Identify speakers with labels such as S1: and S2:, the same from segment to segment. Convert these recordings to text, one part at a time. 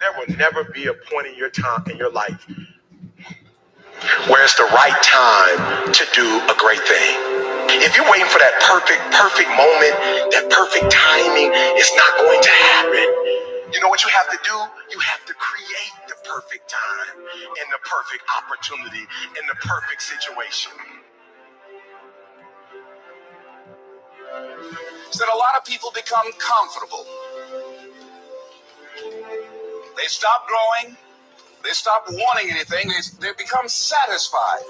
S1: There will never be a point in your time in your life where it's the right time to do a great thing. If you're waiting for that perfect, perfect moment, that perfect timing, it's not going to happen. You know what you have to do? You have to create the perfect time and the perfect opportunity and the perfect situation. Said a lot of people become comfortable. They stop growing. They stop wanting anything. They, they become satisfied.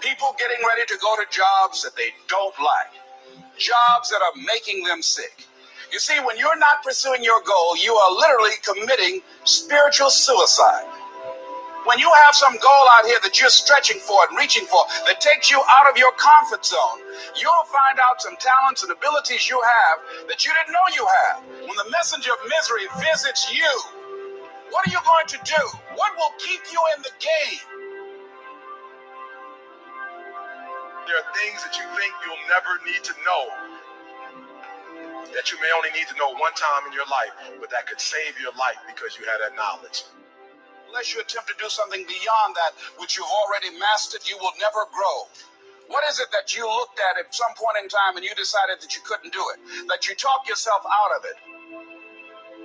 S1: People getting ready to go to jobs that they don't like. jobs that are making them sick. You see, when you're not pursuing your goal, you are literally committing spiritual suicide. When you have some goal out here that you're stretching for and reaching for that takes you out of your comfort zone, you'll find out some talents and abilities you have that you didn't know you have. When the messenger of misery visits you, what are you going to do? What will keep you in the game? There are things that you think you'll never need to know that you may only need to know one time in your life, but that could save your life because you had that knowledge. Unless you attempt to do something beyond that which you've already mastered, you will never grow. What is it that you looked at at some point in time and you decided that you couldn't do it? That you talked yourself out of it?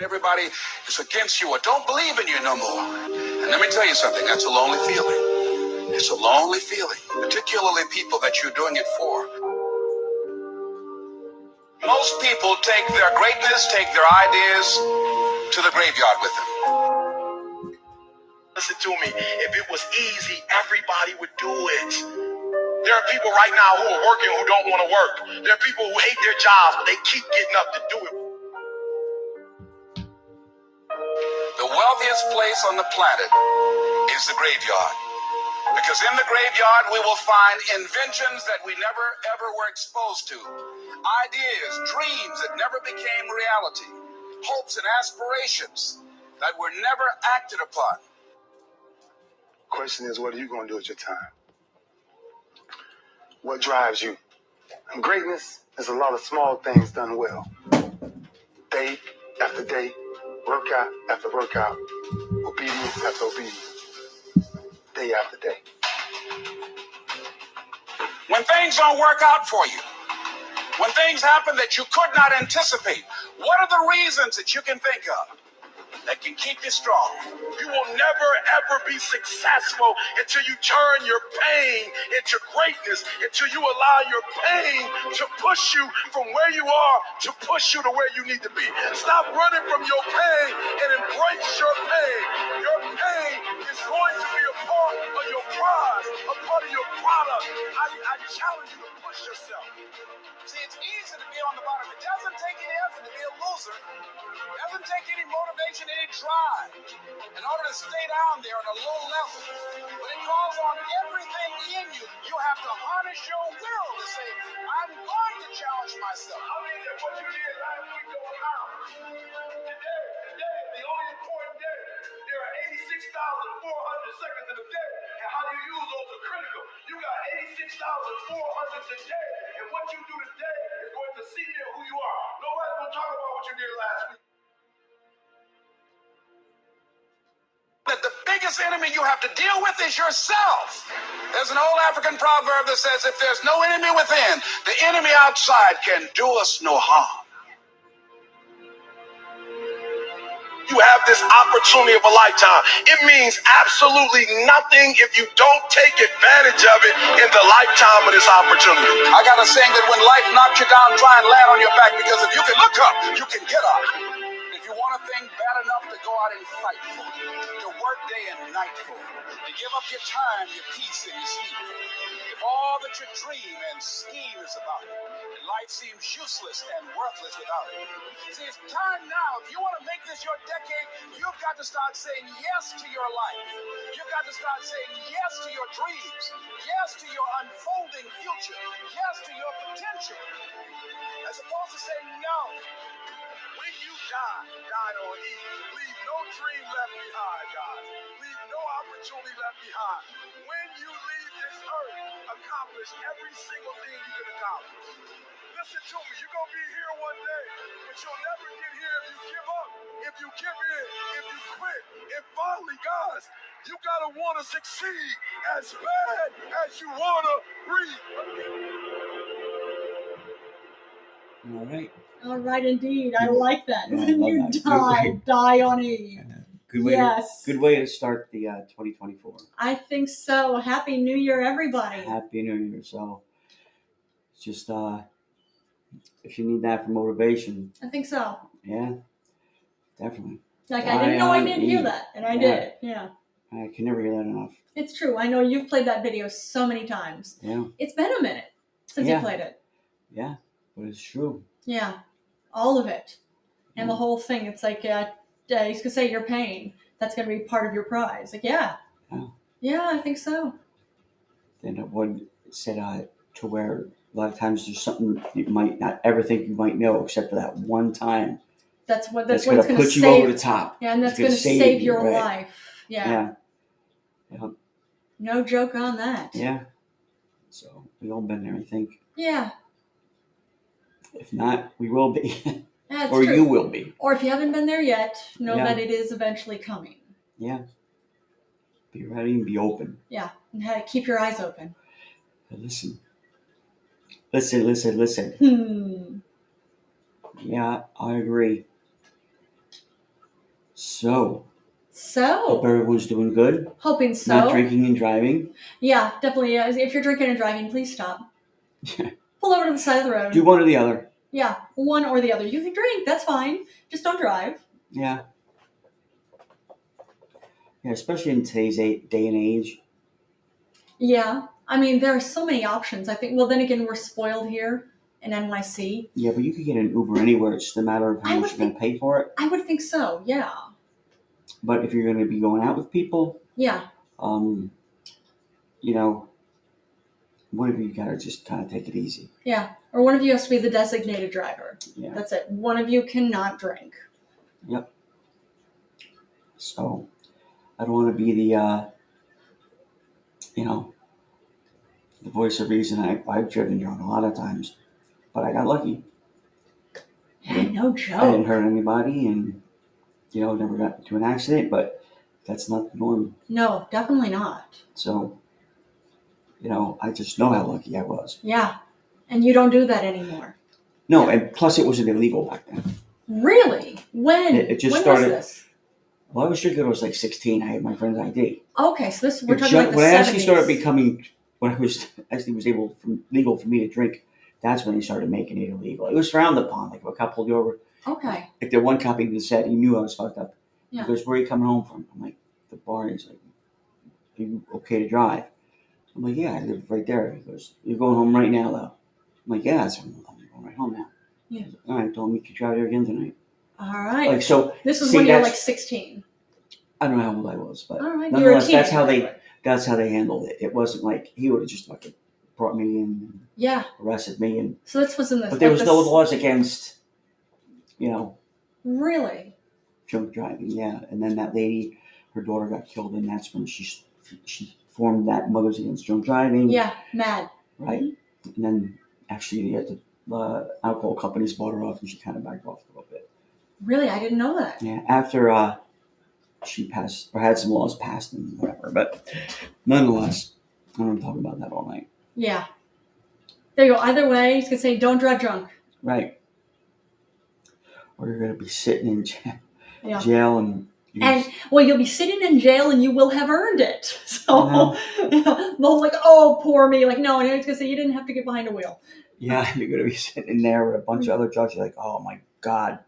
S1: Everybody is against you or don't believe in you no more. And let me tell you something, that's a lonely feeling. It's a lonely feeling, particularly people that you're doing it for. Most people take their greatness, take their ideas to the graveyard with them. Listen to me. If it was easy, everybody would do it. There are people right now who are working who don't want to work. There are people who hate their jobs, but they keep getting up to do it. The wealthiest place on the planet is the graveyard. Because in the graveyard, we will find inventions that we never, ever were exposed to, ideas, dreams that never became reality, hopes and aspirations that were never acted upon. Question is, what are you going to do with your time? What drives you? And greatness is a lot of small things done well. Day after day, workout after workout, obedience after obedience, day after day. When things don't work out for you, when things happen that you could not anticipate, what are the reasons that you can think of? that can keep you strong. You will never ever be successful until you turn your pain into greatness, until you allow your pain to push you from where you are to push you to where you need to be. Stop running from your pain and embrace your pain. Your pain is going to be a part of your prize, a part of your product. I, I challenge you to push yourself. See, it's easy to be on the bottom. It doesn't take any effort to be a loser. It doesn't take any motivation, any drive in order to stay down there on a low level. But it calls on everything in you. You have to harness your will to say, I'm going to challenge myself. I mean, that's what you did last week on Today, today, the only important day. There are 86,400 seconds in a day, and how you use those are critical. You got 86,400 today, and what you do today is going to see you who you are. Nobody's going to talk about what you did last week. that the biggest enemy you have to deal with is yourself. There's an old African proverb that says, if there's no enemy within, the enemy outside can do us no harm.
S2: You have this opportunity of a lifetime. It means absolutely nothing if you don't take advantage of it in the lifetime of this opportunity. I got a saying that when life knocks you down, try and land on your back because if you can look up, you can get up. If you want a thing bad enough to go out and fight for, to work day and night for, to give up your time, your peace, and your sleep for, if all that you dream and scheme is about it, and life seems useless and worthless without it. See, it's time now. If you want to make this your decade, you've got to start saying yes to your life. You've got to start saying yes to your dreams, yes to your unfolding future, yes to your potential, as opposed to saying no. When you die, die on Eve. Leave no dream left behind, guys. Leave no opportunity left behind. When you leave this earth, accomplish every single thing you can accomplish. Listen to me, you're gonna be here one day, but you'll never get here if you give up, if you give in, if you quit. And finally, guys, you gotta wanna succeed as bad as you wanna read. All right. All right, indeed. I like that. Yeah, I love you that. die, die on E. Good way. Yes. To, good way to start the uh, 2024. I think so. Happy New Year, everybody. Happy New Year. So it's just uh, if you need that for motivation. I think so. Yeah, definitely. Like I didn't Die know I on didn't hear E. that, and I Yeah. did. Yeah. I can never hear that enough. It's true. I know you've played that video so many times. Yeah. It's been a minute since you played it. Yeah, but it's true. Yeah all of it and the Mm. whole thing. It's like, uh, uh, he's gonna say your pain. That's gonna be part of your prize. Like, yeah, yeah, yeah I think so. Then it would said uh, to where a lot of times there's something you might not ever think you might know, except for that one time. That's what. That's, that's what's gonna, gonna put you save- over the top. Yeah, and that's It's gonna, gonna save, save you, your right? life. Yeah. yeah. Yeah. No joke on that. Yeah. So we all been there, I think. Yeah. If not, we will be. That's or you true. will be. Or if you haven't been there yet, know Yeah. that it is eventually coming. Yeah. Be ready and be open. Yeah. And ha- keep your eyes open. And Listen. Listen, listen, listen. Hmm. Yeah, I agree. So. So. Hope everyone's doing good. Hoping so. Not drinking and driving. Yeah, definitely. yeah. If you're drinking and driving, please stop. Pull over to the side of the road. Do one or the other. Yeah, one or the other. You can drink, that's fine. Just don't drive. Yeah, yeah. Especially in today's a- day and age. Yeah, I mean there are so many options. I think. Well, then again, we're spoiled here in NYC. Yeah, but you could get an Uber anywhere. It's just a matter of how I much would you're going to pay for it. I would think so. Yeah. But if you're going to be going out with people, yeah, um, you know, one of you got to just kind of take it easy. Yeah, or one of you has to be the designated driver. Yeah, that's it. One of you cannot drink. Yep. So I don't want to be the uh, you know the voice of reason. I I've driven drunk a lot of times, but I got lucky. Yeah, no joke. I didn't
S3: Oh.
S2: hurt anybody, and you know never got into an accident. But that's not the norm. No, definitely not. So you know I just know how lucky I was. Yeah, and you don't do that anymore. No, and plus it wasn't illegal back then. Really? When? It, it just when started. Was this? Well, I was drinking. when I was like sixteen. I had my friend's ID. Okay, so this we're It talking ju- about the when I actually 70s. started becoming when I was actually was able from legal for me to drink. That's when they started making it illegal. It was frowned upon. Like if a cop pulled you over. Okay. Like the one cop even said he knew I was fucked up. Yeah. He goes, "Where are you coming home from?" I'm like, "The bar." He's like, "Are you okay to drive?" I'm like, "Yeah, I live right there." He goes, "You're going home right now, though." I'm like, yeah, that's I'm going right home now. Yeah. All right, don't meet you out there again tonight. All right. Like so. This was see, when you were that's- like 16. I don't know how old I was, but All right, you were a nonetheless, that's how they teenager. that's how they handled it. It wasn't like he would have just like brought me in, and yeah, arrested me, and so this was in the. But there was no laws against you know really drunk driving. Yeah, and then that lady, her daughter got killed, and that's when she she formed that Mothers Against Drunk Driving. Yeah, mad. Right, and then actually the, the uh, alcohol companies bought her off, and she kind of backed off a little bit. Really, I didn't know that. Yeah, after uh, she passed or had some laws passed and whatever, but nonetheless, I'm gonna talk about that all night. Yeah, there you go. Either way, he's gonna say, "Don't drive drunk." Right, or you're gonna be sitting in jail.
S3: Yeah.
S2: jail and you can
S3: And well, you'll be sitting in jail and you will have earned it. So
S2: Mhm.
S3: yeah, they'll like, oh, poor me. Like, no, and it's gonna say you didn't have to get behind a wheel.
S2: Yeah, you're gonna be sitting there with a bunch of other judges, like, oh my god,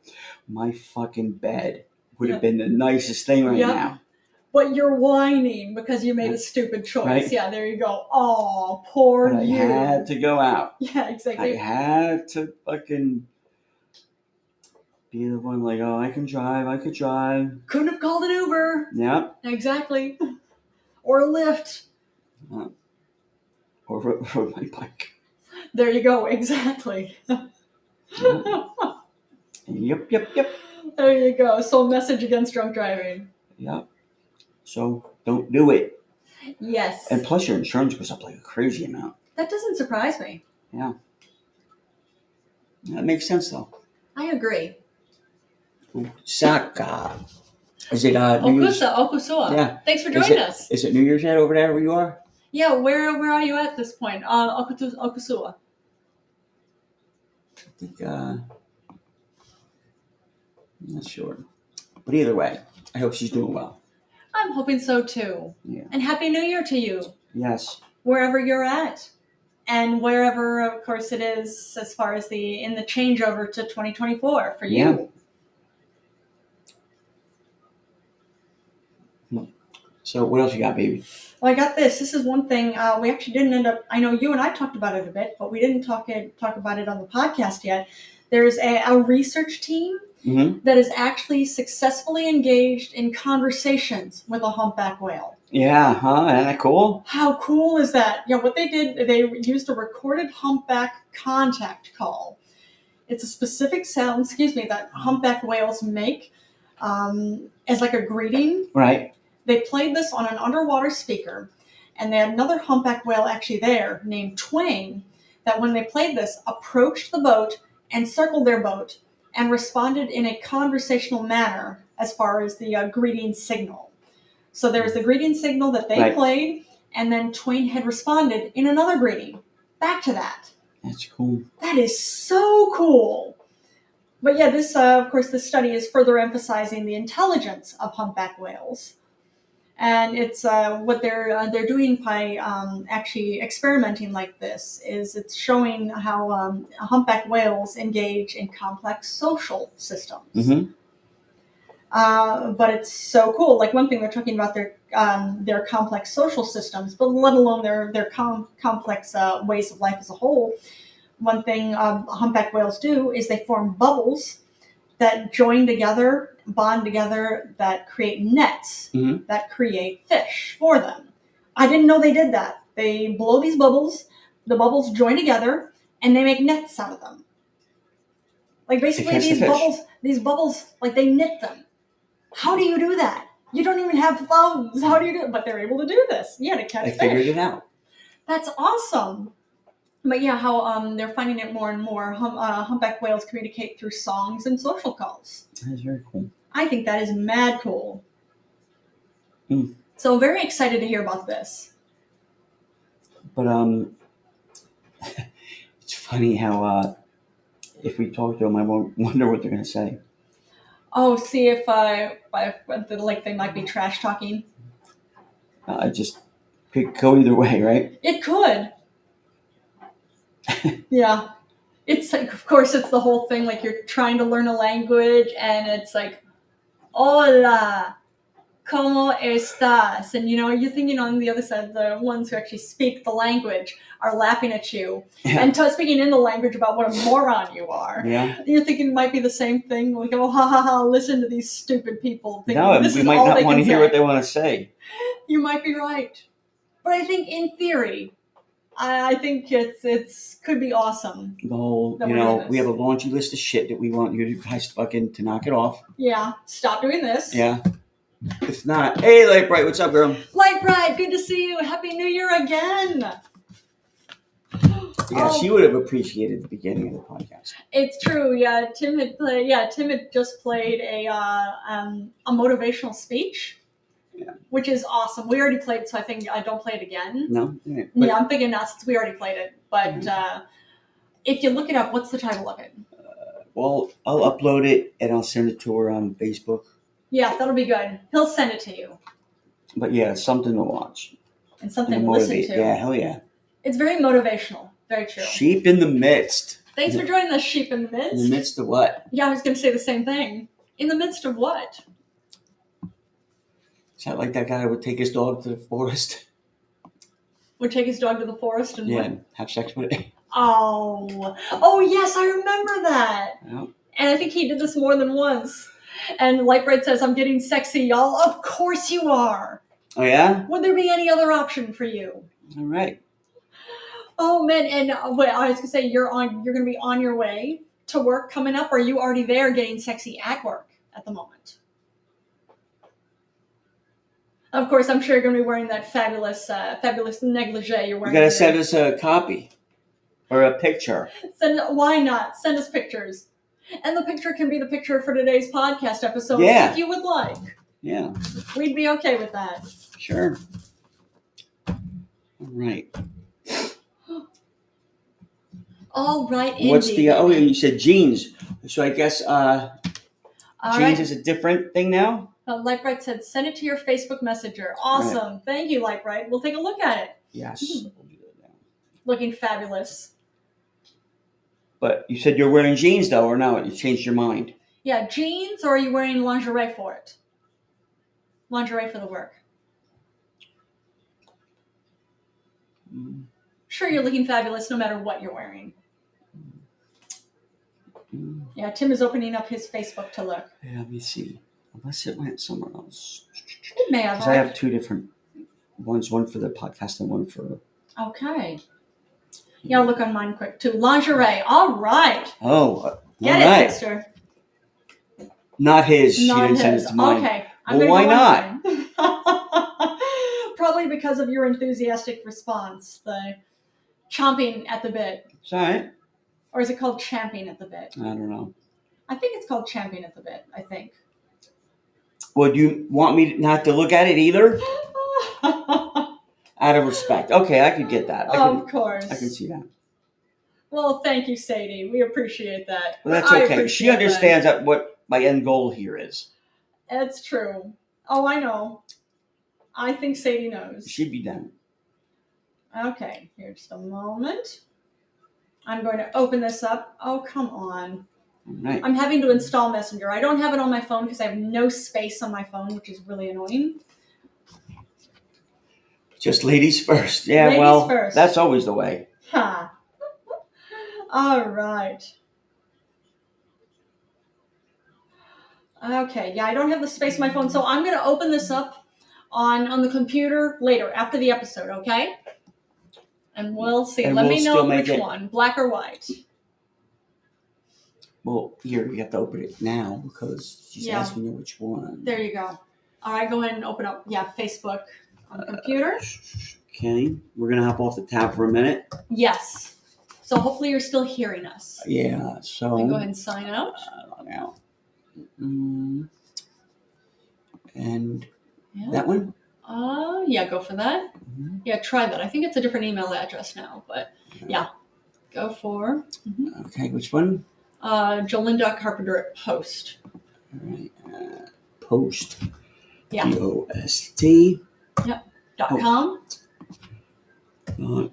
S2: my fucking bed would have been the nicest thing right
S3: Yeah.
S2: now.
S3: But you're whining because you made a stupid choice.
S2: Right.
S3: Yeah, there you go. Oh, poor
S2: But I
S3: you.
S2: had to go out.
S3: Yeah,
S2: I
S3: exactly.
S2: had to fucking be the one like, oh, I can drive, I could drive.
S3: Couldn't have called an Uber.
S2: Yep.
S3: Exactly. Or a Lyft.
S2: Or ro- rode my bike.
S3: There you go. Exactly.
S2: Yep, yep, yep, yep.
S3: There you go. So, message against drunk driving.
S2: yep. So don't do it.
S3: Yes.
S2: And plus, your insurance goes up like a crazy amount.
S3: that doesn't surprise me.
S2: That makes sense though.
S3: I agree.
S2: Osaka. Is it uh, New Year's?
S3: Okusa, Okusua.
S2: Yeah.
S3: Oh, Thanks for
S2: Is
S3: joining us.
S2: Is it New Year's yet over there where you are?
S3: Yeah, where where are you at this point? Uh, Okutu, Okusua.
S2: I think, uh, I'm not sure. But either way, I hope she's doing well.
S3: I'm hoping so too.
S2: Yeah.
S3: And Happy New Year to you,
S2: Yes.
S3: wherever you're at. And wherever, of course, it is as far as the in the changeover to 2024 for you.
S2: Yeah. So what else you got, baby?
S3: Well, I got this. This is one thing uh, we actually didn't end up. I know you and I talked about it a bit, but we didn't talk it, talk about it on the podcast yet. There's a, a research team
S2: Mm-hmm.
S3: that is actually successfully engaged in conversations with a humpback whale.
S2: Yeah, huh? Isn't that cool?
S3: How cool is that? Yeah, what they did, they used a recorded humpback contact call. It's a specific sound, excuse me, that humpback whales make um, as like a greeting
S2: Right.
S3: they played this on an underwater speaker, and they had another humpback whale actually there named Twain that, when they played this, approached the boat and circled their boat and responded in a conversational manner as far as the uh, greeting signal. So there was the greeting signal that they
S2: Right.
S3: played, and then Twain had responded in another greeting back to that.
S2: That's cool.
S3: That is so cool. But yeah, this, uh, of course, this study is further emphasizing the intelligence of humpback whales. And it's uh, what they're uh, they're doing by um, actually experimenting like this is it's showing how um, humpback whales engage in complex social systems.
S2: Mm-hmm.
S3: Uh, but it's so cool. Like one thing they're talking about their um, their complex social systems, but let alone their their com- complex uh, ways of life as a whole. One thing um, humpback whales do is they form bubbles that join together, bond together, that create nets
S2: Mhm.
S3: that create fish for them. I didn't know they did that. They blow these bubbles, the bubbles join together, and they make nets out of them. Like basically,
S2: catch the
S3: these
S2: fish.
S3: bubbles, these bubbles, like they knit them. How do you do that? You don't even have thumbs. How do you do it? But they're able to do this. Yeah, to catch
S2: I
S3: fish.
S2: figured it out.
S3: That's awesome. But yeah, how um, they're finding it more and more. Hum, uh, humpback whales communicate through songs and social calls.
S2: That's very cool.
S3: I think that is mad cool.
S2: Mm.
S3: So very excited to hear about this.
S2: But um, it's funny how uh, if we talk to them, I won't wonder what they're gonna say.
S3: Oh, see if I, if, uh, like they might be trash talking.
S2: Uh, I just could go either way, right?
S3: It could. yeah. It's like, of course, it's the whole thing like you're trying to learn a language and it's like, hola, como estas? And you know, you're thinking on the other side, the ones who actually speak the language are laughing at you
S2: Yeah.
S3: and t- speaking in the language about what a moron you are.
S2: Yeah.
S3: You're thinking it might be the same thing. Like, oh, ha ha ha, listen to these stupid people. Thinking,
S2: No,
S3: this
S2: we
S3: is
S2: might
S3: all
S2: not
S3: they
S2: want to
S3: can
S2: hear
S3: say."
S2: what they want to say.
S3: You might be right, but I think in theory, I, I think it's it's could be awesome.
S2: The whole,
S3: That
S2: you
S3: we're
S2: know,
S3: doing
S2: we
S3: this.
S2: have a laundry list of shit that we want you guys to fucking to knock it off.
S3: Yeah, stop doing this.
S2: Yeah. If not, hey, Light Bright, what's up, girl?
S3: Light Bride, good to see you. Happy New Year again.
S2: Yeah,
S3: Oh.
S2: she would have appreciated the beginning of the podcast.
S3: It's true. Yeah, Tim had played. Yeah, Tim had just played a uh, um, a motivational speech,
S2: Yeah.
S3: which is awesome. We already played, so I think I don't play it again.
S2: No? Yeah. But, Mm-hmm.
S3: yeah, I'm thinking not since we already played it. But uh, if you look it up, what's the title of it?
S2: Well, I'll upload it and I'll send it to her on Facebook.
S3: Yeah, that'll be good. He'll send it to you
S2: But yeah, it's something to watch.
S3: and
S2: and
S3: something
S2: to
S3: to listen
S2: motivate.
S3: to.
S2: Yeah, hell yeah.
S3: It's very motivational. Very true.
S2: Sheep in the midst.
S3: Thanks for joining us, Sheep in the Midst.
S2: In the midst of what?
S3: Yeah, I was going to say the same thing. In the midst of what?
S2: Is that like that guy would take his dog to the forest?
S3: Would take his dog to the forest and
S2: Yeah,
S3: what?
S2: and have sex with it.
S3: Oh, oh yes, I remember that.
S2: Yeah.
S3: And I think he did this more than once. And Lightbright says, "I'm getting sexy, y'all. Of course you are.
S2: Oh yeah.
S3: Would there be any other option for you?"
S2: All right.
S3: Oh man, and uh, wait, I was gonna say you're on. You're gonna be on your way to work coming up. Or are you already there getting sexy at work at the moment? Of course, I'm sure you're gonna be wearing that fabulous, uh, fabulous negligee you're
S2: You
S3: wearing.
S2: gotta
S3: today.
S2: send us a copy or a picture.
S3: Send why not? Send us pictures. And the picture can be the picture for today's podcast episode
S2: Yeah.
S3: if you would like.
S2: Yeah,
S3: We'd be okay with that.
S2: sure. All right.
S3: All right, Andy.
S2: What's the? Oh, yeah, you said jeans. So I guess uh,
S3: All
S2: jeans
S3: right.
S2: is a different thing now.
S3: Uh, Lightbright said, send it to your Facebook Messenger. Awesome. Thank you, Lightbright. We'll take a look at it.
S2: Yes.
S3: Mm-hmm. Looking fabulous.
S2: But you said you're wearing jeans though, or no? You changed your mind.
S3: Yeah, jeans, or are you wearing lingerie for it? Lingerie for the work.
S2: Mm,
S3: Sure, you're looking fabulous no matter what you're wearing.
S2: mm.
S3: Yeah, Tim is opening up his Facebook to look.
S2: Yeah, let me see. Unless it went somewhere else.
S3: It may have.
S2: Because I have two different ones, one for the podcast and one for.
S3: Okay. Yeah, I'll look on mine quick too. Lingerie. All right.
S2: Oh, uh, all
S3: Get it,
S2: right.
S3: sister.
S2: Not his. she
S3: Not
S2: didn't send
S3: his.
S2: it to mine.
S3: Okay.
S2: Well, why
S3: not? Probably because of your enthusiastic response, the chomping at the bit.
S2: It's all right.
S3: Or is it called champing at the bit?
S2: I don't know.
S3: I think it's called champing at the bit, I think.
S2: Well, do you want me not to look at it either? Out of respect. Okay, I could get that. I can,
S3: of course.
S2: I can see that.
S3: Well, thank you, Sadie. We appreciate that.
S2: Well, that's
S3: I
S2: okay. She
S3: appreciate that.
S2: understands that what my end goal here is.
S3: That's true. Oh, I know. I think Sadie knows.
S2: She'd be done.
S3: Okay, here just a moment. I'm going to open this up. Oh, come on.
S2: All right.
S3: I'm having to install Messenger. I don't have it on my phone because I have no space on my phone, which is really annoying.
S2: Just ladies first. Yeah,
S3: Ladies
S2: well,
S3: first.
S2: that's always the way.
S3: Ha. All right. Okay, yeah, I don't have the space on my phone, so I'm going to open this up on on the computer later after the episode, okay? And we'll see.
S2: And
S3: Let
S2: we'll
S3: me know
S2: still make
S3: which
S2: it-
S3: one, black or white.
S2: Well, here, you have to open it now because she's
S3: Yeah.
S2: asking you which one.
S3: There you go. All right, go ahead and open up. Yeah, Facebook on the computer.
S2: Okay, we're going to hop off the tab for a minute.
S3: Yes. So hopefully you're still hearing us.
S2: Yeah, so.
S3: And go ahead and sign out.
S2: uh, now. Mm. and
S3: Yeah.
S2: that one?
S3: Uh, yeah, go for that.
S2: Mhm.
S3: Yeah, try that. I think it's a different email address now, but yeah, go for
S2: Okay, which one?
S3: uh, Jolinda Carpenter at Post.
S2: All right. Uh, post.
S3: Yeah.
S2: P O S T.
S3: Dot
S2: Oh.
S3: com.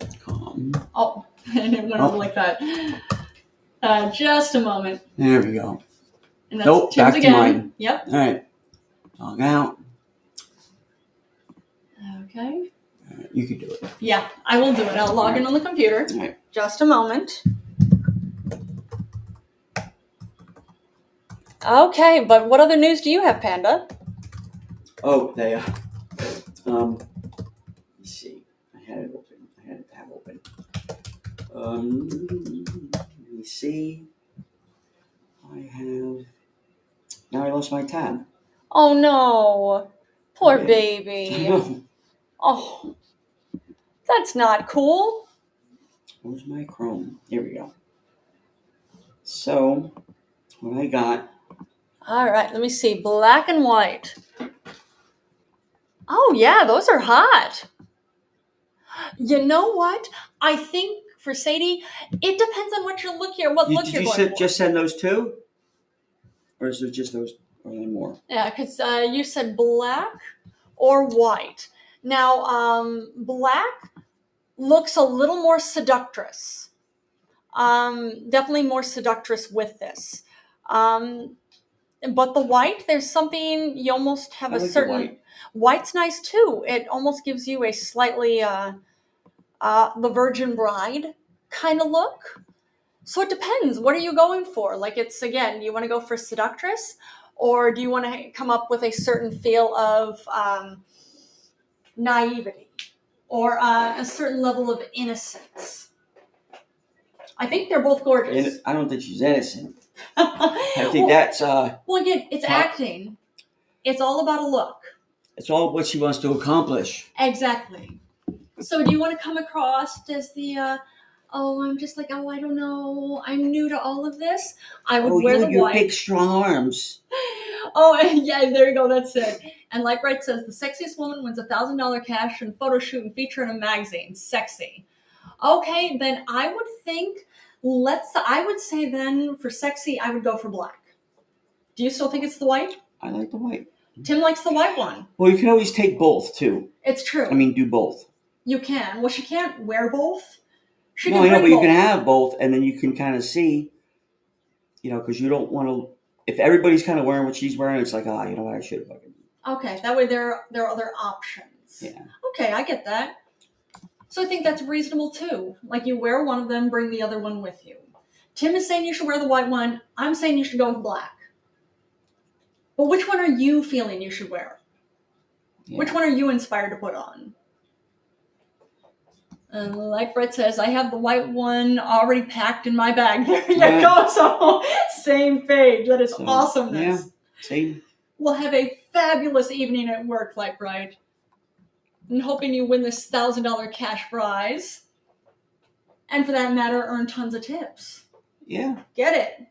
S2: dot com.
S3: Oh, and it went over
S2: Oh.
S3: like that. Uh, just a moment.
S2: There we go.
S3: And that's
S2: Nope,
S3: Tim's
S2: back to
S3: again.
S2: mine.
S3: Yep.
S2: All right. Log out.
S3: Okay.
S2: You can do it.
S3: Yeah, I will do it. I'll log in on the computer.
S2: All right.
S3: Just a moment. Okay, but what other news do you have, Panda?
S2: Oh, they uh, um. Let's see. I had it open. I had it tab open. Um. Let me see. I have. Now I lost my tab.
S3: Oh no, poor
S2: Yeah.
S3: baby. Oh, that's not cool.
S2: Where's my Chrome? Here we go. So, what I got?
S3: All right, let me see. Black and white. Oh yeah, those are hot. You know what? I think for Sadie, it depends on what you're looking at. What
S2: You,
S3: look
S2: did
S3: you're
S2: you
S3: going
S2: send-
S3: for.
S2: just send those two? Or is it just those? Are there more?
S3: Yeah, because uh, you said black or white. Now, um, black looks a little more seductress. Um, definitely more seductress with this. Um, but the white, there's something you almost have
S2: I
S3: a
S2: like the
S3: certain.
S2: white.
S3: White's nice too. It almost gives you a slightly uh, uh, the Virgin Bride kind of look. So it depends. What are you going for? Like it's again, you want to go for seductress, or do you want to come up with a certain feel of um, naivety or uh, a certain level of innocence? I think they're both gorgeous.
S2: And I don't think she's innocent. I think that's uh,
S3: well, again, it's
S2: Huh?
S3: acting. It's all about a look.
S2: it's all what she wants to accomplish.
S3: Exactly. So do you want to come across as the uh, oh I'm just like oh I don't know I'm new to all of this I would
S2: Oh,
S3: wear
S2: you,
S3: the
S2: your
S3: white
S2: big strong arms.
S3: oh yeah there you go that's it and like Wright says the sexiest woman wins a thousand dollar cash and photo shoot and feature in a magazine sexy okay then I would think let's I would say then for sexy I would go for black do you still think it's the white
S2: I like the white.
S3: Tim likes the white one
S2: Well, you can always take both too.
S3: it's true
S2: I mean, do both.
S3: you can well she can't wear both she
S2: no,
S3: can
S2: I know,
S3: bring
S2: but you
S3: both.
S2: can have both, and then you can kind of see, you know, because you don't want to. If everybody's kind of wearing what she's wearing, it's like, ah, you know what, I should. fucking-
S3: Okay, that way there there are other options.
S2: Yeah.
S3: Okay, I get that. So I think that's reasonable too. Like you wear one of them, bring the other one with you. Tim is saying you should wear the white one. I'm saying you should go with black. But which one are you feeling you should wear?
S2: Yeah.
S3: Which one are you inspired to put on? And like Brett says, I have the white one already packed in my bag. There you
S2: Yeah.
S3: go. So same page. That is
S2: So,
S3: awesomeness.
S2: yeah. See,
S3: We'll have a fabulous evening at work, Light Bride. And hoping you win this thousand dollar cash prize. And for that matter, earn tons of tips.
S2: yeah,
S3: Get it.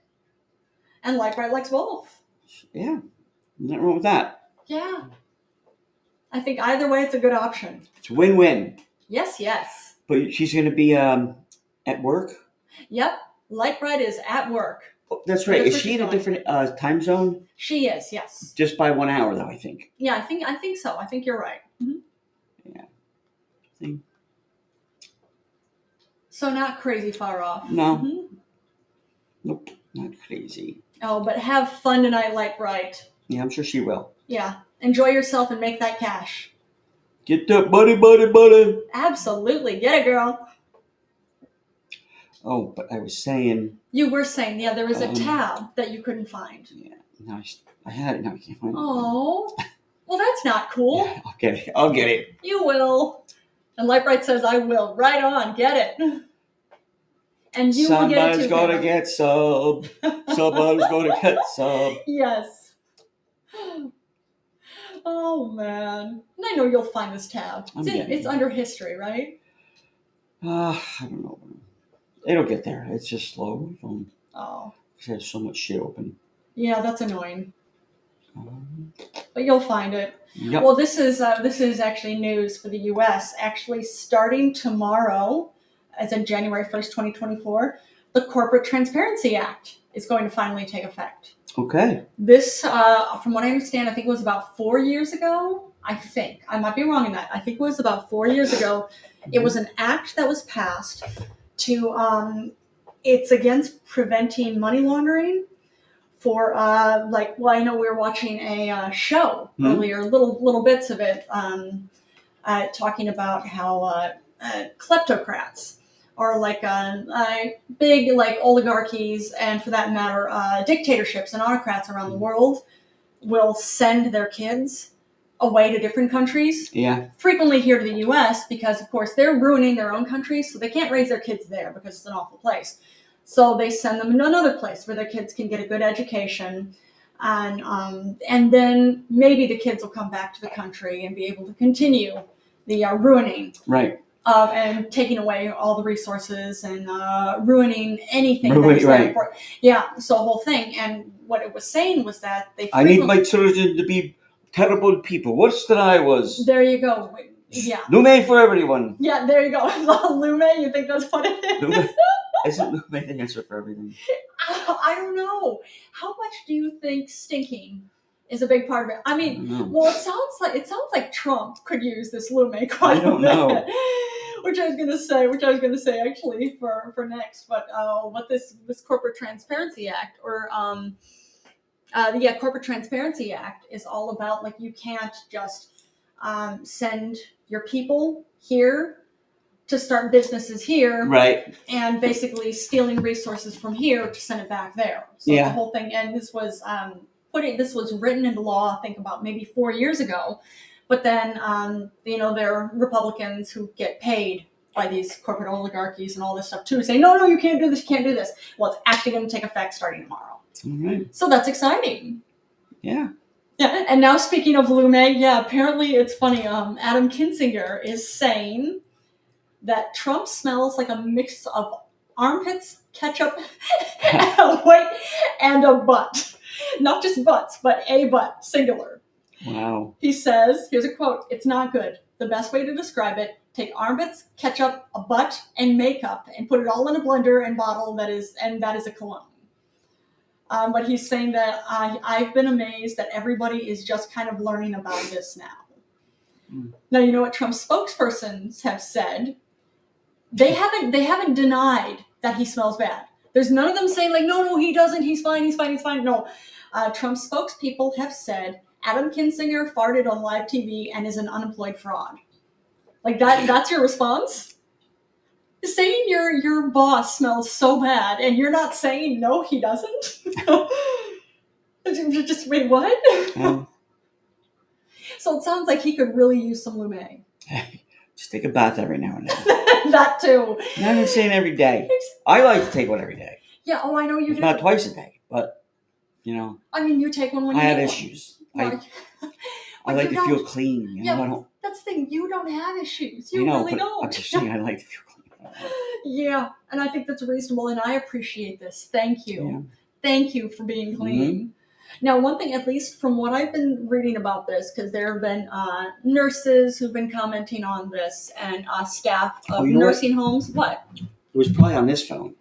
S3: And Light Bride likes both.
S2: yeah. Nothing wrong with that.
S3: Yeah. I think either way it's a good option.
S2: It's a win-win.
S3: Yes, yes.
S2: But she's going to be um, at work.
S3: Yep. Light Bride is at work.
S2: Oh, that's right.
S3: That's
S2: Is
S3: where
S2: she
S3: she's
S2: in a
S3: going.
S2: different uh, time zone?
S3: She is, yes.
S2: Just by one hour, though. I think.
S3: Yeah, I think I think so. I think you're right. Mhm.
S2: See?
S3: So not crazy far off.
S2: No.
S3: Mhm.
S2: Nope. Not crazy.
S3: Oh, but have fun tonight, Light Bride.
S2: Yeah, I'm sure she will.
S3: Yeah. Enjoy yourself and make that cash.
S2: Get that buddy, buddy, buddy.
S3: Absolutely. Get it, girl.
S2: Oh, but I was saying.
S3: You were saying, yeah, there was a
S2: Um.
S3: tab that you couldn't find.
S2: Now I, s- I had it. Now I can't find it.
S3: Oh. Well, that's not cool.
S2: Yeah, I'll get it. I'll get it.
S3: You will. And Lightbright says, I will. Right on. Get it. And you will get it
S2: Somebody's
S3: too.
S2: gonna
S3: Caleb.
S2: get sub. Somebody's gonna get sub.
S3: Yes. Oh, man. And I know you'll find this tab.
S2: I'm
S3: It's, in-
S2: getting
S3: it's
S2: it.
S3: under history, right?
S2: Uh, I don't know. It'll get there. It's just slow. My phone
S3: Oh.
S2: because I have so much shit open.
S3: Yeah, that's annoying.
S2: Um,
S3: But you'll find it.
S2: yep.
S3: Well, this is uh, this is actually news for the U.S. Actually, starting tomorrow, as in January first, twenty twenty four, the Corporate Transparency Act is going to finally take effect.
S2: okay.
S3: This, uh, from what I understand, I think it was about four years ago. I think I might be wrong in that. I think it was about four years ago. It was an act that was passed to. Um, it's against preventing money laundering for uh, like. Well, I know we were watching a uh, show
S2: Hmm.
S3: earlier, little little bits of it, um, uh, talking about how uh, uh, kleptocrats are like uh, uh, big like oligarchies and for that matter uh, dictatorships and autocrats around the world will send their kids away to different countries
S2: Yeah.
S3: frequently here to the us because of course they're ruining their own countries so they can't raise their kids there because it's an awful place so they send them to another place where their kids can get a good education and um, and then maybe the kids will come back to the country and be able to continue the uh, ruining
S2: Right.
S3: of and taking away all the resources and uh, ruining anything. that
S2: Ruin-
S3: is there
S2: right.
S3: for- yeah, so the whole thing. And what it was saying was that they.
S2: I need my
S3: frequently-
S2: children to be terrible people. Worse than I was.
S3: There you go. Wait, Yeah.
S2: Lume for everyone.
S3: Yeah, there you go. Lume, you think that's what it is?
S2: Lume. Isn't Lume the answer for everything?
S3: I don't know. How much do you think stinking is a big part of it. I mean,
S2: No.
S3: well, it sounds like it sounds like Trump could use this lume quite
S2: I don't
S3: a bit.
S2: know.
S3: Which I was gonna say, which I was gonna say actually for for next, but uh, what this this Corporate Transparency Act or um, uh, yeah, Corporate Transparency Act is all about like you can't just um, send your people here to start businesses here
S2: Right.
S3: and basically stealing resources from here to send it back there. So
S2: Yeah.
S3: the whole thing, and this was um, put in, this was written into law, I think about maybe four years ago. But then, um, you know, there are Republicans who get paid by these corporate oligarchies and all this stuff too, say, no, no, you can't do this, you can't do this. Well, it's actually going to take effect starting tomorrow.
S2: All right.
S3: So that's exciting.
S2: Yeah.
S3: Yeah, and now speaking of Lume, yeah, apparently it's funny. Um, Adam Kinzinger is saying that Trump smells like a mix of armpits, ketchup, wait, and a butt. Not just butts, but a butt, singular.
S2: Wow.
S3: He says, here's a quote, it's not good. The best way to describe it, take armpits, ketchup, a butt, and makeup and put it all in a blender and bottle that is and that is a cologne. Um, but he's saying that I, I've been amazed that everybody is just kind of learning about this now.
S2: Mm.
S3: Now you know what Trump's spokespersons have said. They haven't they haven't denied that he smells bad. There's none of them saying like no no he doesn't he's fine he's fine he's fine. No, uh, Trump's spokespeople have said Adam Kinzinger farted on live TV and is an unemployed fraud. Like that that's your response? Saying your your boss smells so bad and you're not saying no he doesn't? Just wait, what?
S2: Um,
S3: So it sounds like he could really use some Lume.
S2: just take a bath every now and then.
S3: that too.
S2: Not even saying every day. I like to take one every day.
S3: Yeah, oh I know you
S2: If
S3: do.
S2: not twice a day, but you know,
S3: I mean you take one when
S2: I
S3: you
S2: have
S3: get one.
S2: issues. I,
S3: Like,
S2: I
S3: but
S2: like
S3: you
S2: to feel
S3: don't-
S2: clean. You know,
S3: Yeah,
S2: I don't.
S3: That's the thing, you don't have issues. You
S2: I know,
S3: really
S2: but
S3: don't.
S2: I'm just saying I like to feel clean.
S3: yeah, and I think that's reasonable, and I appreciate this. Thank you.
S2: Yeah. Mm-hmm.
S3: Thank you for being clean. Now, one thing, at least from what I've been reading about this, because there have been uh, nurses who've been commenting on this and uh, staff of
S2: Oh, you know what?
S3: nursing homes. What?
S2: It was probably on this phone.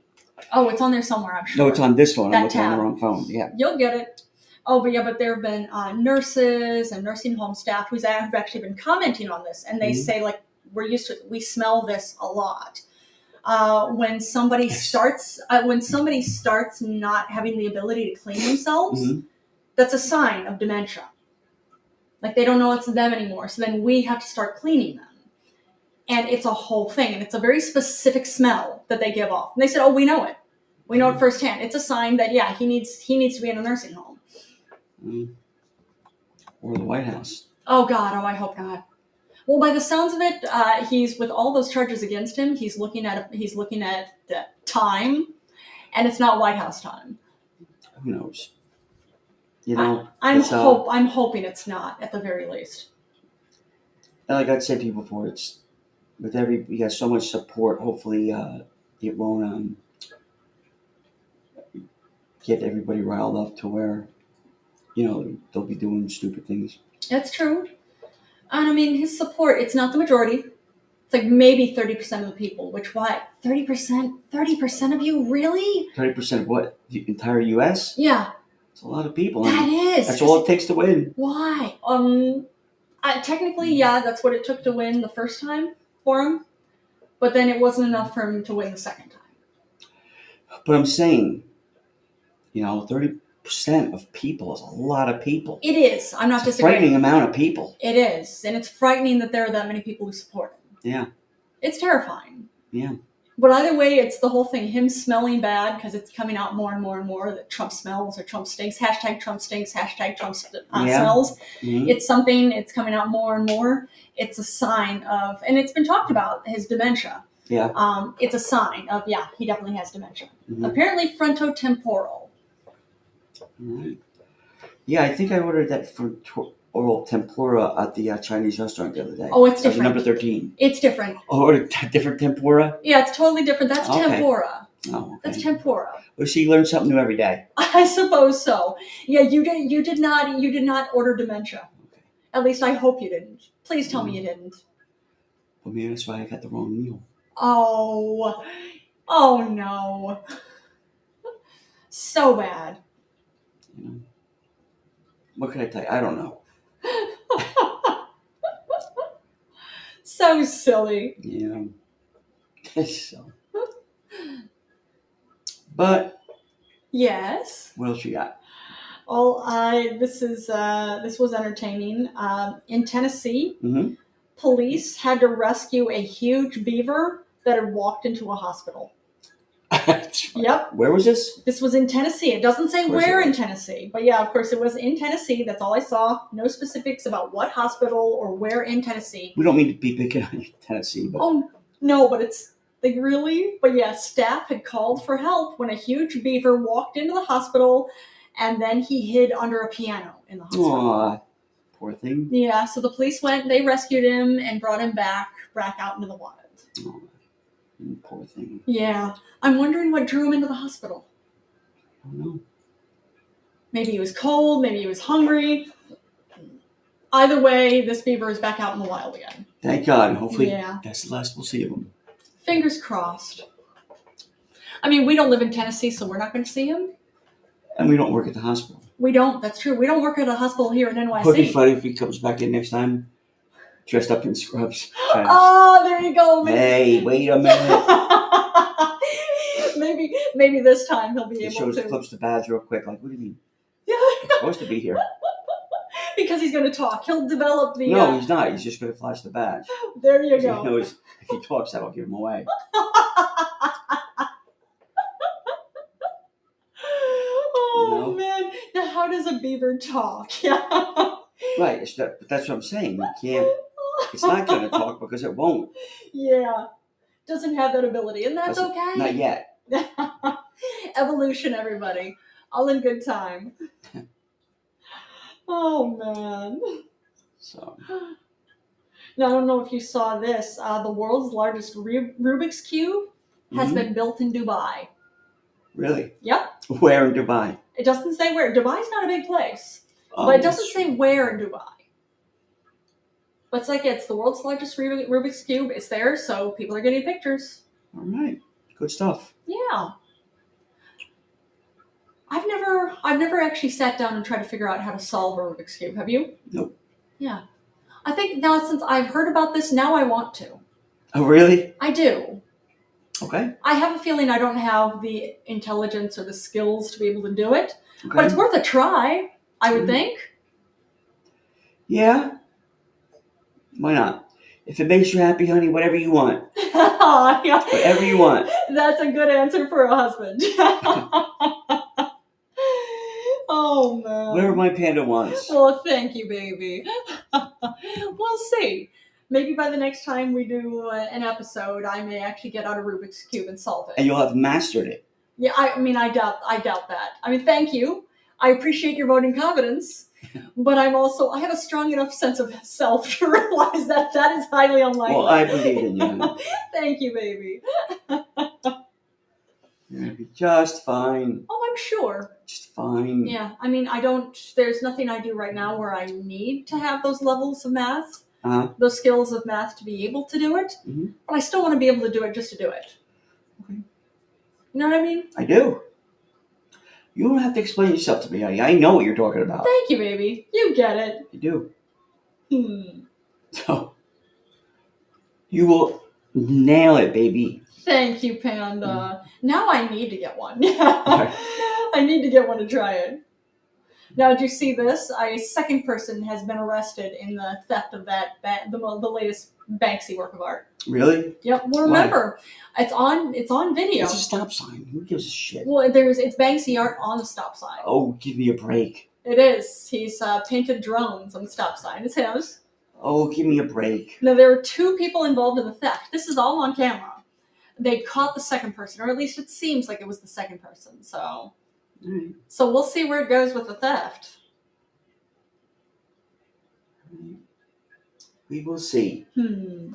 S3: Oh, it's on there somewhere, I'm sure.
S2: No, it's on this one. I'm
S3: That
S2: looking on
S3: tab.
S2: the wrong phone. Yeah.
S3: You'll get it. Oh, but yeah, but there have been uh, nurses and nursing home staff who's have actually been commenting on this, and they
S2: Mhm.
S3: say like we're used to we smell this a lot. Uh, when somebody
S2: Yes.
S3: starts, uh, when somebody starts not having the ability to clean themselves,
S2: Mhm.
S3: that's a sign of dementia. Like they don't know it's them anymore. So then we have to start cleaning them. And it's a whole thing. And it's a very specific smell that they give off. And they said, Oh, we know it. We know it firsthand. It's a sign that yeah, he needs he needs to be in a nursing home.
S2: Mm. Or the White House.
S3: Oh God, oh I hope not. Well, by the sounds of it, uh, he's with all those charges against him, he's looking at he's looking at the time and it's not White House time.
S2: Who knows? You know,
S3: I'm
S2: It's, uh,
S3: hope I'm hoping it's not at the very least.
S2: and like I said to you before, it's with every we got so much support. Hopefully, uh, it won't um, get everybody riled up to where you know they'll be doing stupid things.
S3: That's true. And I mean, his support, it's not the majority. It's like maybe 30% of the people, which what? 30%? 30% of you? Really?
S2: Thirty percent of what the entire U.S.
S3: Yeah,
S2: It's a lot of people.
S3: that
S2: And
S3: is.
S2: that's all it takes to win.
S3: Why? Um, I, technically, yeah, that's what it took to win the first time for him, but then it wasn't enough for him to win the second time.
S2: But I'm saying, you know, thirty percent of people is a lot of people.
S3: It is. I'm not
S2: It's a
S3: disagreeing.
S2: frightening amount of people.
S3: It is. And it's frightening that there are that many people who support him.
S2: Yeah.
S3: It's terrifying.
S2: Yeah.
S3: But either way, it's the whole thing him smelling bad because it's coming out more and more and more that Trump smells or Trump stinks. Hashtag Trump stinks, hashtag Trump st- uh,
S2: Yeah.
S3: smells.
S2: Mhm.
S3: It's something, it's coming out more and more. It's a sign of, and it's been talked about his dementia.
S2: Yeah.
S3: Um, it's a sign of, yeah, he definitely has dementia.
S2: Mhm.
S3: Apparently, frontotemporal.
S2: Alright. Yeah, I think I ordered that from Tor- Oral Tempura at the uh, Chinese restaurant the other day.
S3: Oh, it's
S2: That was
S3: different.
S2: Number 13.
S3: It's different.
S2: Oh, ordered t- different tempura?
S3: Yeah, it's totally different. That's
S2: Okay.
S3: tempora.
S2: Oh,
S3: That's
S2: okay.
S3: tempora.
S2: Well, she learns something new every day.
S3: I suppose so. Yeah, you did. You did not. You did not order dementia.
S2: Okay.
S3: At least I hope you didn't. Please tell me you didn't.
S2: Well, maybe that's why I got the wrong meal.
S3: Oh, oh no. So bad.
S2: You know? What can I tell you? I don't know.
S3: So silly.
S2: Yeah. so. But
S3: Yes.
S2: what else you got?
S3: Well, I this is uh, this was entertaining. Um, in Tennessee,
S2: Mhm.
S3: police had to rescue a huge beaver that had walked into a hospital. Yep,
S2: Where was this?
S3: this was in Tennessee. It doesn't say
S2: Of course
S3: where
S2: it
S3: in
S2: was.
S3: Tennessee, but yeah, of course it was in Tennessee. That's all I saw. No specifics about what hospital or where in Tennessee.
S2: We don't mean to be picking on Tennessee, but
S3: Oh no, but it's they really. But yeah, staff had called for help when a huge beaver walked into the hospital, and then he hid under a piano in the hospital.
S2: aw, poor thing.
S3: Yeah, so the police went, they rescued him and brought him back, back out into the wild.
S2: Aw, poor thing.
S3: Yeah. I'm wondering what drew him into the hospital.
S2: I don't know.
S3: Maybe he was cold, maybe he was hungry. Either way, this beaver is back out in the wild again.
S2: Thank God. Hopefully,
S3: Yeah.
S2: that's the last we'll see of him.
S3: Fingers crossed. I mean, we don't live in Tennessee, so we're not going to see him.
S2: And we don't work at the hospital.
S3: We don't, that's true. We don't work at a hospital here in
S2: It would be
S3: NYC.
S2: funny if he comes back in next time, dressed up in scrubs. trying to-
S3: Oh, there you go. Maybe.
S2: hey, wait a minute.
S3: maybe, maybe this time he'll be
S2: He
S3: able
S2: shows
S3: to.
S2: flips the badge real quick. Like, what do you mean?
S3: Yeah.
S2: I'm supposed to be here.
S3: because he's going to talk. He'll develop the.
S2: No,
S3: uh,
S2: he's not. He's just going to flash the badge.
S3: there you
S2: He
S3: go.
S2: knows if he talks, that'll give him away.
S3: oh
S2: You know?
S3: man! Now, how does a beaver talk? Yeah.
S2: Right. It's that, but that's what I'm saying. You can't. It's not going to talk because it won't.
S3: yeah. Doesn't have that ability, and that's
S2: Doesn't- Not
S3: okay.
S2: yet.
S3: Evolution, everybody. All in good time. oh man.
S2: So
S3: Now, I don't know if you saw this. Uh, the world's largest Ru- Rubik's Cube has
S2: mhm.
S3: been built in Dubai.
S2: really,
S3: Yep.
S2: where in Dubai?
S3: It doesn't say where. Dubai's not a big place.
S2: Oh,
S3: but it doesn't
S2: that's-
S3: say where in Dubai. But it's like it's the world's largest Ru- Rubik's cube. It's there, so people are getting pictures.
S2: All right. Good stuff.
S3: Yeah. I've never, I've never actually sat down and tried to figure out how to solve a Rubik's cube. Have you?
S2: Nope.
S3: Yeah. I think now since I've heard about this, now I want to.
S2: Oh, really?
S3: I do.
S2: Okay.
S3: I have a feeling I don't have the intelligence or the skills to be able to do it, but it's
S2: Okay.
S3: worth a try. I would
S2: Mhm.
S3: think.
S2: Yeah. Why not? If it makes you happy, honey, whatever you want,
S3: Whatever
S2: whatever you want.
S3: That's a good answer for a husband. oh man.
S2: Whatever my panda wants.
S3: well, thank you, baby. we'll see. Maybe by the next time we do uh, an episode, I may actually get out a Rubik's cube and solve
S2: And
S3: it.
S2: you'll have mastered it.
S3: Yeah, I mean, I doubt, I doubt that. I mean, thank you. I appreciate your voting confidence, but I'm also I have a strong enough sense of self to realize that that is highly unlikely.
S2: Well, I believe in you. honey.
S3: thank you, baby.
S2: You're gonna be just fine.
S3: Oh, I'm sure.
S2: Just fine.
S3: Yeah, I mean, I don't. There's nothing I do right now where I need to have those levels of math,
S2: Uh-huh.
S3: those skills of math to be able to do it.
S2: Mhm.
S3: But I still want to be able to do it just to do it.
S2: Okay.
S3: You know what I mean?
S2: I do. You don't have to explain yourself to me, honey. I know what you're talking about.
S3: Thank you, baby. You get it.
S2: I do.
S3: Hmm.
S2: So you will nail it, baby.
S3: Thank you, Panda.
S2: Mm-hmm.
S3: Now I need to get one.
S2: Alright.
S3: I need to get one to try it. Now, did you see this? A second person has been arrested in the theft of that, ba- the, mo- the latest Banksy work of art.
S2: Really?
S3: Yep. Well,
S2: Why?
S3: remember, it's on it's on video.
S2: It's a stop sign. Who gives a shit?
S3: Well, there's it's Banksy art on the stop sign.
S2: Oh, give me a break.
S3: It is. He's uh, painted drones on the stop sign. It's his.
S2: Oh, give me a break.
S3: Now there were two people involved in the theft. This is all on camera. They caught the second person, or at least it seems like it was the second person. So,
S2: All right.
S3: so we'll see where it goes with the theft.
S2: We will see.
S3: Hmm.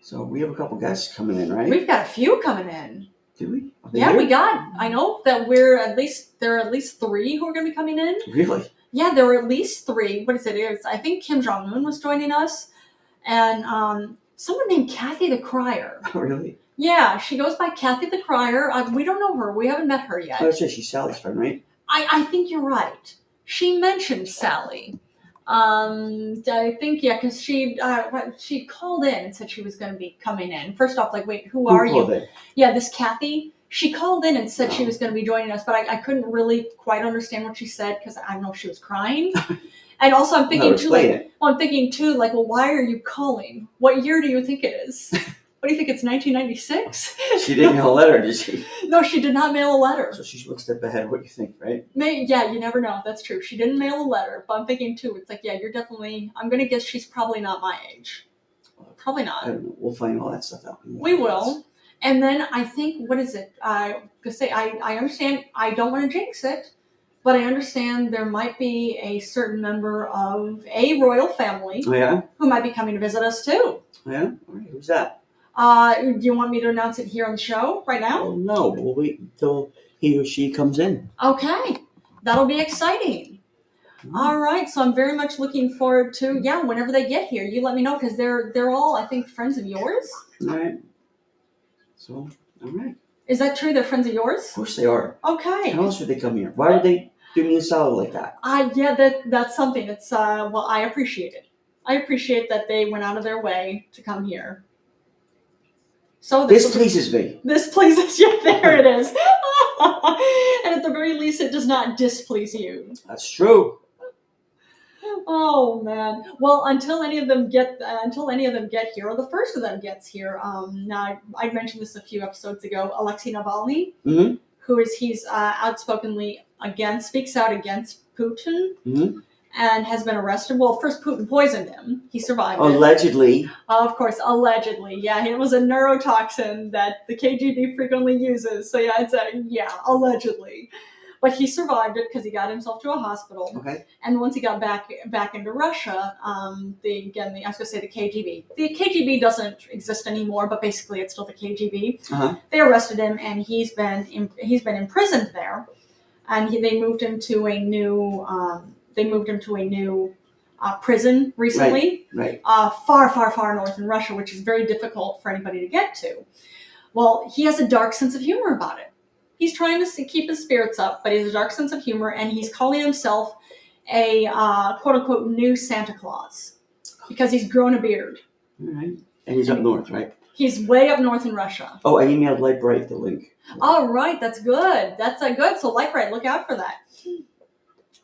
S2: So we have a couple guests coming in, right?
S3: We've got a few coming in.
S2: do we? Are they
S3: Yeah,
S2: here?
S3: we got. I know that we're at least there are at least three who are going to be coming in.
S2: Really?
S3: Yeah, there were at least three. What is it? It's, I think Kim Jong Un was joining us, and um, someone named Kathy the Crier.
S2: really?
S3: Yeah, she goes by Kathy the Crier. Uh, we don't know her. We haven't met her yet.
S2: Oh, that's right. She's Sally's friend, right?
S3: I, I think you're right. she mentioned Sally. Um, I think yeah, because she uh, what- she called in and said she was going to be coming in. First off, like, wait, who are
S2: Who
S3: you?
S2: called it?
S3: Yeah, this Kathy. She called in and said she was going to be joining us, but I, I couldn't really quite understand what she said because I don't know if she was crying. And also, I'm thinking
S2: No,
S3: too, like,
S2: explain it.
S3: well, I'm thinking too, like, well, why are you calling? What year do you think it is? What do you think it's 1996?
S2: She didn't get a letter, did she?
S3: No, she did not mail a letter.
S2: So she's one step ahead of what you think, right?
S3: May, yeah, you never know. That's true. She didn't mail a letter, but I'm thinking too. It's like, yeah, you're definitely. I'm gonna guess she's probably not my age. Probably
S2: I
S3: not.
S2: don't know. We'll find all that stuff out. in the
S3: We
S2: morning.
S3: will. And then I think, what is it? I just say I, I understand. I don't want to jinx it, but I understand there might be a certain member of a royal family
S2: Oh, yeah?
S3: who might be coming to visit us too.
S2: Oh, yeah? All right, who's that?
S3: Uh, do you want me to announce it here on the show right now?
S2: Oh, no. We'll wait until he or she comes in.
S3: Okay, that'll be exciting. All right, so I'm very much looking forward to yeah. Whenever they get here, you let me know because they're they're all I think friends of yours.
S2: All right. So, all right.
S3: Is that true? They're friends of
S2: Of
S3: yours.
S2: course they are.
S3: Okay.
S2: How else would they come here? Why would they do me a solid like that?
S3: Uh, yeah, that that's something. It's uh, well, I appreciate it. I appreciate that they went out of their way to come here. So
S2: This pleases me.
S3: this pleases you. There it is. and at the very least, it does not displease you.
S2: That's true.
S3: Oh man. Well, until any of them get uh, until any of them get here, or the first of them gets here. Um, now I, I mentioned this a few episodes ago. Alexei Navalny,
S2: Mhm.
S3: who is he's uh, outspokenly against speaks out against Putin,
S2: Mhm.
S3: and has been arrested. Well, first Putin poisoned him. He survived. it. Uh,
S2: Allegedly,
S3: Of course, allegedly. Yeah, it was a neurotoxin that the KGB frequently uses. So yeah, it's a yeah, allegedly. But he survived it because he got himself to a hospital.
S2: okay.
S3: And once he got back back into Russia, um, the again the I was going to say the KGB. The KGB doesn't exist anymore, but basically it's still the KGB.
S2: Uh-huh.
S3: They arrested him, and he's been in, he's been imprisoned there, and he, they moved him to a new um, they moved him to a new uh, prison recently
S2: Right.
S3: uh, far, far, far north in Russia, which is very difficult for anybody to get to. Well, he has a dark sense of humor about it. He's trying to s- keep his spirits up, but he has a dark sense of humor, and he's calling himself a uh, quote unquote new Santa Claus because he's grown a beard.
S2: All right. And he's up north, right?
S3: He's way up north in Russia.
S2: Oh, I emailed Light Bright the link.
S3: All right, that's good. That's uh, good. So, like, right, look out for that.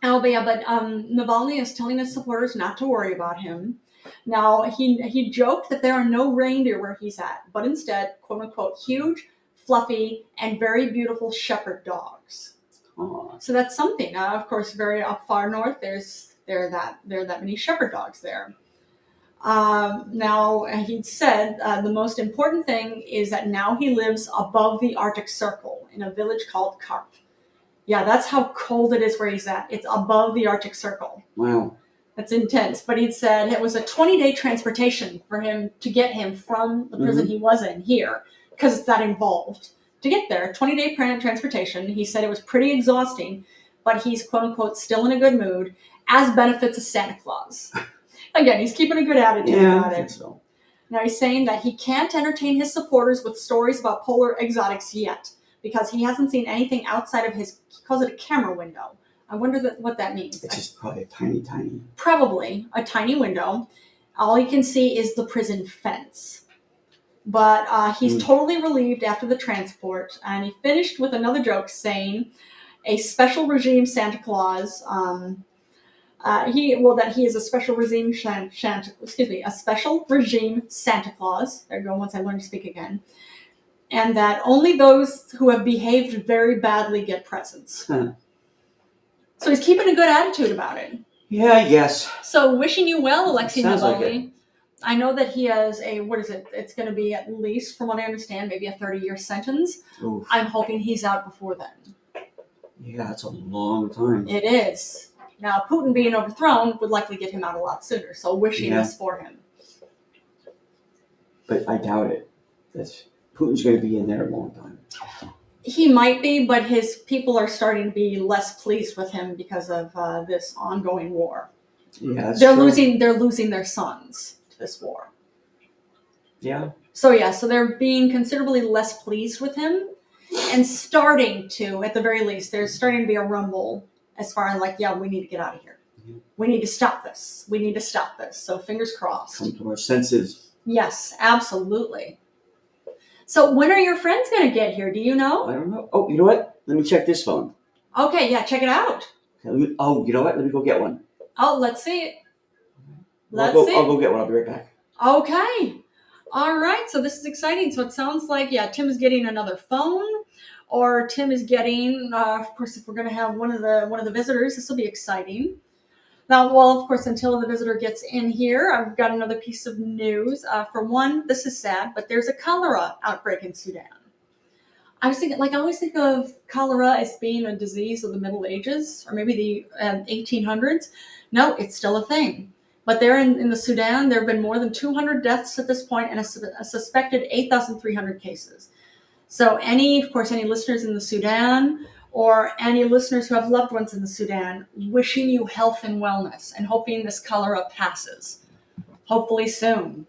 S3: Oh, but yeah, but um, Navalny is telling his supporters not to worry about him. Now, he he joked that there are no reindeer where he's at, but instead, quote unquote, huge, fluffy, and very beautiful shepherd dogs.
S2: Oh,
S3: So that's something. Uh, of course, very up far north, there's there are that there are that many shepherd dogs there. Um, now uh, he said uh, the most important thing is that now he lives above the Arctic Circle in a village called Karp. Yeah, that's how cold it is where he's at. It's above the Arctic Circle.
S2: wow.
S3: That's intense. But he said it was a 20 day transportation for him to get him from
S2: Mm-hmm.
S3: the prison he was in here because it's that involved to get there. 20 day pr- transportation. He said it was pretty exhausting, but he's quote unquote still in a good mood, as benefits of Santa Claus. Again, he's keeping a good attitude
S2: Yeah, I
S3: about it.
S2: think so.
S3: Now he's saying that he can't entertain his supporters with stories about polar exotics yet because he hasn't seen anything outside of his, he calls it a camera window. I wonder that, what that means.
S2: It's just probably a tiny, tiny.
S3: probably a tiny window. All he can see is the prison fence. But uh, he's
S2: Mm.
S3: totally relieved after the transport, and he finished with another joke saying, "A special regime Santa Claus." Um, uh, he well that he is a special regime Shan- Santa. Excuse me, a special regime Santa Claus. There you go. Once I learn to speak again, and that only those who have behaved very badly get presents.
S2: Huh.
S3: So he's keeping a good attitude about it.
S2: Yeah, yes.
S3: So wishing you well, Alexei
S2: Sounds like
S3: Navalny. I know that he has a what is it? It's going to be at least, from what I understand, maybe a thirty-year sentence.
S2: Oof.
S3: I'm hoping he's out before then.
S2: Yeah, that's a long time.
S3: It is now Putin being overthrown would likely get him out a lot sooner. So wishing
S2: Yeah.
S3: this for him.
S2: But I doubt it. That's Putin's going to be in there a long time.
S3: He might be, but his people are starting to be less pleased with him because of uh, this ongoing war.
S2: Yeah, that's
S3: they're
S2: true.
S3: losing. They're losing their sons to this war.
S2: Yeah,
S3: So yeah, so they're being considerably less pleased with him, and starting to, at the very least, there's starting to be a rumble as far as like, yeah, we need to get out of here.
S4: Yeah.
S3: We need to stop this. We need to stop this. So fingers crossed.
S4: Come to our senses.
S3: Yes, absolutely. So when are your friends going to get here? Do you
S4: I
S3: know?
S4: don't know. Oh, you know what? Let me check this phone.
S3: Okay, yeah, check it out.
S4: Let me- oh, you know what? Let me go get one.
S3: Oh, let's see it. Let's
S4: I'll,
S3: see.
S4: go,
S2: oh,
S4: I'll go get one. I'll be right back.
S3: Okay. All right. So this is exciting. So it sounds like, yeah, Tim is getting another phone, or Tim is getting. Uh, of course, if we're going to have one of the one of the visitors, this will be exciting. Now, well, of course, until the visitor gets in here, I've got another piece of news. Uh, for one, this is sad, but there's a cholera outbreak in Sudan. I was thinking, like, I always think of cholera as being a disease of the Middle Ages or maybe the um, 1800s. No, it's still a thing. But there in, in the Sudan, there have been more than 200 deaths at this point and a, sus- a suspected 8,300 cases. So, any, of course, any listeners in the Sudan or any listeners who have loved ones in the Sudan, wishing you health and wellness and hoping this cholera passes, hopefully soon.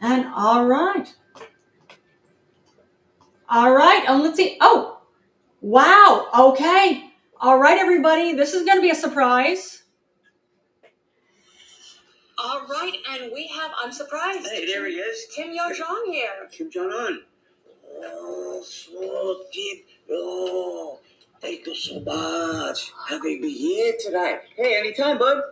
S3: And all right. All right. Um, let's see. Oh, wow. Okay. All right, everybody. This is going to be a surprise. All right, and we have, I'm surprised.
S2: Hey, there he is.
S3: Kim Yo Jong here.
S2: Kim Jong Un. Oh, small kid. Oh, thank you so much. Having me here tonight. Hey, anytime, bud.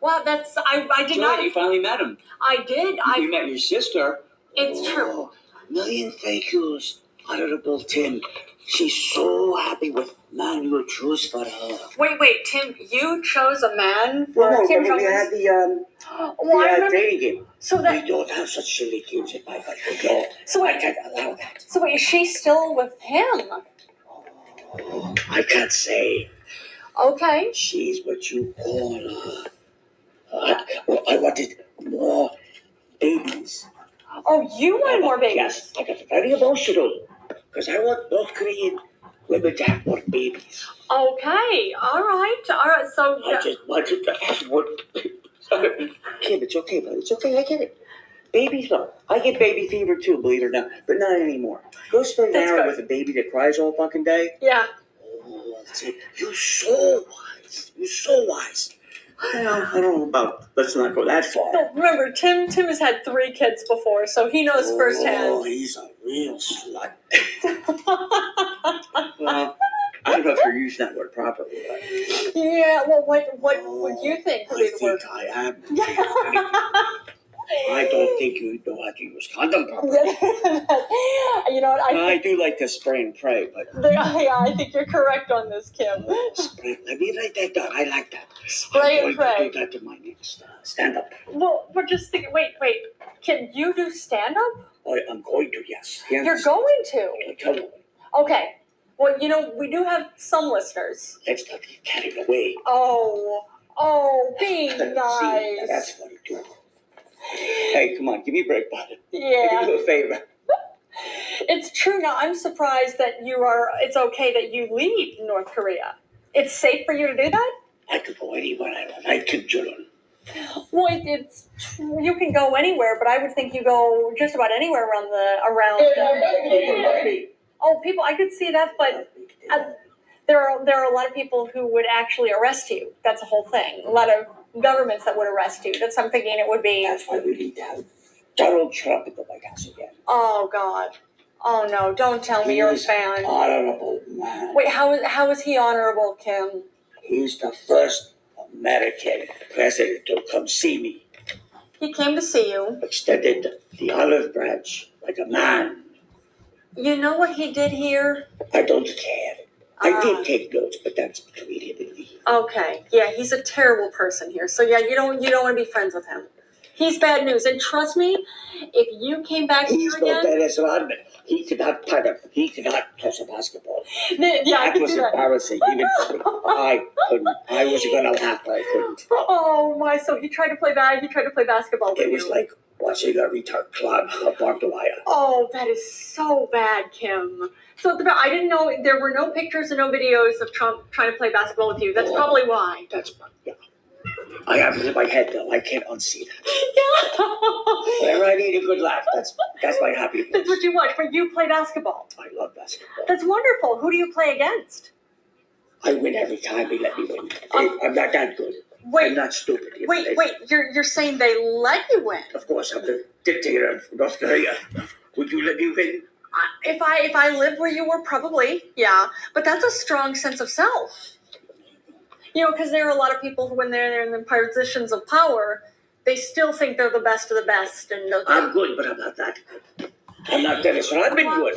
S5: Well, that's I. I did
S2: Joy,
S5: not.
S2: you finally met him.
S5: I did.
S2: you
S5: I.
S2: met your sister.
S5: It's true.
S2: Oh, million thank yous, Honorable Tim. She's so happy with man you chose for her.
S5: Wait, wait, Tim. You chose a man for
S2: Well, no,
S5: Kim
S2: remember
S5: Jong
S2: we had
S5: Un.
S2: the um,
S5: Oh, I
S2: the, uh,
S5: remember.
S2: dating game.
S5: So
S2: We
S5: that.
S2: don't have such silly games in my life. No,
S5: So
S2: I
S5: wait.
S2: can't allow that.
S5: So wait. Is she still with him?
S2: I can't say.
S5: Okay.
S2: She's what you call her. I, well, I wanted more babies.
S5: Oh, you want more babies?
S2: Yes, I got very emotional because I want North Korean women to have more babies.
S5: Okay. All right. All right. So
S2: I just wanted to have one. Kim, it's okay, but it's okay. I get it. Baby fever. I get baby fever too, believe it or not, but not anymore. Go spend an
S5: That's
S2: hour
S5: good.
S2: with a baby that cries all fucking day.
S5: yeah.
S2: Oh, see, you're so wise. You're so wise. Well, I don't know about. Let's not go that far.
S5: No, remember, Tim. Tim has had three kids before, so he knows
S2: Oh,
S5: firsthand.
S2: he's a real slut. well, I don't know if you're using that word properly, but
S5: Yeah. Well, what what would you think would
S2: I
S5: be the word?
S2: think I am.
S5: I
S2: I don't think you know how to use condom properly.
S5: you know what? I
S2: I
S5: think,
S2: do like to spray and pray, but
S5: yeah, yeah, I think you're correct on this, Kim.
S2: oh, spray. Let me write that down. I like that.
S5: Spray
S2: I'm going
S5: and pray.
S2: To do that to my next uh, stand up.
S5: Well, we're just thinking. Wait, wait. Can you do stand up?
S2: I'm going to, yes. Yes.
S5: You're going to.
S2: I tell you,
S5: Okay. Well, you know we do have some listeners.
S2: let's not get carried away.
S5: Oh, oh, be
S2: See,
S5: nice.
S2: that's funny too. Hey, come on, give me a break, bud.
S5: yeah,
S2: Do me a favor.
S5: it's true. Now I'm surprised that you are. It's okay that you leave North Korea. It's safe for you to do that.
S2: I could go anywhere I want. I could join.
S5: Well, it, it's you can go anywhere, but I would think you go just about anywhere around the around. oh, people, I could see that, but uh, there are there are a lot of people who would actually arrest you. That's a whole thing. A lot of governments that would arrest you. That's I'm thinking it would be.
S2: That's why we need to have Donald Trump at the White House again.
S5: Oh God. Oh no! Don't tell me you're a fan.
S2: Honorable man.
S5: Wait, how is how is he honorable, Kim?
S2: He's the first American president to come see me.
S5: He came to see you.
S2: Extended the olive branch like a man.
S5: You know what he did here?
S2: I don't care. I
S5: Ah.
S2: did take notes, but that's between him and me.
S5: Okay. Yeah, he's a terrible person here. So yeah, you don't you don't want to be friends with him. He's bad news. And trust me, if you came back here
S2: He's no
S5: again,
S2: Dennis Rodman. He cannot putter. uh, He cannot toss a basketball.
S5: Th- yeah, I
S2: that
S5: could
S2: was
S5: do that.
S2: embarrassing. Even I couldn't. I was gonna laugh, but I couldn't.
S5: Oh my! So he tried to play bad. He tried to play basketball with
S2: It was
S5: you.
S2: like watching a retard climb a barbed wire.
S5: oh, that is so bad, Kim. So at the, I didn't know there were no pictures and no videos of Trump trying to play basketball with you. That's
S2: Oh.
S5: probably why.
S2: That's yeah. I have it in my head though. I can't unsee that.
S5: Yeah.
S2: Whenever I need a good laugh, that's that's my happy
S5: That's
S2: place.
S5: what you watch, but you play basketball.
S2: I love basketball.
S5: That's wonderful. Who do you play against?
S2: I win every time they let me win.
S5: Um,
S2: I'm not that good. I'm
S5: Wait,
S2: not stupid. you know, they-
S5: wait, wait. You're you're saying they let you win?
S2: Of course, I'm the dictator of North Korea. Would you let me win?
S5: I- If I if I lived where you were, probably yeah. But that's a strong sense of self. You know, because there are a lot of people who, when they're in the positions of power, they still think they're the best of the best, and no.
S2: I'm good, but I'm not that good. I'm not Dennis Rodman good.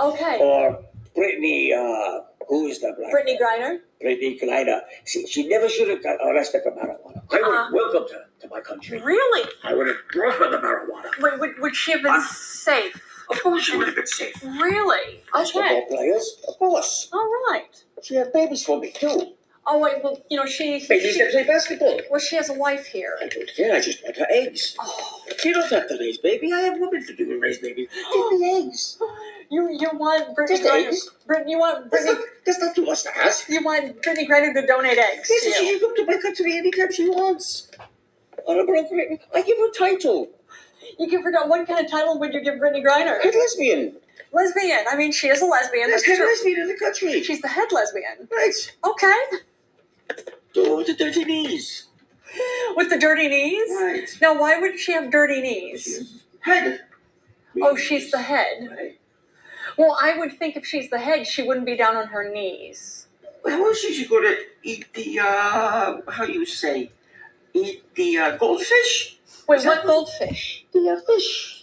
S5: Okay,
S2: Or Brittany, uh, who is the black?
S5: Brittany Griner.
S2: Brittany Kalina. See, she never should have got arrested for marijuana. I would
S5: Uh-huh.
S2: have welcomed her to my country.
S5: Really?
S2: I would have brought her the marijuana.
S5: Wait, would, would she have been
S2: I'm-
S5: safe?
S2: Of course, she would have been safe.
S5: Really? Okay.
S2: Basketball players, of course.
S5: All right.
S2: She had babies for me too.
S5: Oh wait, well, you know she.
S2: Babies
S5: she
S2: that play basketball.
S5: well, she has a wife here.
S2: I don't care. I just want her eggs.
S5: Oh,
S2: You don't have to raise baby. I have women to do and raise babies. Give me
S5: Oh.
S2: eggs.
S5: you you want Brittany
S2: Just
S5: Griner?
S2: eggs.
S5: Brittany, uh, you want
S2: That's
S5: Brittany?
S2: not, that's not too much to ask.
S5: You want Brittany Griner to donate eggs? to
S2: Yes,
S5: you.
S2: she can come to my country anytime she wants. On a broken, I give her a title.
S5: You give her what kind of title would you give Brittany Griner?
S2: Head lesbian.
S5: Lesbian. I mean, she is a lesbian.
S2: Yes,
S5: That's
S2: head
S5: true.
S2: lesbian in the country.
S5: She's the head lesbian.
S2: Right.
S5: Okay.
S2: Do the dirty knees.
S5: With the dirty knees.
S2: Right.
S5: Now, why would she have dirty knees?
S2: Head.
S5: Oh, she's the head.
S2: Right.
S5: Well, I would think if she's the head, she wouldn't be down on her knees.
S2: How is she going to eat the, uh, how you say, eat the uh, goldfish?
S5: Wait, what goldfish?
S2: The uh, fish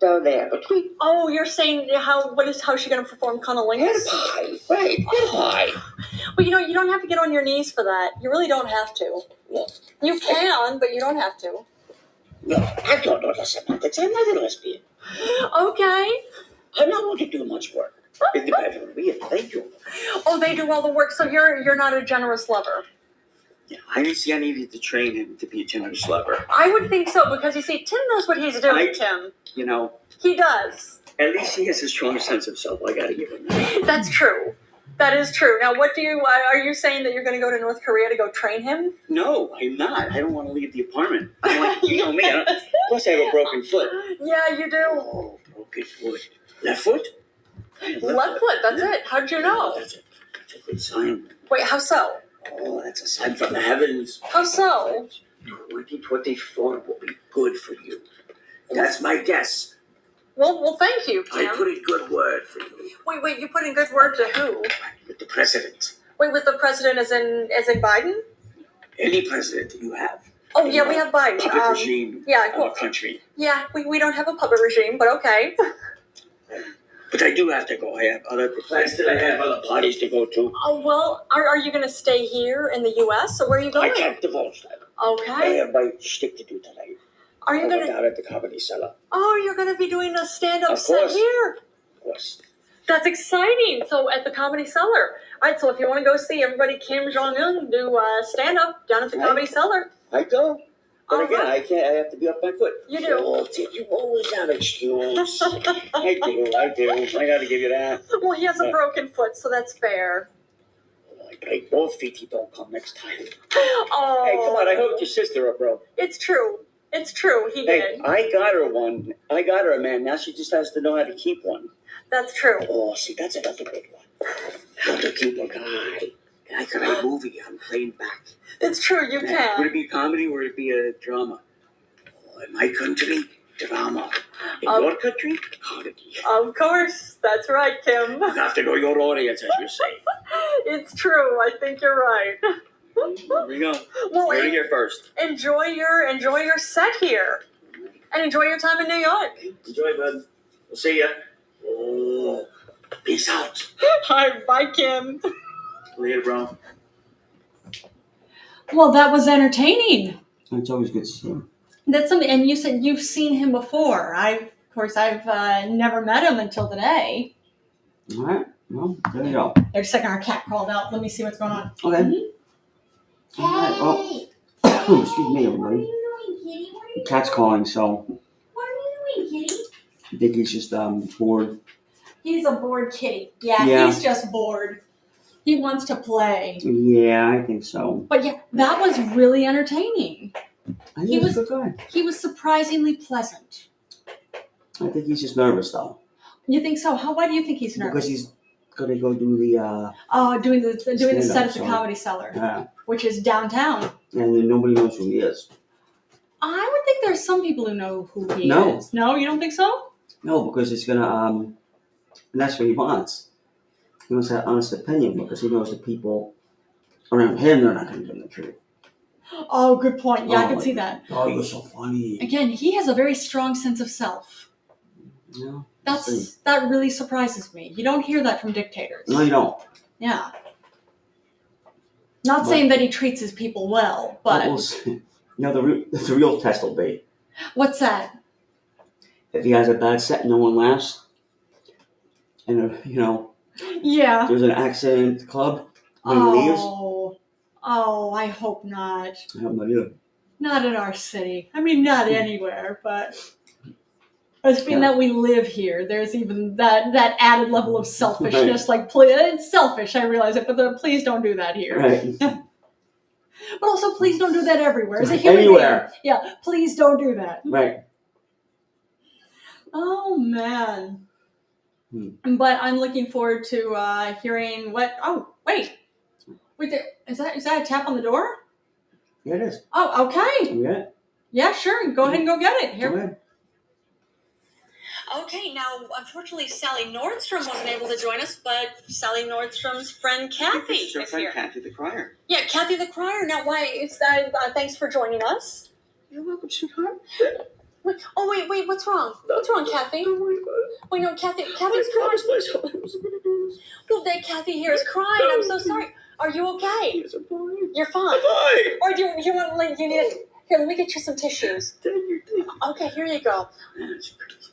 S2: down there between
S5: Oh, you're saying how? What is how is she going to perform
S2: head
S5: cunnilingus?
S2: pie. Right, head pie.
S5: Well, you know, you don't have to get on your knees for that. You really don't have to.
S2: No.
S5: You can, but you don't have to.
S2: No, I don't know the semantics. I'm not a lesbian.
S5: Okay.
S2: I'm not going to do much work in the bedroom. Yeah, thank you.
S5: Oh, they do all the work, so you're you're not a generous lover.
S2: Yeah, I didn't see I needed to train him to be a generous lover.
S5: I would think so because you see, Tim knows what he's doing.
S2: I-
S5: Tim,
S2: You know,
S5: he does.
S2: at least he has a strong sense of self. I got to give him that.
S5: That's true. That is true. Now, what do you uh, are you saying that you're going to go to North Korea to go train him?
S2: No, I'm not. I don't want to leave the apartment. I want, you know me. I don't, plus, I have a broken foot.
S5: Yeah, you do.
S2: Oh, broken foot. Left foot?
S5: Left foot. That's it. How'd you know?
S2: That's a, that's a good sign.
S5: Wait, how so?
S2: Oh, that's a sign from the heavens.
S5: How Oh,
S2: Oh.
S5: so?
S2: 2024 will be good for you. That's my guess.
S5: Well, well, thank you,
S2: I
S5: Tim.
S2: Oh, put a good word for you
S5: Wait, wait, you put in good word to who?
S2: with the president.
S5: Wait, with the president as in as in Biden?
S2: Any president that you have.
S5: Oh yeah, we have Biden.
S2: Puppet
S5: Um,
S2: regime
S5: yeah,
S2: of
S5: cool.
S2: our country.
S5: yeah, we, we don't have a puppet regime, but okay.
S2: But I do have to go. I have other plans that I have, other parties to go to.
S5: Oh well, are, are you going to stay here in the U.S. or where are you
S2: I
S5: going?
S2: can't divulge that. I
S5: Okay.
S2: have my shtick to do tonight.
S5: Are
S2: I
S5: you
S2: went
S5: going to?
S2: out at the comedy cellar,
S5: Oh, you're going to be doing a stand-up
S2: Of
S5: set
S2: course.
S5: here.
S2: of course.
S5: That's exciting. So at the Comedy Cellar. All right. So if you want to go see everybody Kim Jong Un do uh, stand-up down at the
S2: Right.
S5: Comedy Cellar,
S2: I go. But
S5: All
S2: again,
S5: right.
S2: I can't. I have to be up by foot.
S5: Uh-huh. You do.
S2: Oh, Tim, you always have excuse. I do. I do. I got to give you that.
S5: well, he has a
S2: Yeah.
S5: broken foot, so that's fair.
S2: I break both feet. You don't come next time. Hey,
S5: Oh,
S2: come on. I hooked your sister up, bro.
S5: it's true. It's true. He
S2: Hey,
S5: did.
S2: I got her one. I got her a man. Now she just has to know how to keep one.
S5: That's true.
S2: Oh, see, that's another good one. How to keep a guy. I could have a movie on playing back.
S5: It's true. You
S2: Yeah. Would
S5: can.
S2: it be comedy or would it be a drama? Oh, in my country, drama. In
S5: Um,
S2: your country, comedy.
S5: Of course. That's right, Kim.
S2: You have to know your audience, eh? as you say.
S5: It's true. I think you're right.
S2: Here we go.
S5: Well,
S2: Here
S5: en-
S2: to hear first.
S5: enjoy your enjoy your set here, and enjoy your time in New York.
S2: Enjoy, bud. We'll see ya. Oh, peace out.
S5: Hi, bye, Kim.
S2: Later, bro.
S3: Well, that was entertaining.
S6: It's always good to see him.
S3: That's something, and you said you've seen him before. I, of course, I've uh, never met him until today.
S6: All right. Well, there you go.
S3: There's a second our cat called out. Let me see what's going on.
S6: Okay.
S3: Mm-hmm.
S6: All right. Well, oh,
S7: Hey,
S6: excuse me,
S7: what are
S6: everybody.
S7: you doing, kitty? What are
S6: The
S7: you
S6: cat's calling, so
S7: What are you doing, kitty?
S6: I think he's just um bored.
S3: He's a bored kitty. Yeah,
S6: Yeah.
S3: he's just bored. He wants to play.
S6: Yeah, I think so.
S3: But yeah, that was really entertaining.
S6: I think
S3: He
S6: he's
S3: was-
S6: a good guy.
S3: He was surprisingly pleasant.
S6: I think he's just nervous though,
S3: You think so? How? Why do you think he's nervous?
S6: because he's
S2: gonna go do the uh,
S3: Uh, doing the doing
S2: Stand-up,
S3: the set at the
S2: sorry.
S3: Comedy Cellar,
S2: uh
S3: which is downtown.
S2: and then nobody knows who he is.
S3: I would think there's some people who know who he
S2: No.
S3: is. No, you don't think so?
S2: No, because it's gonna um, and that's what he wants. He wants that honest opinion because he knows the people around him. They're not gonna give him the truth.
S3: Oh, good point. Yeah, I
S2: Oh,
S3: can
S2: my
S3: see that.
S2: Oh, you're so funny.
S3: Again, he has a very strong sense of self.
S2: You know?
S3: That's that really surprises me. You don't hear that from dictators.
S2: No, you don't.
S3: Yeah. Not
S2: But- Oh,
S3: saying that he treats his people well, but
S2: we'll see. you know the real, the real test will be
S3: what's that?
S2: if he has a bad set, no one laughs, and uh, you know
S3: Yeah.
S2: there's an accident at the club when he leaves.
S3: Oh. Oh, I hope not.
S2: I have no idea.
S3: Not in our city. I mean, not anywhere, but it's being
S2: Hmm. Yeah.
S3: that we live here, there's even that that added level of selfishness. Like, please, it's selfish. I realize it, but then please don't do that here.
S2: Right.
S3: But also, please don't do that everywhere. As a human being.
S2: Anywhere.
S3: yeah, please don't do that.
S2: Right.
S3: Oh man.
S2: Hmm.
S3: But I'm looking forward to uh, hearing what. Oh wait, wait, there, is that is that a tap on the door?
S2: Yeah, it is.
S3: Oh, okay.
S2: Yeah.
S3: Yeah, sure. Go ahead and go get it. Here
S2: Go ahead.
S5: Okay, now unfortunately Sally Nordstrom wasn't able to join us, but Sally Nordstrom's friend Kathy
S8: This is your
S5: is
S8: friend
S5: here.
S8: Kathy the Crier.
S5: Yeah, Kathy the Crier. Now, why? It's uh, uh, thanks for joining us.
S8: You're welcome, sweetheart.
S5: Wait, oh wait, wait, what's wrong? What's wrong, Kathy?
S8: Oh my God.
S5: Wait, no, Kathy. Kathy's
S8: I
S5: crying.
S8: promised myself I was gonna do this.
S5: Well, then Kathy here is crying. I'm so sorry. Are you okay?
S8: Yes, I'm fine.
S5: You're fine.
S8: I'm fine.
S5: Or do you, you want like you need? Here, let me get you some tissues.
S8: Thank you. Thank you.
S5: Okay, here you go.
S8: It's crazy.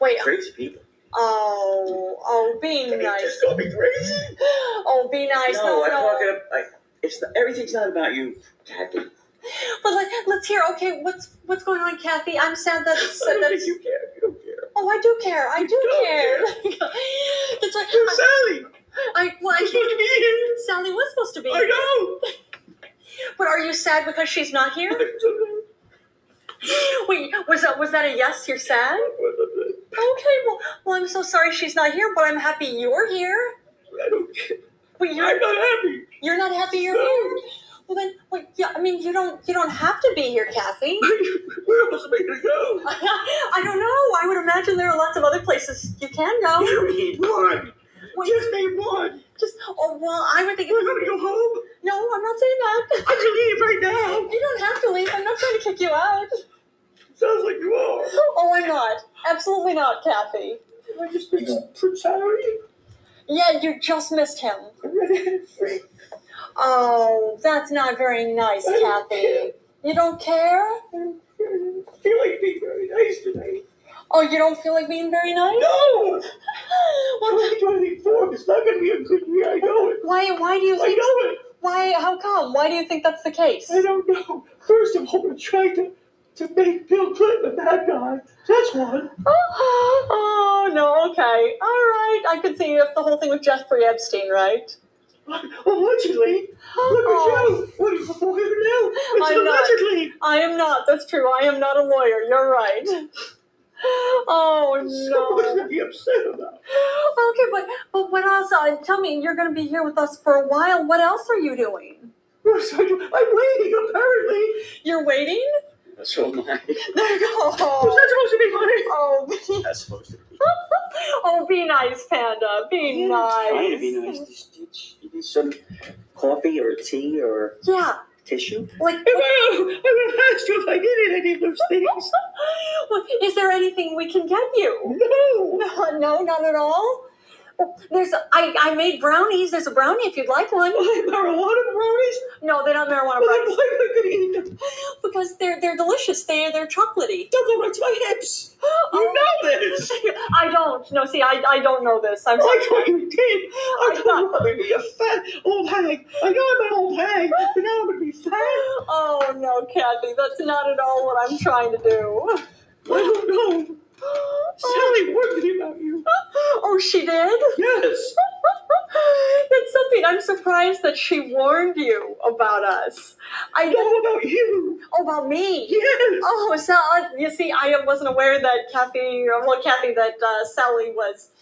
S5: Wait.
S8: Crazy people.
S5: Oh, oh, be
S8: They
S5: nice.
S8: just call me crazy.
S5: Oh, be nice.
S8: No,
S5: No,
S8: I'm talking
S5: no.
S8: about. Like, it's not, everything's not about you, Kathy.
S5: But let, let's hear. Okay, what's what's going on, Kathy? I'm sad that
S8: I
S5: so
S8: don't
S5: that's.
S8: think you care. You don't care.
S5: Oh, I do care. I do
S8: don't
S5: care. that's why
S8: You're
S5: I,
S8: Sally.
S5: I, well, I
S8: You're supposed to be here.
S5: Sally was supposed to be.
S8: I know.
S5: But are you sad because she's not here?
S8: I'm so
S5: Wait, was that was that a yes? You're sad?
S8: glad.
S5: Okay, well, well, I'm so sorry she's not here, but I'm happy you're here.
S8: I don't care.
S5: Wait, you're
S8: I'm not happy.
S5: you're not happy you're here. Well then, wait, yeah, I mean you don't you don't have to be here, Kathy.
S8: Where else am I gonna go?
S5: I don't know. I would imagine there are lots of other places you can go.
S8: You need one.
S5: Wait,
S8: Just need one.
S5: just oh well, I would think.
S8: I'm gonna go home.
S5: No, I'm not saying that.
S8: I can leave right now.
S5: You don't have to leave. I'm not trying to kick you out.
S8: Sounds like you are.
S5: Oh, I'm not. Absolutely not, Kathy.
S8: I just missed Prince Harry.
S5: Yeah, you just missed him.
S8: I'm redheaded freak.
S5: Oh, that's not very nice,
S8: I don't
S5: Kathy. You don't care?
S8: I don't care. I feel like being very nice tonight.
S5: Oh, you don't feel like being very nice?
S8: No!
S5: Well,
S8: 2024 is not gonna be a good year. I know it.
S5: why? Why do you
S8: I
S5: think?
S8: know it.
S5: Why? How come? Why do you think that's the case?
S8: I don't know. First of all, we're trying to, to make Bill Clinton a bad guy. That's one.
S5: Oh, no. Okay. All right. I could see if the whole thing with Jeffrey Epstein, right?
S8: Allegedly. Look at you. What are you before you now? It's
S5: I'm not.
S8: allegedly.
S5: I am not. That's true. I am not a lawyer. You're right. Oh
S8: Someone's
S5: no.
S8: gonna be upset about.
S5: Okay, but but what else? Uh, tell me, you're going to be here with us for a while. What else are you doing?
S8: What was I doing? I'm waiting, apparently.
S5: You're waiting.
S8: So am I. Was
S5: oh,
S8: that supposed to be funny?
S5: oh, be-
S8: That's supposed to be.
S5: oh, be nice, Panda. Be nice.
S8: Trying to be nice. Just- just- You need some coffee or tea or
S5: Yeah,
S8: tissue?
S5: like,
S8: I know. I would have asked you if I needed any of those things.
S5: what- is there anything we can get you?
S8: No.
S5: No, not at all. Oh, There's, I, I made brownies. There's a brownie if you'd like one.
S8: Are they marijuana brownies?
S5: No, they're not marijuana
S8: Well, then
S5: brownies
S8: why am I going to eat them?
S5: because they're they're delicious. They they're chocolatey.
S8: They'll go right to my hips. You
S5: Oh,
S8: know this.
S5: I don't. No, see, I, Oh, I don't know this. I'm
S8: I
S5: sorry.
S8: thought you did. I
S5: I
S8: thought you were going to be a fat old hag. I know I'm an old hag, but now I'm going to be fat.
S5: Oh no, Kathy, that's not at all what I'm trying to do.
S8: I don't know. Sally warned me about you.
S5: Oh, she did?
S8: Yes.
S5: That's something. I'm surprised that she warned you about us. I
S8: Know about you.
S5: Oh, about me.
S8: Yes.
S5: Oh, so uh, you see, I wasn't aware that Kathy. Well, Kathy, that uh, Sally was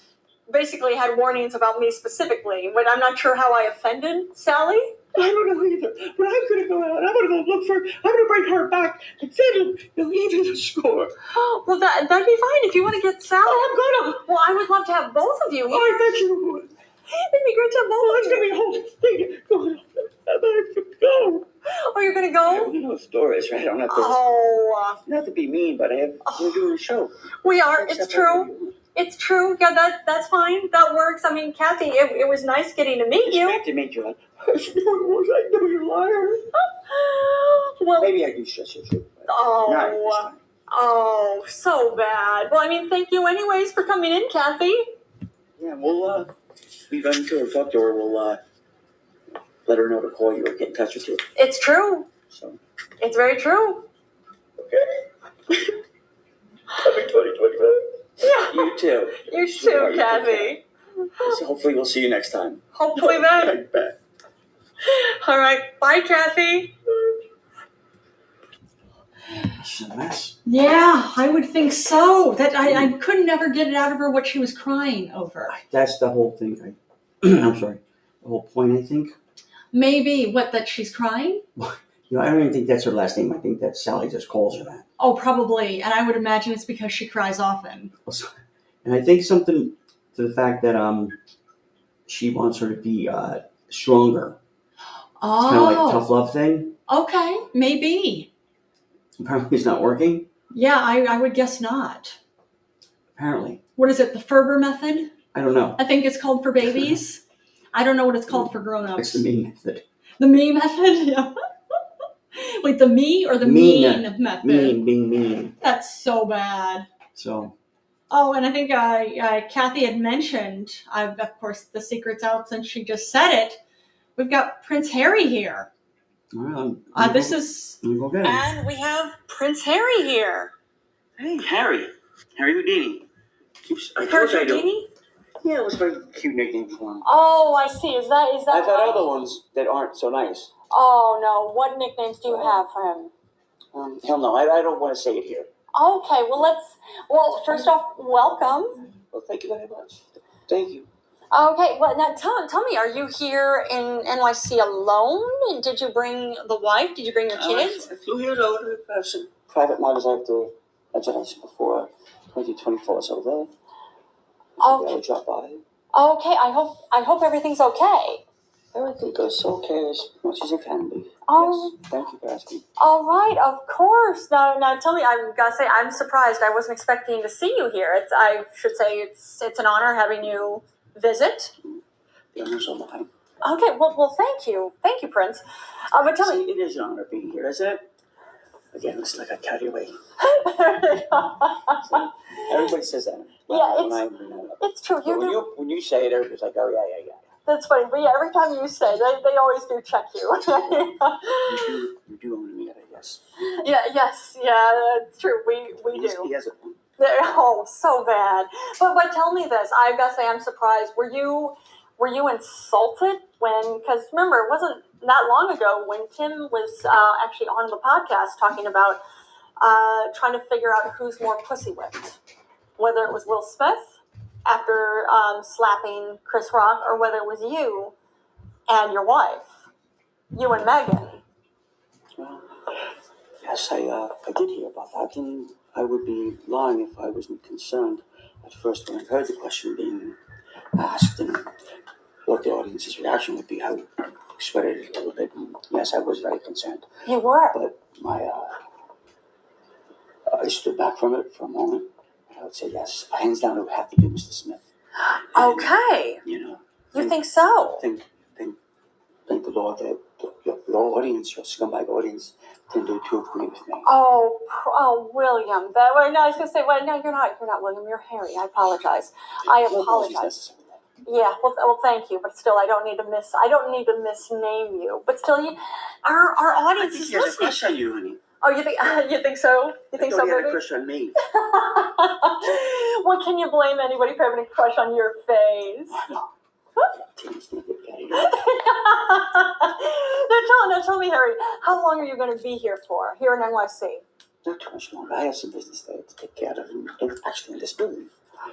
S5: basically had warnings about me specifically, but I'm not sure how I offended Sally.
S2: I don't know either. But I'm gonna go out. I'm gonna go look for. I'm gonna bring her back and then you'll even the score.
S5: Oh, Well, that that'd be fine if you want to get Sally.
S2: Oh, I'm gonna.
S5: Well, I would love to have both of you.
S2: I bet you would.
S5: It'd be great to have
S2: Oh,
S5: both
S2: it's
S5: of
S2: gonna be
S5: you.
S2: a whole thing going on. I'm gonna go.
S5: Oh, you're gonna
S2: I
S5: go?
S2: don't know stories, right? I don't have to.
S5: Oh,
S2: Not to be mean, but I have. We're doing a show.
S5: uh, we are. It's
S2: Except
S5: true.
S2: for-
S5: It's true. Yeah, that that's fine. That works. I mean, Kathy, it, it was nice getting to meet you.
S2: Expect to meet you. Like, I know it was. I know you're a liar.
S8: Oh.
S5: Well,
S2: Maybe I do stress you too. but Not at this
S5: oh,
S2: time.
S5: oh, so bad. Well, I mean, thank you anyways for coming in, Kathy.
S2: Yeah, we'll uh, we run into her, talk to her. We'll uh, let her know to call you or get in touch with you.
S5: It's true.
S2: So
S5: It's very true.
S2: happy 2025.
S5: Yeah,
S2: You too.
S5: you too, Kathy.
S2: So hopefully we'll see you next time.
S5: Hopefully then.
S2: I bet.
S5: All right, bye, Kathy.
S9: She's a mess.
S3: Yeah, I would think so. That I, I could never get it out of her what she was crying over.
S9: That's the whole thing. I, I'm sorry. The whole point, I think.
S3: Maybe what that she's crying?
S9: You know, I don't even think that's her last name. I think that Sally just calls her that.
S3: Oh, probably. And I would imagine it's because she cries often.
S9: And I think something to the fact that um, she wants her to be uh, stronger. It's kind of like a
S3: Oh,
S9: tough love thing.
S3: okay, maybe.
S9: Apparently, it's not working.
S3: Yeah, I, I would guess not.
S9: Apparently,
S3: What is it? The Ferber method?
S9: I don't know.
S3: I think it's called for babies. I don't know what it's called for
S9: It's
S3: grown-ups.
S9: the mean method.
S3: The me method. Yeah. Wait, the me or the
S9: Me
S3: mean, method?
S9: Mean, being mean.
S3: That's so bad.
S9: So
S3: Oh, and I think uh, uh, Kathy had mentioned, uh, of course, the secret's out since she just said it. We've got Prince Harry here.
S9: all right, I'm,
S2: Mm-hmm.
S3: Uh, this is.
S9: I'm gonna go get him.
S5: And we have Prince Harry here.
S2: Hey, Harry. Harry Houdini. Keeps, I told you I do.
S5: Houdini?
S2: Yeah, it was my cute nickname for him.
S5: Oh, I see. Is that is that?
S2: I've had
S5: why-
S2: other ones that aren't so nice.
S5: Oh no! What nicknames do you have for him?
S2: Um, hell no, I, I don't want to say it here.
S5: Okay, well let's. Well, first off, welcome.
S2: Well, thank you very much. Thank you.
S5: Okay, well now tell tell me, are you here in NYC alone? And did you bring the wife? Did you bring your
S2: Uh,
S5: kids?
S2: I flew here alone. I have some private matters I have to address before 2024 is over. Maybe I'll
S5: Okay,
S2: drop by.
S5: okay. I hope I hope everything's okay.
S2: Everything goes okay as much as it can be.
S5: Oh.
S2: Yes, thank you for asking.
S5: All right, of course. Now, now tell me. I'm gotta say, I'm surprised. I wasn't expecting to see you here. It's I should say it's it's an honor having you visit.
S2: The honor's all mine.
S5: Okay, well, well, thank you, thank you, Prince. Uh, but tell me,
S2: See, it is an honor being here, is it? Again, it's like I carry away. Everybody says that.
S5: Yeah,
S2: When I- when I-
S5: it's true.
S2: but
S5: You
S2: when
S5: do.
S2: you when you say it, everybody's like, oh yeah, yeah, yeah.
S5: That's funny. But yeah, every time you say, they, they always do check you.
S2: You do, you do own me, I guess.
S5: yeah. Yes. Yeah. That's true. We we
S2: He has- He
S5: do.
S2: has a point.
S5: They're, oh, so bad. But but tell me this. I've got to say, I'm surprised. Were you were you insulted when? Because remember, it wasn't that long ago when Tim was uh, actually on the podcast talking about uh, trying to figure out who's more pussy whipped, whether it was Will Smith after um, slapping Chris Rock, or whether it was you and your wife, you and Megan.
S2: Well, yes, I, uh, I did hear about that, and I would be lying if I wasn't concerned at first when I heard the question being asked and what the audience's reaction would be. I sweated a little bit, and yes, I was very concerned.
S5: You were.
S2: But my, uh, I stood back from it for a moment, and I would say, yes, hands down, it would have to be Mr. Smith. And,
S5: Okay.
S2: You know,
S5: You think so?
S2: thank, thank, thank the Lord that your, your audience, your scumbag audience, didn't do too agree with me.
S5: Oh, pr- oh, William. That well, no, I was gonna say. Well, no, you're not. You're not William. You're Harry. I apologize. I
S2: No apologies
S5: apologize.
S2: necessary.
S5: Yeah. Well, th- well, thank you. But still, I don't need to miss. I don't need to misname you. But still, you, our our
S2: I
S5: audience
S2: think
S5: is
S2: he has a
S5: listening.
S2: crush on you, honey.
S5: Oh, you think you think so? You think
S2: I
S5: so,
S2: thought he had
S5: baby?
S2: a crush on me.
S5: well, can you blame anybody for having a crush on your face?
S2: Tim's gonna get better.
S5: no, tell, no, tell me, Harry. How long are you going to be here for? Here in NYC?
S2: Not too much longer. I have some business that I have to take care of, and, and actually in this building.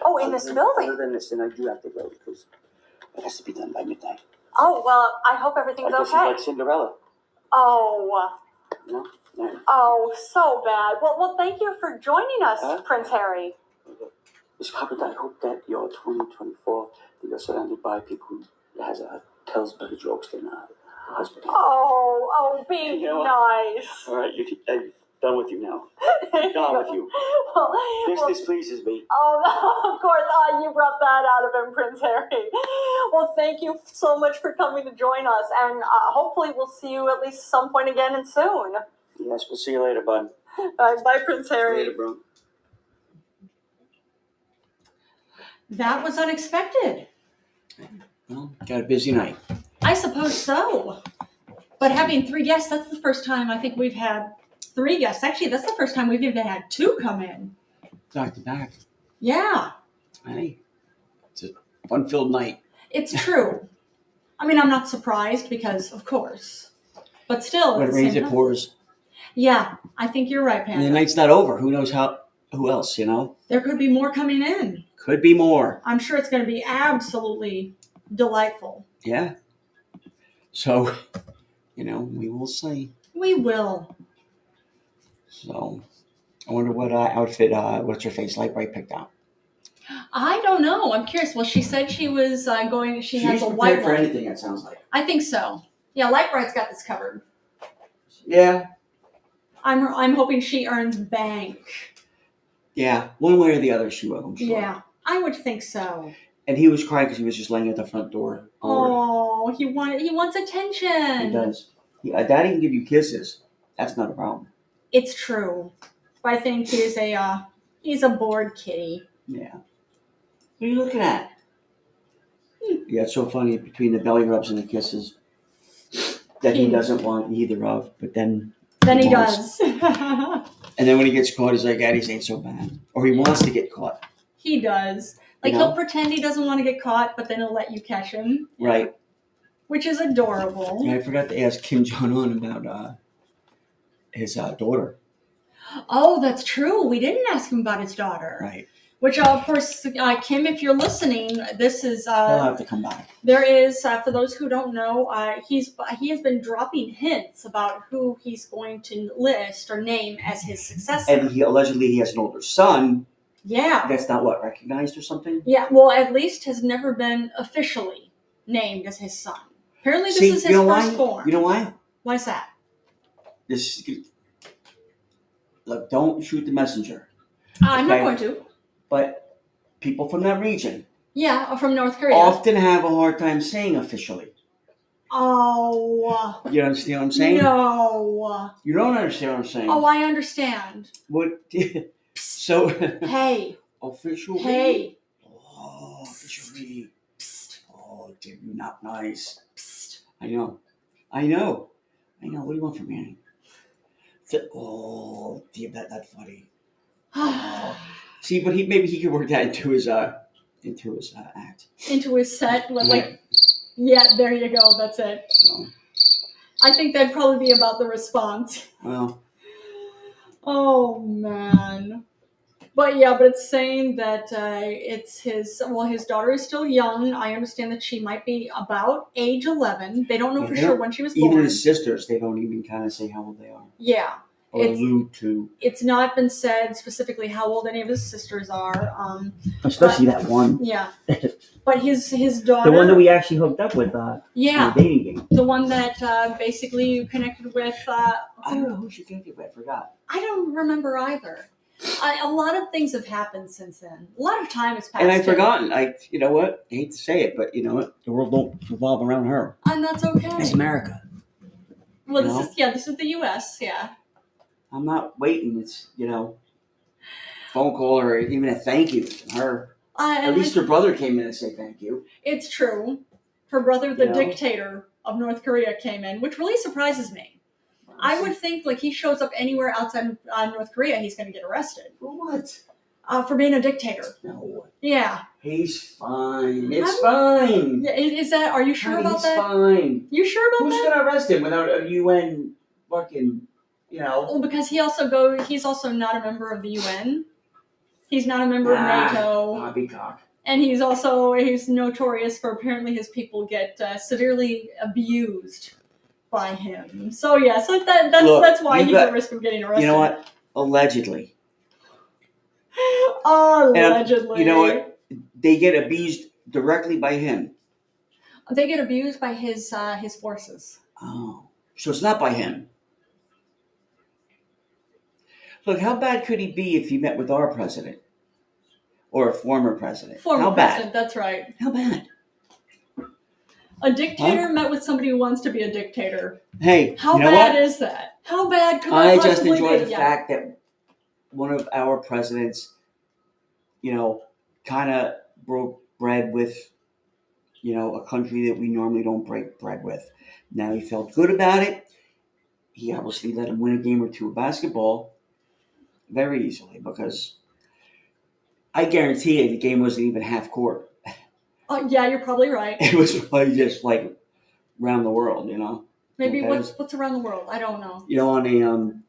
S5: Oh, in this
S2: Um,
S8: Other than-
S5: building?
S8: Other than this, then I do have to go because it has to be done by midnight.
S5: Oh well, I hope everything's
S8: I guess it's
S5: okay.
S8: like Cinderella,
S5: Oh,
S8: you know? No,
S5: oh, so bad. Well, well, thank you for joining us,
S8: Huh?
S5: Prince Harry.
S8: Miss Cobbett, I hope that your 2024, that you're surrounded by people who has a, tells better jokes than a husband.
S5: Oh, oh, be
S8: You know what?
S5: nice.
S8: All right, you, can- I'm done with you now. I'm done with you.
S5: well,
S8: This
S5: well,
S8: displeases me.
S5: Oh, of course. Ah, you brought that out of him, Prince Harry. Well, thank you so much for coming to join us, and uh, hopefully we'll see you at least some point again and soon.
S8: Yes, we'll see you later, bud.
S5: Uh, bye, Prince
S8: Later,
S5: Harry.
S8: bro.
S3: That was unexpected.
S2: Well, got a busy night.
S3: I suppose so. But having three guests, that's the first time I think we've had three guests. Actually, that's the first time we've even had two come in.
S2: Doctor Doc.
S3: Yeah,
S2: Hey, it's a fun-filled night.
S3: it's true. I mean, I'm not surprised because, of course. But still,
S2: When
S3: at
S2: it
S3: the
S2: rains,
S3: Oh, same
S2: it
S3: time-
S2: pours,
S3: Yeah, I think you're right,
S2: and the
S3: Panda.
S2: night's not over. Who knows how? Who else? You know,
S3: There could be more coming in.
S2: could be more.
S3: I'm sure it's going to be absolutely delightful.
S2: Yeah. So, you know, we will see.
S3: We will.
S2: So, I wonder what uh, outfit, uh, what's her face like, right? Picked out.
S3: I don't know. I'm curious. Well, she said she was uh, going. She has a
S2: prepared
S3: white
S2: for
S3: one.
S2: anything. That sounds like.
S3: I think so. Yeah, Lightbright's got this covered.
S2: Yeah.
S3: I'm I'm hoping she earns bank.
S2: Yeah. One way or the other, she will. I'm sure.
S3: Yeah, I would think so.
S2: And he was crying because he was just laying at the front door. bored.
S3: Oh, he wanted he wants
S2: He
S3: attention.
S2: does. He, uh, Daddy can give you kisses. That's not a problem.
S3: It's true. But I think he's a uh, he's a bored kitty.
S2: Yeah. What are you looking at? Hmm. Yeah, it's so funny between the belly rubs and the kisses that he
S3: Hmm.
S2: doesn't want either of. But then,
S3: Then he
S2: Wants.
S3: does.
S2: and then when he gets caught, he's like, "Daddy's ain't so bad," or he wants to get caught.
S3: he does. Like
S2: You know?
S3: he'll pretend he doesn't want to get caught, but then he'll let you catch him,
S2: Right.
S3: which is adorable.
S2: And I forgot to ask Kim Jong Un about uh, his uh, daughter.
S3: Oh, that's true. We didn't ask him about his daughter.
S2: Right.
S3: Which, uh, of course, uh, Kim, if you're listening, this is
S2: He'll
S3: uh,
S2: have to come back.
S3: There is, uh, for those who don't know, uh, he's he has been dropping hints about who he's going to list or name as his successor.
S2: And he allegedly he has an older son
S3: yeah,
S2: that's not what recognized or something.
S3: yeah. Well, at least has never been officially named as his son. Apparently, this
S2: See,
S3: is his
S2: you know why?
S3: firstborn.
S2: You know why?
S3: Why's that?
S2: This look. Don't shoot the messenger.
S3: Uh, I'm not
S2: Okay.
S3: going to.
S2: But people from that region
S3: Yeah, uh, from North Korea.
S2: often have a hard time saying officially.
S3: oh
S2: You understand what I'm saying?
S3: no!
S2: You don't understand what I'm saying.
S3: Oh, I understand.
S2: What? so
S3: Hey,
S2: officially.
S3: hey,
S2: Oh, officially. Oh, did you not nice? I know. I know. I know. What do you want from me? Th- oh, damn, that not funny. See, but he maybe he could work that into his uh into his uh, act.
S3: into his set. Like, yeah, there you go. That's it.
S2: So,
S3: I think that'd probably be about the response.
S2: well,
S3: Oh man. But yeah, but it's saying that uh, it's his. Well, his daughter is still young. I understand that she might be about age eleven. They don't know
S2: Yeah,
S3: for
S2: they
S3: sure
S2: don't-
S3: when she was
S2: even
S3: born.
S2: his sisters they don't even kind of say how old they are
S3: yeah,
S2: or
S3: It's-
S2: allude to,
S3: it's not been said specifically how old any of his sisters are. Um,
S2: especially that one,
S3: yeah, but his his daughter.
S2: the one that we actually hooked up with uh,
S3: yeah,
S2: in the dating game.
S3: the one that uh, basically you connected with. Uh,
S2: I don't know who she gave it, but I forgot.
S3: I don't remember either. I, a lot of things have happened since then. A lot of time has passed.
S2: And I've
S3: too.
S2: forgotten. I, you know what? I hate to say it, but you know what? The world don't revolve around her.
S3: And that's okay.
S2: America.
S3: Well, this
S2: No.
S3: is yeah, this is the U.S. Yeah,
S2: I'm not waiting. It's you know, phone call or even a thank you from her.
S3: I,
S2: At least her brother came in and said thank you.
S3: Uh, it's true. Her brother, the
S2: You know?
S3: dictator of North Korea, came in, which really surprises me. I would think like he shows up anywhere outside uh, North Korea, he's going to get arrested
S2: For what?
S3: uh, for being a dictator.
S2: No,
S3: Yeah,
S2: he's fine. It's fine.
S3: yeah. i- Is that? Are you sure
S2: Honey,
S3: about
S2: he's
S3: that?
S2: fine.
S3: You sure about
S2: Hmm. Who's
S3: that?
S2: gonna arrest him without a UN fucking, you know?
S3: Well, because he also go. He's also not a member of the UN. He's not a member
S2: Ah,
S3: of NATO.
S2: Poppycock.
S3: and he's also he's notorious for apparently his people get uh, severely abused by him. So yeah, so that that's
S2: Look,
S3: that's why
S2: you
S3: he's
S2: got-
S3: at risk of getting arrested.
S2: You know what? Allegedly.
S3: Allegedly,
S2: You know what? They get abused directly by him.
S3: They get abused by his uh, his forces.
S2: Oh. So it's not by him. Look, how bad could he be if he met with our president? Or a former president?
S3: Former
S2: how
S3: president, that's right.
S2: bad? How bad?
S3: A dictator met with somebody who wants to be a dictator.
S2: Hey,
S3: How
S2: you know
S3: bad
S2: what?
S3: is that? How bad could
S2: I
S3: that
S2: just
S3: possibly
S2: enjoy
S3: be?
S2: the
S3: Yeah.
S2: fact that one of our presidents, you know, kind of broke bread with, you know, a country that we normally don't break bread with. Now he felt good about it. He obviously let him win a game or two of basketball very easily because I guarantee you the game wasn't even half court.
S3: Oh, yeah, you're probably right.
S2: It was probably just like round the world, you know.
S3: Maybe
S2: That
S3: what's
S2: is-
S3: what's around the world? I don't know.
S2: You know, on a um,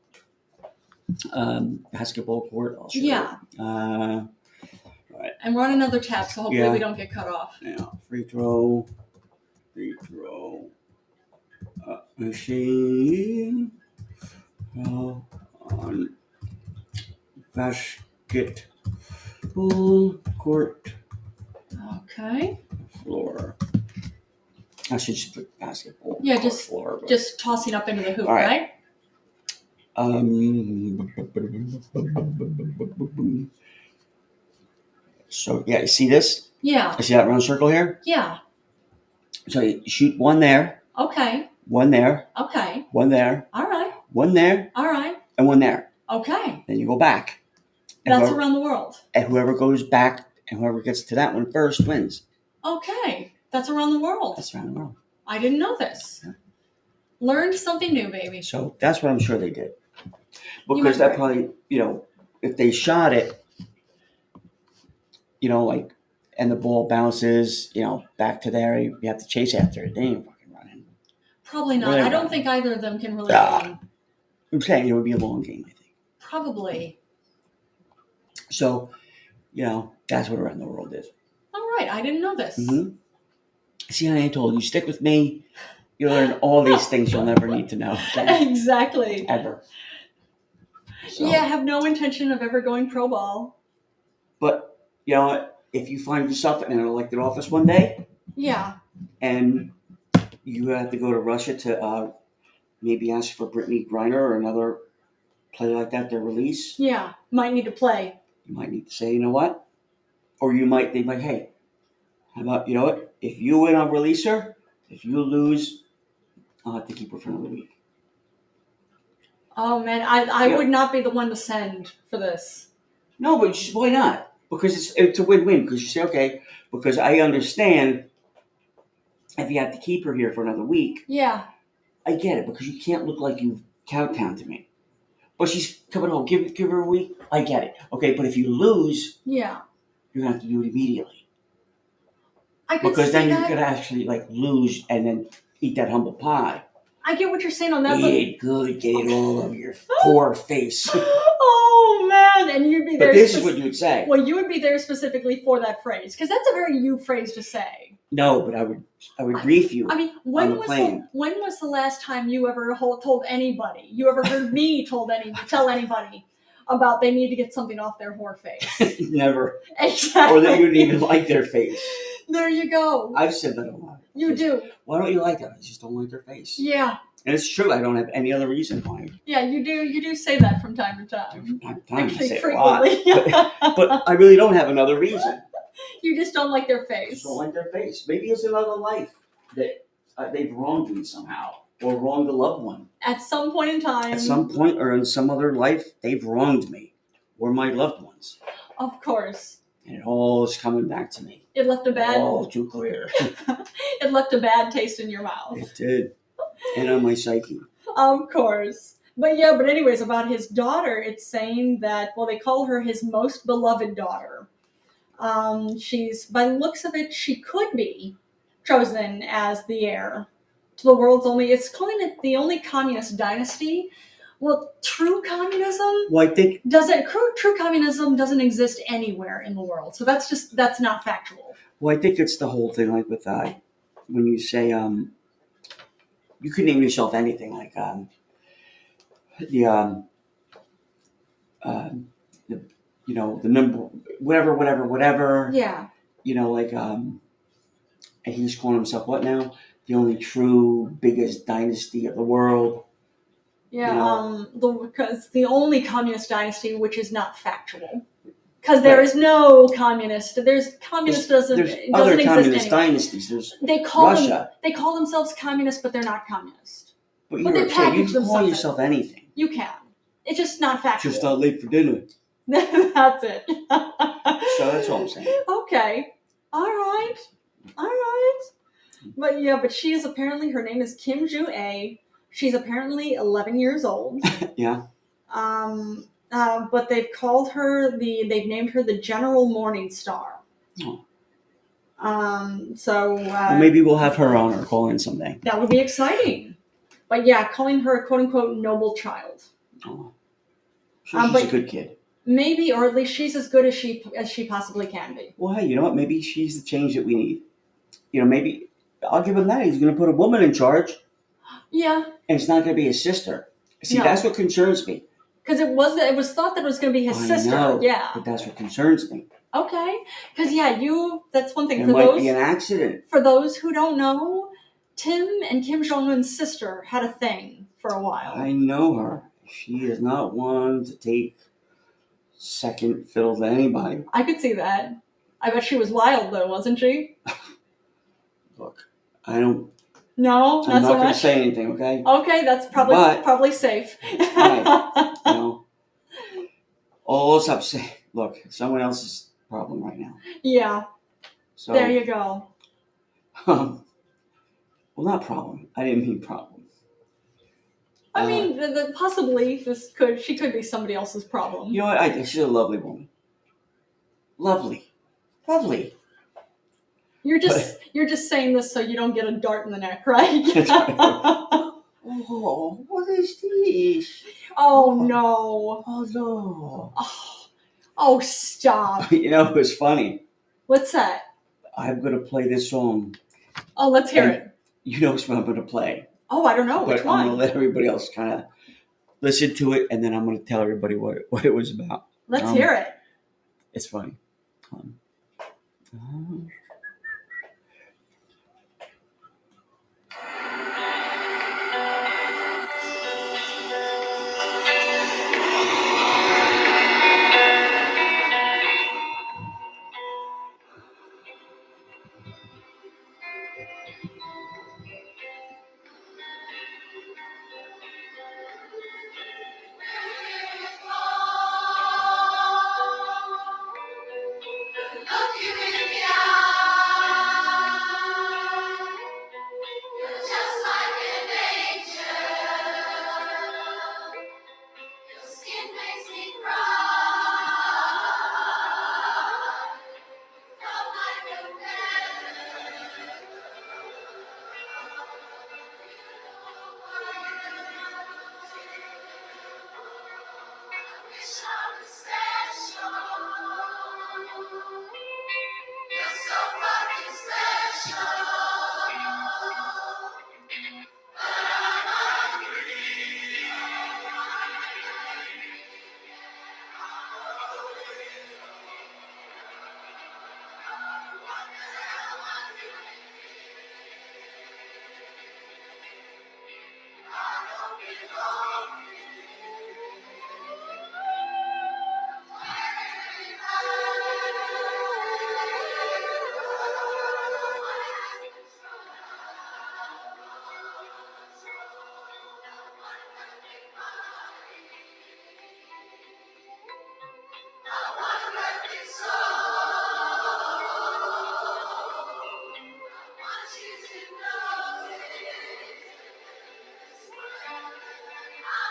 S2: um, basketball court. I'll show you.
S3: Yeah,
S2: Uh,
S3: and we're on another tab, so hopefully
S2: Yeah.
S3: we don't get cut off.
S2: Now, free throw, free throw, uh, machine, throw on basket, full court
S3: Okay.
S2: floor. I should just put basketball.
S3: Yeah,
S2: court
S3: just-
S2: floor. But,
S3: just tossing up into the hoop,
S2: All right.
S3: right.
S2: um. So yeah, you see this?
S3: Yeah,
S2: You see that round circle here?
S3: yeah.
S2: So you shoot one there,
S3: Okay,
S2: one there,
S3: okay.
S2: one there,
S3: All right,
S2: one there
S3: all right.
S2: and one there.
S3: Okay,
S2: Then you go back. And,
S3: that's
S2: whoever,
S3: around the world.
S2: and whoever goes back and whoever gets to that one first wins.
S3: Okay, that's around the world.
S2: That's around the world.
S3: I didn't know this. Learned something new, baby.
S2: So that's what I'm sure they did.
S3: You
S2: Because
S3: might
S2: that
S3: be
S2: probably, you know, if they shot it, you know, like, and the ball bounces, you know, back to there, you you have to chase after it. They ain't fucking running.
S3: Probably not.
S2: Really
S3: I don't
S2: not.
S3: think either of them can really.
S2: Ah.
S3: run.
S2: I'm saying it would be a long game, I think.
S3: Probably.
S2: So, you know, that's what around the world is.
S3: All right, I didn't know this.
S2: hmm See, I told you, stick with me. You'll learn all these things you'll never need to know. okay?
S3: Exactly.
S2: ever. So,
S3: Yeah, I have no intention of ever going pro ball.
S2: But you know what? If you find yourself in an elected office one day
S3: Yeah.
S2: and you have to go to Russia to uh, maybe ask for Brittany Griner or another player like that to release,
S3: Yeah. Might need to play.
S2: you might need to say, you know what? Or you might think like, hey, how about you know what? If you win on release her, if you lose, I'll have to keep her for another week.
S3: Oh man, I, I
S2: Yeah.
S3: would not be the one to send for this.
S2: No, but you should- why not? Because it's it's a win win. Because you say, okay, because I understand if you have to keep her here for another week,
S3: Yeah.
S2: I get it. Because you can't look like you've countdown to me. But she's coming home. Give give her a week. I get it. Okay, but if you lose,
S3: Yeah.
S2: you're gonna have to do it immediately.
S3: I could
S2: Because
S3: see
S2: then
S3: that.
S2: you're gonna actually like lose and then eat that humble pie.
S3: I get what you're saying on that.
S2: Eat
S3: But,
S2: it good. Get it all over your poor face.
S3: oh man, and you'd be there.
S2: But this is
S3: spec-
S2: what you would say.
S3: well, you would be there specifically for that phrase because that's a very you phrase to say.
S2: No, but I would I would brief you.
S3: I mean,
S2: the
S3: when was the,
S2: plane.
S3: when was the last time you ever hol- told anybody, you ever heard me told any tell anybody about they need to get something off their whore face?
S2: Never.
S3: exactly.
S2: Or that you would even like their face.
S3: there you go.
S2: I've said that a lot.
S3: You do.
S2: Why don't you like them? I just don't like their face.
S3: Yeah.
S2: And it's true. I don't have any other reason why.
S3: Yeah. You do. You do say that from time to time.
S2: From time to time, I say
S3: Actually,
S2: it a lot.
S3: frequently.
S2: But I really don't have another reason.
S3: you just don't like their
S2: I
S3: face.
S2: just don't like their face. Maybe it's another life that uh, they've wronged me somehow, or wronged a loved one.
S3: At some point in time.
S2: At some point or in some other life, they've wronged me, or my loved ones.
S3: Of course.
S2: And it all is coming back to me.
S3: It left a bad
S2: All too clear.
S3: it left a bad taste in your mouth.
S2: it did. And on my psyche.
S3: Of course. But yeah, but anyways, about his daughter, it's saying that well they call her his most beloved daughter. Um, she's by the looks of it, she could be chosen as the heir to the world's only it's calling it the only communist dynasty, Well, true communism
S2: Well, I think
S3: doesn't true, true communism doesn't exist anywhere in the world. So that's just that's not factual.
S2: Well, I think it's the whole thing, like with uh, when you say um, you could name yourself anything, like um, the um, um, the, you know, the number, whatever, whatever, whatever.
S3: Yeah.
S2: You know, like um, and he's calling himself what now? The only true biggest dynasty of the world.
S3: Yeah,
S2: Yeah.
S3: um, the because the only communist dynasty which is not factual, because there is no communist. There's communist doesn't
S2: There's
S3: doesn't
S2: other
S3: exist
S2: communist
S3: anywhere.
S2: dynasties. There's
S3: They call them
S2: Russia.
S3: they call themselves communist, but they're not communist.
S2: but
S3: Well,
S2: you're
S3: they
S2: a kid. You can
S3: package
S2: call
S3: themselves
S2: yourself anything.
S3: You can. It's just not factual.
S2: Just uh, not late for dinner.
S3: that's it.
S2: So that's all I'm saying.
S3: Okay. All right. All right. But yeah, but she is apparently her name is Kim Ju A. She's apparently 11 years old.
S2: Yeah.
S3: Um, uh, but they've called her the they've named her the General Morning Star.
S2: Oh.
S3: Um, so uh,
S2: Well, maybe we'll have her on or call in someday.
S3: that would be exciting. But yeah, calling her a quote unquote noble child.
S2: Oh. Sure, she's
S3: Um, but-
S2: a good kid.
S3: Maybe, or at least she's as good as she as she possibly can be.
S2: Well, hey, you know what? Maybe she's the change that we need. You know, maybe I'll give him that. He's going to put a woman in charge,
S3: Yeah,
S2: and it's not going to be his sister. See,
S3: No.
S2: that's what concerns me.
S3: Because it was it was thought that it was going to be his
S2: I
S3: sister.
S2: know,
S3: Yeah.
S2: but that's what concerns me.
S3: Okay. Because yeah, you that's one thing
S2: It
S3: for
S2: might
S3: those
S2: be an accident.
S3: for those who don't know, Tim and Kim Jong Un's sister had a thing for a while.
S2: I know her. She is not one to take second fiddle to anybody.
S3: I could see that. I bet she was wild though, wasn't she?
S2: Look, I don't.
S3: No,
S2: I'm not
S3: not so
S2: going
S3: much.
S2: to say anything. Okay.
S3: okay, that's probably
S2: But-
S3: probably safe.
S2: Right. You know. All I'm saying. Look, it's someone else's problem right now.
S3: yeah.
S2: So
S3: There you go.
S2: Um, well, not problem. I didn't mean problem.
S3: I
S2: Uh,
S3: mean, the, the, possibly this could she could be somebody else's problem.
S2: Uh, you know what? I, she's a lovely woman. Lovely, lovely.
S3: You're just you're just saying this so you don't get a dart in the neck, right?
S2: That's right. Oh, what is this?
S3: Oh no.
S2: Oh no!
S3: Oh, oh stop.
S2: You know it was funny.
S3: What's that?
S2: I'm gonna play this song.
S3: Oh, let's hear it.
S2: You know what I'm gonna play,
S3: Oh, I don't know
S2: Um, but
S3: which
S2: I'm gonna
S3: one.
S2: let everybody else kind of listen to it, and then I'm gonna tell everybody what it, what it was about.
S3: Let's
S2: um,
S3: hear it.
S2: It's funny. Um, um,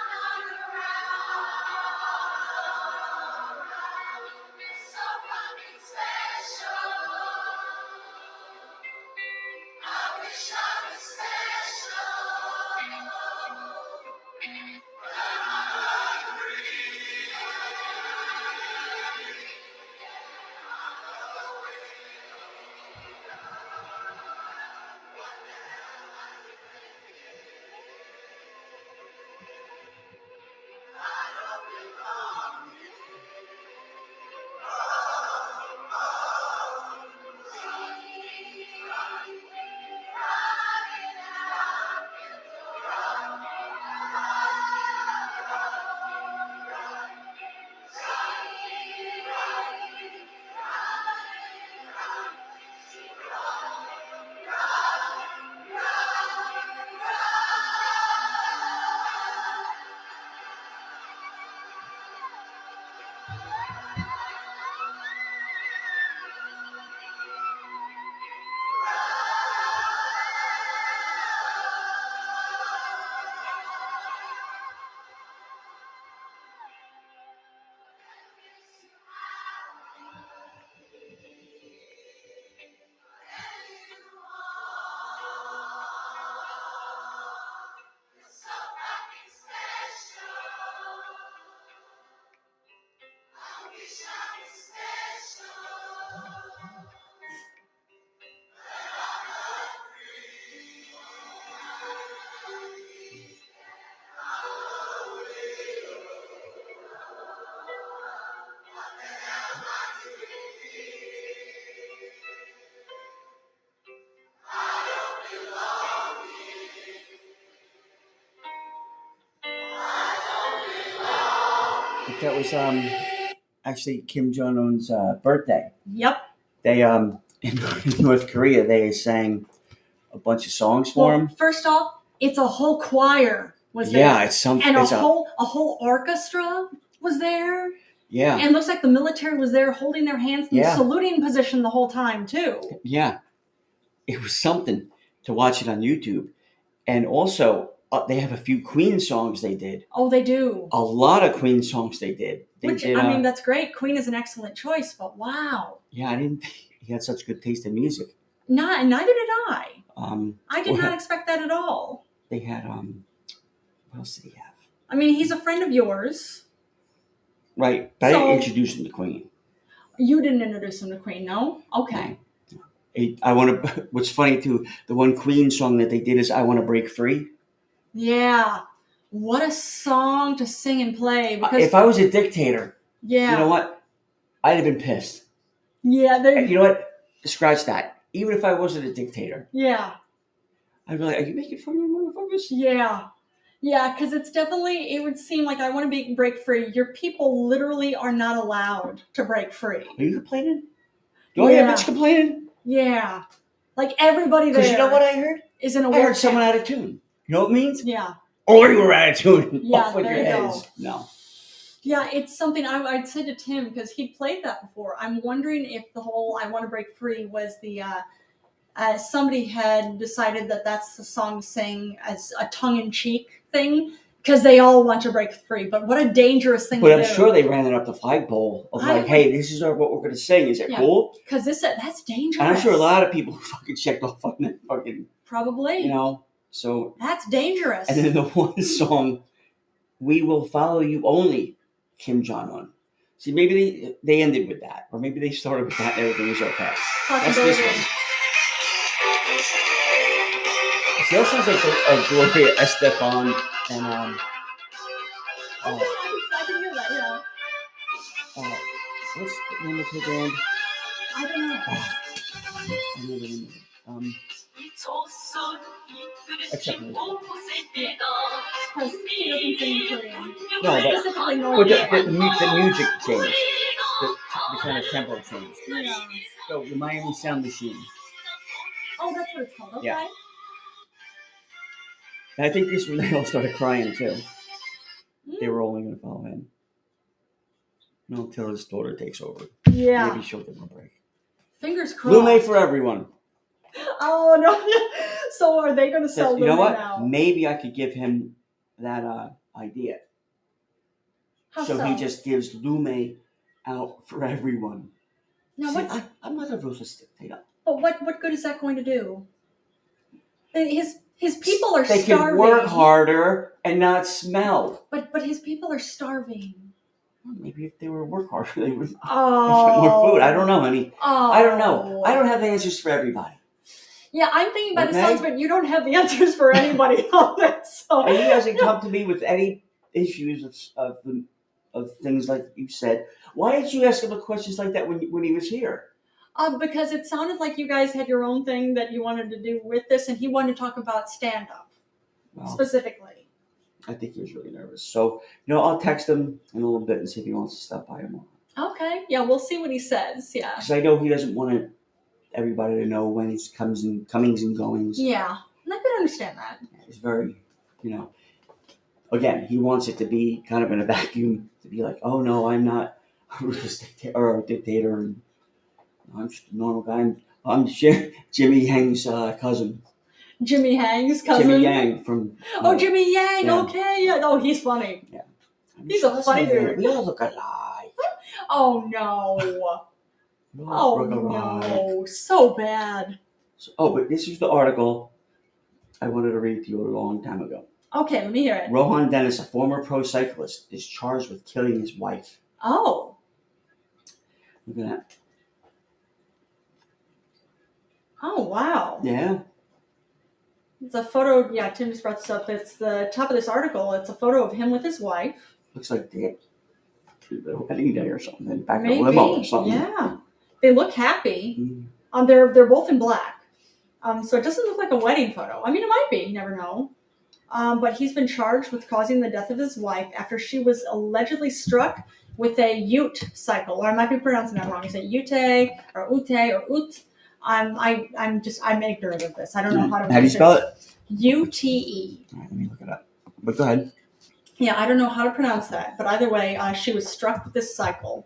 S10: you to know this. I'm not
S2: But that was um actually Kim Jong Un's uh, birthday.
S3: Yep.
S2: They um in North Korea they sang a bunch of songs for
S3: Well,
S2: him.
S3: first off, it's a whole choir was there.
S2: Yeah, it's some.
S3: and a
S2: it's a,
S3: whole a whole orchestra was there,
S2: yeah,
S3: and it looks like the military was there holding their hands in
S2: Yeah.
S3: saluting position the whole time too.
S2: yeah. It was something to watch it on YouTube, and also uh, they have a few Queen songs they did.
S3: Oh, they do.
S2: A lot of Queen songs they did. They
S3: Which
S2: did,
S3: I
S2: uh,
S3: mean, that's great. Queen is an excellent choice, but wow,
S2: yeah, I didn't. think He had such good taste in music.
S3: not and neither did I.
S2: Um,
S3: I did
S2: Well-
S3: not expect that at all.
S2: they had um, what else did he have?
S3: I mean, he's a friend of yours.
S2: Right, but I
S3: So-
S2: didn't introduce him to Queen.
S3: You didn't introduce him to Queen, no? Okay.
S2: I- I want to. What's funny too, the one Queen song that they did is "I Want to Break Free."
S3: Yeah. What a song to sing and play because
S2: Uh, If I was a dictator,
S3: yeah.
S2: you know what? I'd have been pissed.
S3: yeah, there
S2: You know what? Scratch that. Even if I wasn't a dictator,
S3: yeah.
S2: I'd be like, "Are you making fun of me, motherfuckers?"
S3: Yeah. Yeah, because it's definitely, it would seem like I want to be break free. Your people literally are not allowed to break free.
S2: Are you complaining? Do I hear a
S3: Yeah.
S2: bitch complaining?
S3: Yeah. Like everybody there
S2: Because
S3: is
S2: you know what I heard?
S3: in a
S2: I heard
S3: wheelchair.
S2: someone out of tune. You know what it means?
S3: Yeah.
S2: Or you were out of tune.
S3: Yeah,
S2: Off with
S3: there
S2: your
S3: you go.
S2: heads. No.
S3: Yeah, it's something I, I'd said to Tim because he played that before. I'm wondering if the whole I want to break free was the, uh, uh, somebody had decided that that's the song to sing as a tongue in cheek thing because they all want to break free. But what a dangerous thing
S2: But
S3: to
S2: I'm
S3: do.
S2: sure they ran it up the flagpole of
S3: I-
S2: like, "Hey, this is our, what we're going to sing. Is it
S3: Yeah.
S2: cool?"
S3: Because this uh, that's dangerous.
S2: And I'm sure a lot of people fucking checked off on that fucking,
S3: Probably.
S2: you know. So,
S3: that's dangerous.
S2: and then the one song, "We Will Follow You Only," Kim Jong Un. See, maybe they they ended with that, or maybe they started with that and everything was okay. That's this
S3: Possibility.
S2: one. So that sounds like a, a Gloria Estefan and um,
S3: Oh, yeah, I can hear that. Yeah.
S2: uh, what's the name of her band?
S3: I don't know.
S2: I don't know the name of it. Um, except for
S3: Because she doesn't sing Korean.
S2: no, but,
S3: Specifically
S2: but
S3: North
S2: the,
S3: Korean.
S2: the, mu- the music changed, the, the kind of tempo changed.
S3: Yeah.
S2: So the Miami Sound Machine.
S3: Oh, that's what it's called. Okay.
S2: Yeah. And I think this when they all started crying too.
S3: Hmm?
S2: They were only going to follow him. No, until his daughter takes over.
S3: Yeah.
S2: Maybe she'll give him a break.
S3: Fingers crossed.
S2: Lume for everyone.
S3: Oh no. so are they going to
S2: That's-
S3: sell
S2: you know
S3: Lume
S2: what?
S3: now?
S2: Maybe I could give him that uh, idea.
S3: How
S2: so,
S3: so?
S2: he just gives Lume out for everyone.
S3: Now
S2: See,
S3: what?
S2: I, I'm not a ruthless dictator.
S3: But what? What good is that going to do? Eh, His his people are
S2: They
S3: starving.
S2: can work harder and not smell.
S3: But but his people are starving.
S2: Well, Maybe if they were work harder, they would get
S3: Oh.
S2: more food. I don't know, honey.
S3: Oh.
S2: I don't know. I don't have answers for everybody.
S3: Yeah, I'm thinking about the
S2: Okay.
S3: songs, but you don't have the answers for anybody on that. So
S2: And he hasn't come to me with any issues of of, the, of things like you said. Why did you ask him questions like that when when he was here?
S3: Uh, because it sounded like you guys had your own thing that you wanted to do with this, and he wanted to talk about stand up
S2: Well,
S3: specifically.
S2: I think he was really nervous. So you know, I'll text him in a little bit and see if he wants to stop by tomorrow.
S3: Okay, yeah, we'll see what he says. Yeah,
S2: Because I know he doesn't want it- everybody to know when he's comes and comings and goings.
S3: yeah, and I can understand that.
S2: It's very, you know, again, he wants it to be kind of in a vacuum to be like, oh no, I'm not a ruthless dictator or a dictator. And I'm just a normal guy. I'm, I'm Jim, Jimmy Yang's uh, cousin,
S3: Jimmy Hang's cousin.
S2: Jimmy Yang from.
S3: Oh, Jimmy Yang.
S2: Yeah.
S3: Okay, yeah. Oh, he's funny.
S2: I'm
S3: he's
S2: sure
S3: a
S2: that's
S3: funny
S2: not it.
S3: dude.
S2: We all look alike.
S3: Oh no.
S2: We all
S3: Oh
S2: look alike.
S3: no. So bad.
S2: So- oh, but this is the article I wanted to read to you a long time ago.
S3: Okay, let me hear it.
S2: Rohan Dennis, a former pro cyclist, is charged with killing his wife.
S3: Oh,
S2: Look at that.
S3: oh wow.
S2: Yeah.
S3: It's a photo. Yeah, Tim just brought this up. It's the top of this article. It's a photo of him with his wife.
S2: Looks like they had to the wedding day or something. Back in
S3: Maybe.
S2: a limo or something.
S3: Yeah, they look happy.
S2: Mm.
S3: Um, they're they're both in black. Um, so it doesn't look like a wedding photo. I mean, it might be. You never know. um, but he's been charged with causing the death of his wife after she was allegedly struck with a Ute cycle, or I might be pronouncing that wrong. Is it Ute or Ute or Ut? I'm I, I'm just I'm ignorant of this. I don't know how to.
S2: Mm. How do you spell it?
S3: U T E.
S2: All right, let me look it up. But go ahead.
S3: Yeah, I don't know how to pronounce that, but either way, uh, she was struck with this cycle.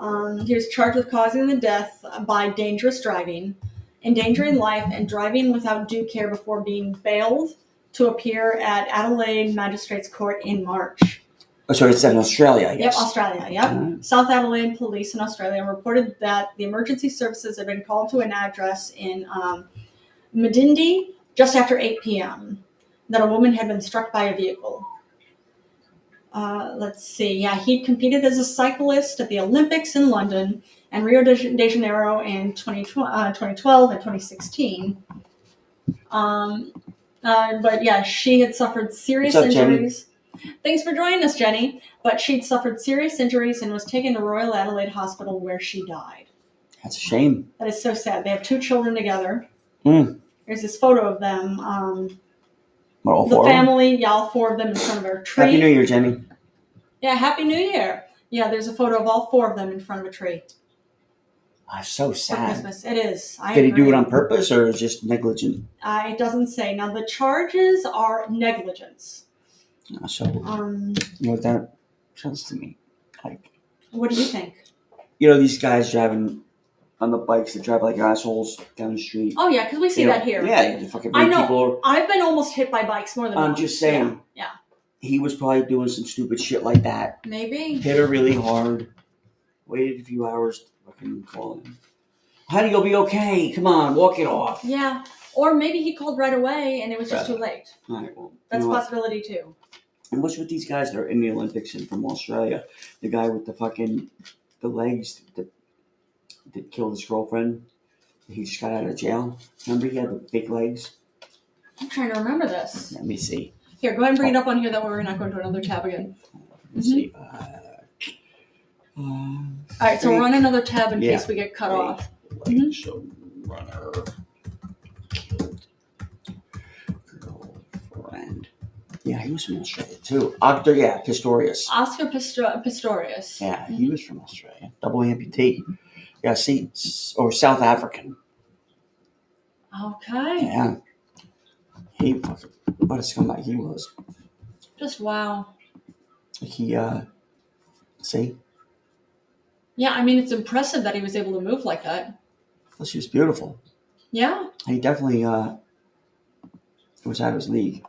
S3: Um, he was charged with causing the death by dangerous driving, endangering life, and driving without due care before being bailed to appear at Adelaide Magistrates Court in March.
S2: Oh, so it's in Australia, I
S3: Yep,
S2: guess.
S3: Australia. Yep.
S2: All right.
S3: South Adelaide police in Australia reported that the emergency services had been called to an address in um, Medindi just after 8 p.m. that a woman had been struck by a vehicle. Uh, let's see. Yeah, he competed as a cyclist at the Olympics in London and Rio de de Janeiro in 2012, uh, 2012 and 2016. Um, uh, but yeah, she had suffered serious
S2: What's up, Jenny?
S3: injuries. Thanks for joining us, Jenny but she'd suffered serious injuries and was taken to Royal Adelaide Hospital where she died.
S2: That's a shame.
S3: That is so sad. They have two children together.
S2: Mm.
S3: There's this photo of them. Um,
S2: Well, all
S3: the
S2: four of them.
S3: family, yeah, all four of them in front of their tree.
S2: Happy New Year, Jenny.
S3: Yeah, Happy New Year. Yeah, there's a photo of all four of them in front of a tree
S2: Ah, so
S3: for
S2: sad.
S3: Christmas. It is. I
S2: Did he do
S3: agree.
S2: it on purpose or is just negligent?
S3: Uh, it doesn't say. Now, the charges are negligence.
S2: Ah, so
S3: Um,
S2: you know what that sounds to me like.
S3: what do you think?
S2: You know these guys driving on the bikes that drive like assholes down the street.
S3: Oh, yeah, because we see
S2: You know,
S3: that here.
S2: Yeah, you fucking
S3: I
S2: bring
S3: know.
S2: people.
S3: I've been almost hit by bikes more than
S2: I'm
S3: once.
S2: just saying.
S3: Yeah, yeah.
S2: He was probably doing some stupid shit like that.
S3: Maybe.
S2: Hit her really hard. Waited a few hours. to Fucking call him. Honey, you'll be okay. Come on, walk it off.
S3: Yeah, or maybe he called right away and it was just
S2: Right.
S3: too late.
S2: All right, well, you
S3: That's
S2: know
S3: a
S2: what?
S3: possibility too.
S2: And what's with these guys that are in the Olympics and from Australia? The guy with the fucking the legs that that killed his girlfriend. He just got out of jail. Remember, he had the big legs.
S3: I'm trying to remember this.
S2: Let me see.
S3: Here, go ahead and bring
S2: Oh.
S3: it up on here. That way we're not going to another tab again.
S2: Let me see. Uh, uh,
S3: All right, so we're on another tab in
S2: Yeah.
S3: case we get cut
S2: Right.
S3: off.
S2: like
S3: Mhm.
S2: runner killed girlfriend. Yeah, he was from Australia too. Octo, yeah, Pistorius.
S3: Oscar Pistor- Pistorius.
S2: Yeah, he was from Australia. Double amputee. Yeah, see, s- or South African.
S3: Okay.
S2: Yeah. He, what a scumbag he was.
S3: Just wow.
S2: He, uh, see,
S3: Yeah, I mean it's impressive that he was able to move like that.
S2: plus he was beautiful.
S3: Yeah.
S2: He definitely, uh, was out of his league.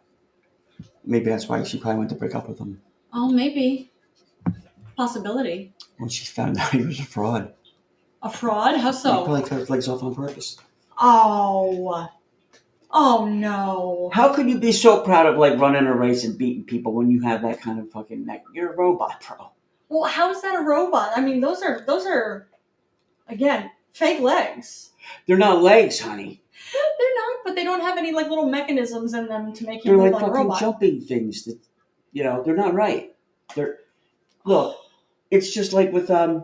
S2: Maybe that's why she probably went to break up with him
S3: Oh, maybe. Possibility.
S2: when she found out he was a fraud.
S3: A fraud? How
S2: He
S3: so?
S2: probably cut his legs off on purpose.
S3: Oh. Oh no.
S2: How could you be so proud of like running a race and beating people when you have that kind of fucking neck? You're a robot, bro.
S3: Well, how is that a robot? I mean, those are those are again fake legs.
S2: They're not legs, honey.
S3: They're not, but they don't have any like little mechanisms in them to make you
S2: They're like
S3: move like a
S2: fucking
S3: robot.
S2: jumping things that, you know, they're not right. They're look. It's just like with um,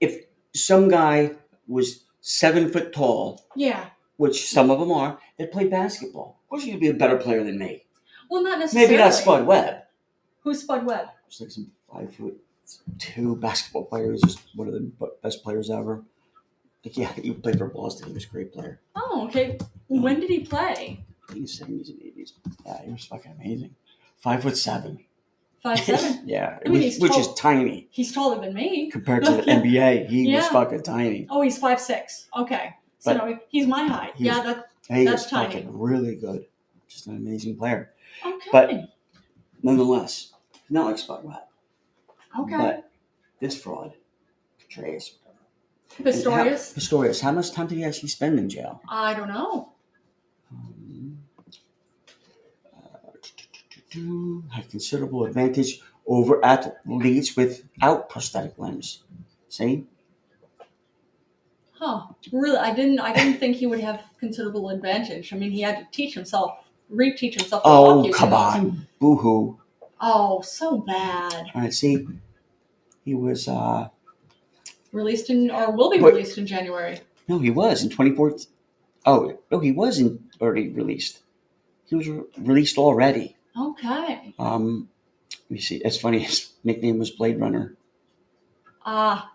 S2: if some guy was seven foot tall,
S3: Yeah.
S2: which some of them are, that play basketball. Of course, you'd be a better player than me.
S3: Well, not necessarily.
S2: Maybe not Spud Webb.
S3: Who's Spud Webb?
S2: It's like some five foot two basketball player who's just one of the b- best players ever. Like, yeah, he played for Boston. He was a great player.
S3: Oh, okay.
S2: Mm.
S3: When did he play?
S2: I think he's seventies and eighties. Yeah, he was fucking amazing. Five foot seven.
S3: Five seven.
S2: yeah,
S3: I mean,
S2: which,
S3: he's
S2: which
S3: tall.
S2: is tiny
S3: He's taller than me.
S2: compared to the NBA. He was
S3: Yeah.
S2: fucking tiny.
S3: Oh, he's five six. Okay. So
S2: But-
S3: no, he's my height.
S2: He was-
S3: yeah. That.
S2: And He
S3: That's
S2: was
S3: tiny.
S2: fucking really good. Just an amazing player.
S3: Okay.
S2: But- Nonetheless, not like Spud Webb,
S3: okay.
S2: but this fraud, Petraeus. And how-
S3: Pistorius.
S2: Pistorius. How much time did he actually spend in jail?
S3: I don't know.
S2: Um, uh, had considerable advantage over athletes without prosthetic limbs. See?
S3: Huh. Really, I didn't. I didn't think he would have considerable advantage. I mean, he had to teach himself, reteach himself. to walk,
S2: Oh,
S3: you
S2: come
S3: know.
S2: on. Boo hoo.
S3: Oh, so bad.
S2: All right, see? He was, uh,
S3: Released in or will be
S2: What-
S3: released in January.
S2: no, he was in 2014. Oh, no, he was in, already released. He was re- released already.
S3: Okay.
S2: Um, let me see. That's funny. His nickname was Blade Runner.
S3: Ah,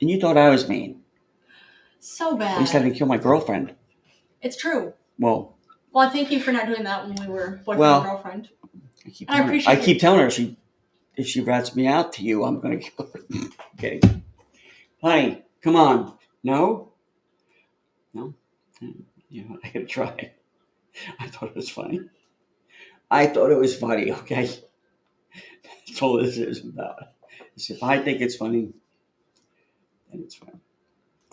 S2: And you thought I was mean.
S3: so
S2: At least I
S3: bad.
S2: didn't kill my girlfriend.
S3: It's true.
S2: Well,
S3: Well, thank you for not doing that when we were boyfriend
S2: Well,
S3: and girlfriend.
S2: I keep
S3: I
S2: telling her, I
S3: appreciate it.
S2: keep telling her she, if she rats me out to you, I'm going to kill her. okay. Honey, come on. No? No? Mm, You know, I got to try. I thought it was funny. I thought it was funny, okay? That's all this is about. Is if I think it's funny, then it's funny.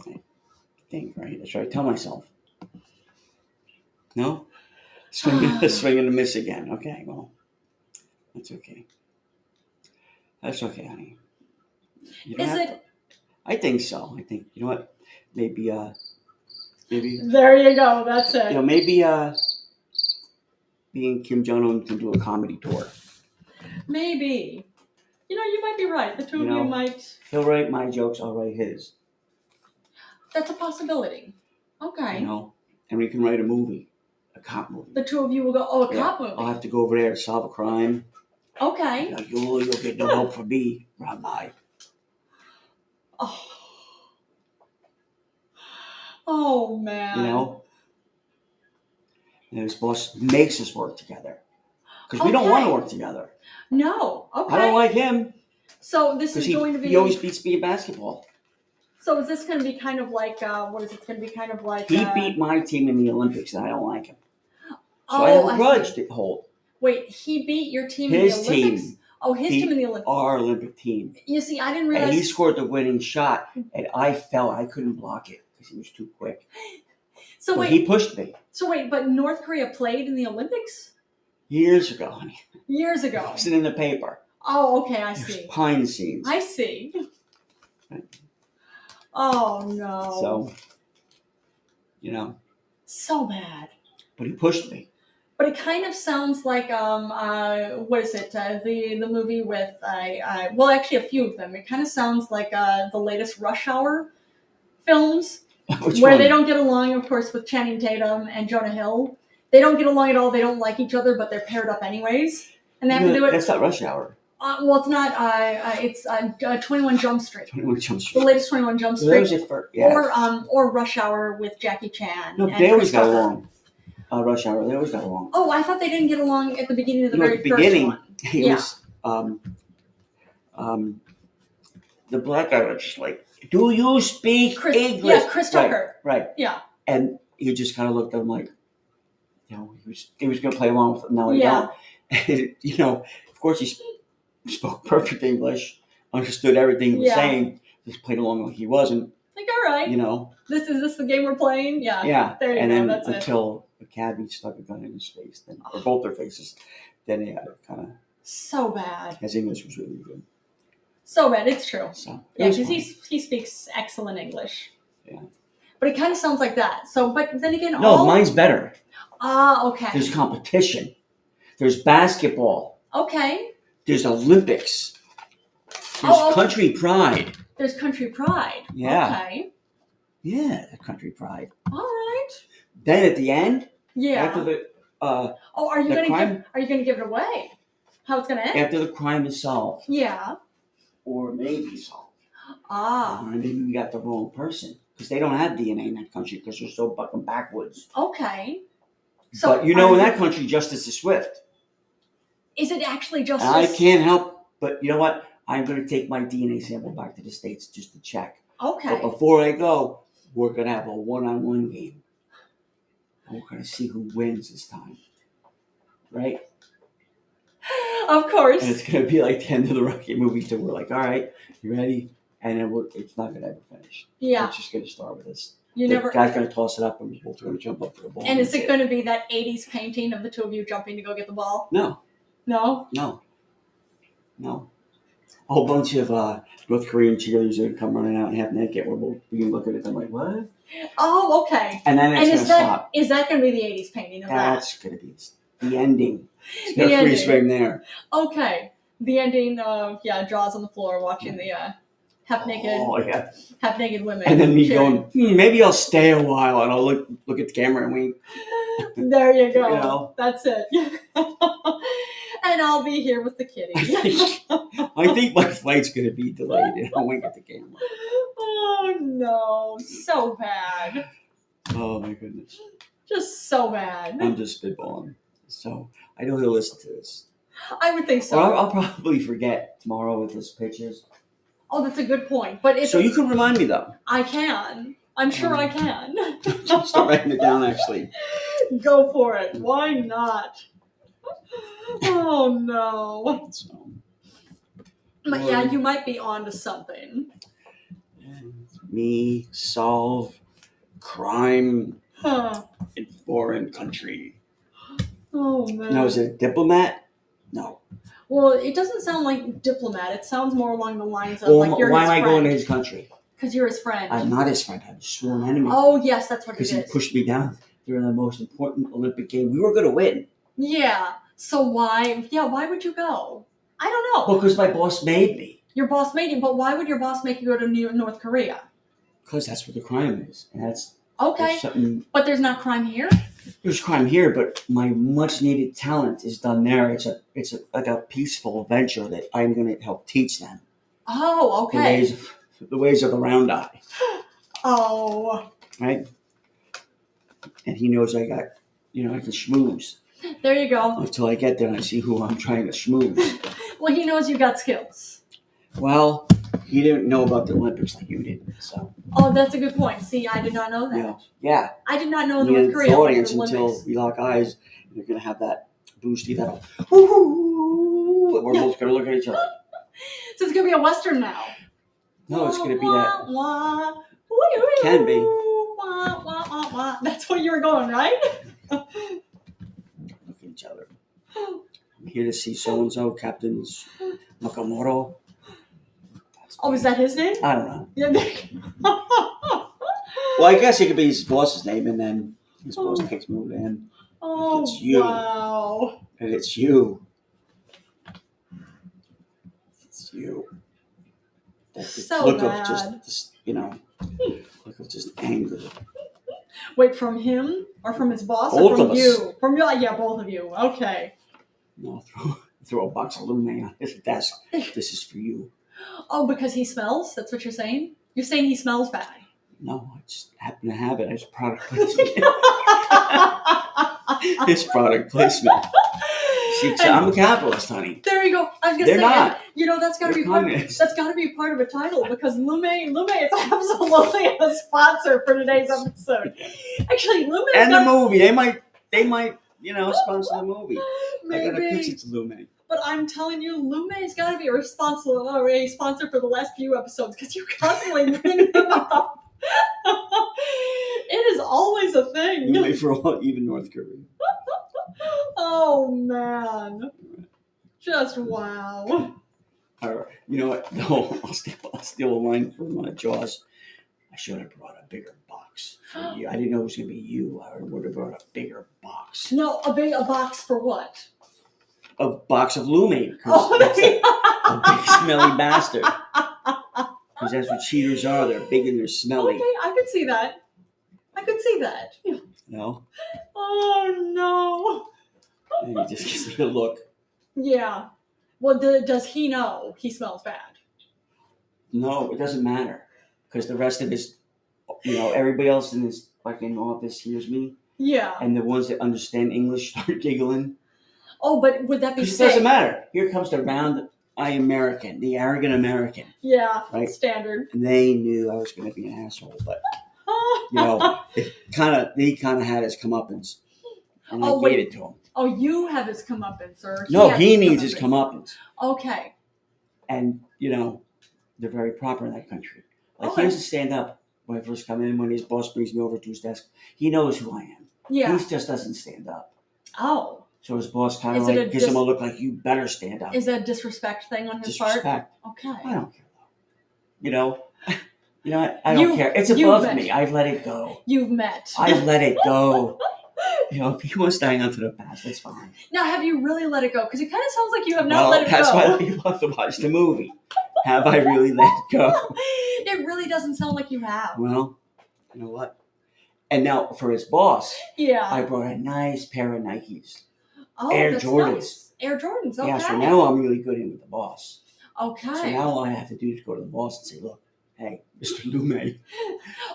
S2: I think, right? That's what I tell myself. No? Swing, swing and a miss again. Okay, well, that's okay. That's okay, honey. You don't
S3: Is
S2: have
S3: it
S2: to- I think so. I think you know what? Maybe uh maybe
S3: There you go. That's
S2: you know,
S3: it.
S2: maybe uh me and Kim Jong un can do a comedy tour.
S3: Maybe. You know, you might be right. The two
S2: You
S3: of you
S2: know.
S3: might.
S2: He'll write my jokes, I'll write his.
S3: That's a possibility. Okay.
S2: You know? And we can write a movie. A cop movie.
S3: The two of you will go. Oh, a
S2: Yeah.
S3: cop
S2: I'll
S3: movie.
S2: have to go over there to solve a crime.
S3: Okay.
S2: Like, you'll, you'll get no help from me, Rabbi.
S3: Oh. Oh man.
S2: You know? And his boss makes us work together. Because we don't want to
S3: Okay.
S2: work together.
S3: No. Okay.
S2: I don't like him.
S3: so this
S2: Because
S3: is
S2: he,
S3: going to be.
S2: he always beats me in basketball.
S3: so is this going to be kind of like uh, what is it going to be kind of like?
S2: He
S3: uh,
S2: beat my team in the Olympics, and I don't like him. So
S3: oh,
S2: I have a
S3: see.
S2: grudge to hold.
S3: Wait, he beat your team in
S2: His
S3: the Olympics.
S2: team,
S3: Oh, his
S2: He-
S3: team in the Olympics.
S2: our Olympic team,
S3: you see, I didn't
S2: and
S3: realize.
S2: he scored the winning shot, and I fell. I couldn't block it because he was too quick.
S3: so
S2: but
S3: wait.
S2: he pushed me
S3: so wait, but North Korea played in the Olympics
S2: years ago, honey.
S3: years
S2: It
S3: ago.
S2: wasn't in the paper.
S3: Oh, okay. I
S2: It was
S3: see.
S2: behind the scenes.
S3: I see. Oh no.
S2: So, you know,
S3: so bad.
S2: but he pushed me.
S3: But it kind of sounds like um uh what is it uh, the the movie with I I well actually a few of them. It kind of sounds like uh the latest Rush Hour films
S2: Which
S3: where
S2: one?
S3: they don't get along, of course, with Channing Tatum and Jonah Hill. They don't get along at all. They don't like each other, but they're paired up anyways, and they have
S2: No,
S3: to do it.
S2: That's not rush hour.
S3: Uh, well, it's not. Uh, uh, it's uh, uh, Twenty One Jump Street,
S2: Twenty one jump
S3: the
S2: street.
S3: latest Twenty One Jump
S2: So that
S3: Street,
S2: was it for yeah.
S3: or um or Rush Hour with Jackie Chan.
S2: no,
S3: and
S2: they always
S3: Chris
S2: got
S3: Tucker.
S2: along. Uh, rush hour. They always got along.
S3: Oh, I thought they didn't get along at the beginning of the
S2: No, at
S3: very
S2: the beginning.
S3: first one.
S2: he was um, um, the black guy was just like, "Do you speak
S3: Chris,
S2: English?"
S3: yeah, Chris
S2: Right,
S3: Tucker.
S2: right,
S3: Yeah,
S2: And he just kind of looked at him like, you know, he was he was gonna play along with him. No, he
S3: Yeah.
S2: don't. you know, of course he sp- spoke perfect English, understood everything he was
S3: Yeah.
S2: saying, just played along like he wasn't.
S3: like all right,
S2: You know,
S3: this is this the game we're playing? Yeah,
S2: yeah.
S3: there you
S2: and
S3: go.
S2: then
S3: that's it.
S2: until the cabbie stuck a gun in his face, then or both their faces, then yeah, kind of
S3: So bad,
S2: his English was really good.
S3: so bad. It's true.
S2: So it
S3: Yeah,
S2: was
S3: because
S2: fun.
S3: he he speaks excellent English.
S2: Yeah.
S3: But it kind of sounds like that. So, but then again,
S2: No,
S3: all
S2: mine's better.
S3: ah okay,
S2: There's competition. There's basketball.
S3: okay.
S2: There's Olympics. There's
S3: Oh, okay.
S2: country pride.
S3: There's country pride.
S2: Yeah.
S3: Okay.
S2: Yeah, country pride.
S3: All right.
S2: Then at the end,
S3: Yeah.
S2: after the uh,
S3: oh, are you
S2: the
S3: gonna give?
S2: crime-
S3: Are you gonna give it away? How it's gonna end?
S2: after the crime is solved,
S3: Yeah.
S2: or maybe solved,
S3: Ah.
S2: or maybe we got the wrong person because they don't have DNA in that country because they're so fucking backwoods.
S3: Okay.
S2: Mm-hmm. but you know,
S3: are
S2: in that country, justice is swift.
S3: Is it actually
S2: And
S3: just?
S2: I can't help, but you know what? I'm going to take my DNA sample back to the states just to check.
S3: Okay.
S2: But before I go, we're gonna have a one-on-one game. And we're gonna see who wins this time. Right?
S3: Of course.
S2: And it's gonna be like the end of the Rocky movie too. We're like, all right, you ready? And then we're, it's not gonna ever finish.
S3: yeah.
S2: It's just gonna start with this.
S3: You
S2: the
S3: never.
S2: guy's gonna toss it up and we're both gonna jump up for the ball.
S3: And is
S2: that's
S3: it going to be that 80s painting of the two of you jumping to go get the ball?
S2: No,
S3: No?
S2: no. No. A whole bunch of uh, North Korean cheerleaders are gonna come running out and half naked. We're both being looking at them like, what?
S3: Oh, okay.
S2: And then it's
S3: and
S2: gonna
S3: is that
S2: stop.
S3: is that going to be the 80s painting of that?
S2: That's gonna be the ending. It's
S3: The
S2: gonna free
S3: ending.
S2: swing there.
S3: Okay. The ending of, yeah, Jaws on the floor watching the, uh, half naked,
S2: Oh yeah.
S3: half naked women.
S2: And then me
S3: Sure.
S2: going, hmm, maybe I'll stay a while and I'll look look at the camera and wink.
S3: There you go.
S2: You know?
S3: That's it. and I'll be here with the kitty.
S2: I think I think my flight's gonna be delayed and I'll wink at the camera.
S3: oh no, so bad.
S2: Oh my goodness.
S3: Just so bad.
S2: I'm just spitballing. So I know he'll listen to this.
S3: I would think so.
S2: Or I'll, I'll probably forget tomorrow with those pictures.
S3: oh, that's a good point. But if
S2: So you Um, can remind me though.
S3: I can, I'm sure I can.
S2: Start writing it down actually.
S3: go for it. Why not? Oh no.
S2: So, um,
S3: But yeah, you might be onto something.
S2: me solve crime
S3: Huh.
S2: in foreign country.
S3: Oh man.
S2: Now is it a diplomat? No.
S3: Well, it doesn't sound like diplomat. It sounds more along the lines of
S2: Well,
S3: like you're
S2: why am
S3: his
S2: I going to
S3: friend.
S2: his country?
S3: Because you're his friend.
S2: I'm not his friend. I'm a sworn enemy.
S3: oh yes, that's what it
S2: Because he
S3: is.
S2: pushed me down during the most important Olympic game. We were going to win.
S3: yeah. So why? Yeah, why would you go? I don't know.
S2: Well, because my boss made me.
S3: your boss made you, but why would your boss make you go to New- North Korea?
S2: Because that's where the crime is. And that's
S3: Okay,
S2: there's something.
S3: but there's not crime here.
S2: There's crime here, but my much needed talent is done there. It's a it's a, like a peaceful venture that I'm going to help teach them
S3: Oh,
S2: the
S3: okay.
S2: ways of, the ways of the round eye.
S3: Oh,
S2: And he knows I got you know I can schmooze
S3: there you go.
S2: until I get there and I see who I'm trying to schmooze.
S3: Well, he knows you got skills.
S2: Well, he didn't know about the Olympics like you did. So
S3: Oh, that's a good point. See, I did not know that.
S2: yeah, yeah.
S3: I did not know
S2: You
S3: Oh, North
S2: and
S3: Korea
S2: the
S3: was
S2: audience
S3: the
S2: until
S3: Olympics.
S2: we lock eyes. You're gonna have that boosty that. Woo! We're both gonna look at each other.
S3: So it's gonna be a western now.
S2: No, it's gonna be
S3: Wah,
S2: that.
S3: wah, wah. Woo, woo,
S2: Can be.
S3: Wah, wah, wah, wah. That's where you were going, right?
S2: Look at each other. I'm here to see so and so, Captain Nakamoto. That's-
S3: Oh, is that his name?
S2: I don't know.
S3: Yeah.
S2: Well, I guess it could be his boss's name, and then his boss
S3: Oh.
S2: takes me over to him,
S3: oh,
S2: It's you.
S3: wow.
S2: and it's you. It's you. That
S3: So
S2: look
S3: bad.
S2: of just, just you know, look of just anger.
S3: Wait, from him or from his boss
S2: Both
S3: or from
S2: of us.
S3: you? From you? Yeah, both of you. Okay.
S2: No, throw, throw a box of aluminum on his desk. This is for you.
S3: Oh, because he smells? That's what you're saying? You're saying he smells bad.
S2: No, I just happen to have it. It's product placement. it's product placement. See, 'cause I'm a capitalist, honey.
S3: there you go. I was gonna
S2: They're
S3: say,
S2: not.
S3: you know, that's gotta
S2: They're
S3: be part
S2: communists.
S3: that's gotta be part of a title because Lume Lume is absolutely a sponsor for today's episode. Actually, Lume is
S2: And the
S3: not-
S2: movie. They might, they might, you know, sponsor the movie. I got a
S3: maybe
S2: pizza to Lume.
S3: But I'm telling you, Lume's got to be responsible or a sponsor for the last few episodes because you constantly bring them up. it is always a thing.
S2: Lume for all, even North Korea.
S3: Oh man, just wow.
S2: Or, you know what? No, I'll steal, I'll steal a line from uh, Jaws. I should have brought a bigger box for you. I didn't know it was going to be you. I would have brought a bigger box.
S3: No, a big a box for what?
S2: A box of Lume. 'cause
S3: Oh,
S2: that's
S3: there you-
S2: a big smelly bastard. Because that's what cheaters are. They're big and they're smelly.
S3: okay, I could see that. I could see that.
S2: You know?
S3: Oh
S2: And he just gives me a look.
S3: no. Yeah. Well, d does he know he smells bad?
S2: No, it doesn't matter. Because the rest of his, you know, everybody else in this fucking office hears me.
S3: Yeah.
S2: And the ones that understand English start giggling.
S3: Oh, but would that be
S2: Because it
S3: safe?
S2: doesn't matter. Here comes the round eye American, the arrogant American.
S3: Yeah.
S2: Right.
S3: Standard.
S2: And they knew I was going to be an asshole, but, you know, it kind of, he kind of had his comeuppance. And I
S3: Oh,
S2: gave
S3: wait.
S2: it to him.
S3: Oh, you have his comeuppance, or
S2: No,
S3: has
S2: he needs his
S3: comeuppance.
S2: comeuppance.
S3: Okay.
S2: and you know they're very proper in that country. Like
S3: Okay.
S2: he doesn't stand up when I first come in. When his boss brings me over to his desk, he knows who I am.
S3: Yeah.
S2: He just doesn't stand up.
S3: Oh,
S2: So his boss kind of
S3: Is it
S2: like
S3: a
S2: gives him a
S3: dis-
S2: look like you better stand up.
S3: is that a disrespect thing on his part?
S2: Disrespect. I
S3: Okay.
S2: don't care. though. You know. You know, I, I don't
S3: You-
S2: care. It's
S3: you
S2: above
S3: bet.
S2: me. I've let it go.
S3: You've met.
S2: I've let it go. You know, if he wants to hang on to the past, that's fine.
S3: now, have you really let it go? Because it kind of sounds like you have not
S2: well,
S3: let it
S2: that's
S3: go.
S2: why we love to watch the movie. Have I really let go?
S3: it really doesn't sound like you have.
S2: Well, you know what? And now for his boss,
S3: Yeah.
S2: I brought a nice pair of Nikes.
S3: oh,
S2: Air
S3: that's
S2: Jordans.
S3: nice. Air Jordans. Okay.
S2: Yeah, so now I'm really good in with the boss.
S3: okay.
S2: So now all I have to do is go to the boss and say, look, hey, Mr. Lume.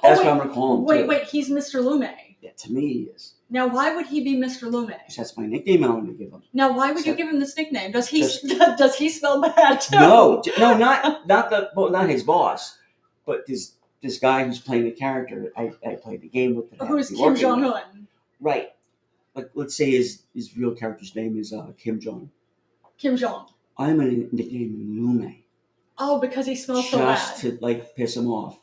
S2: That's
S3: Oh, wait.
S2: what I'm going to call him.
S3: wait,
S2: too.
S3: wait. He's Mr. Lume.
S2: Yeah, to me, he is.
S3: Now, why would he be Mr. Lume?
S2: 'Cause that's my nickname I want to give him.
S3: Now, why would you
S2: So-
S3: give him this nickname? Does he
S2: Just-
S3: does he smell bad? too?
S2: No, j- no, not not the well, not his boss, but this this guy who's playing the character. I, I played the game with. that I
S3: Who's
S2: have to be
S3: Kim
S2: working with.
S3: Jong Un?
S2: Right. Like, let's say his his real character's name is uh, Kim Jong.
S3: Kim Jong.
S2: I'm gonna nickname him Lume
S3: Oh, because he smells so bad.
S2: just to like piss him off.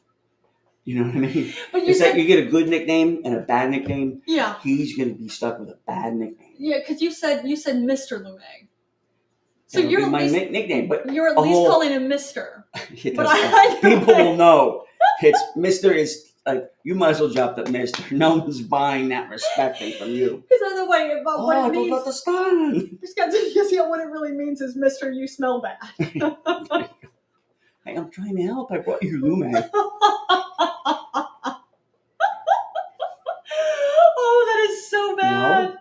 S2: You know what I mean?
S3: but you
S2: Is
S3: said
S2: that you get a good nickname and a bad nickname?
S3: yeah,
S2: He's gonna be stuck with a bad nickname.
S3: yeah, because you said you said Mr. Lume. So
S2: That'll
S3: you're
S2: be
S3: at
S2: my
S3: least
S2: nick- nickname, but
S3: you're at
S2: a
S3: least
S2: whole-
S3: calling him Mister.
S2: It
S3: But
S2: doesn't
S3: I-
S2: matter.
S3: I know
S2: people
S3: it.
S2: will know. It's Mister is like you might as well drop the Mister. No one's buying that respect thing from you.
S3: Because other way, but
S2: Oh,
S3: what
S2: I
S3: it
S2: don't
S3: means,
S2: got the stun.
S3: because because, yeah, what it really means is Mister, you smell bad.
S2: Hey, I'm trying to help. I brought you Lume.
S3: oh, that is so bad.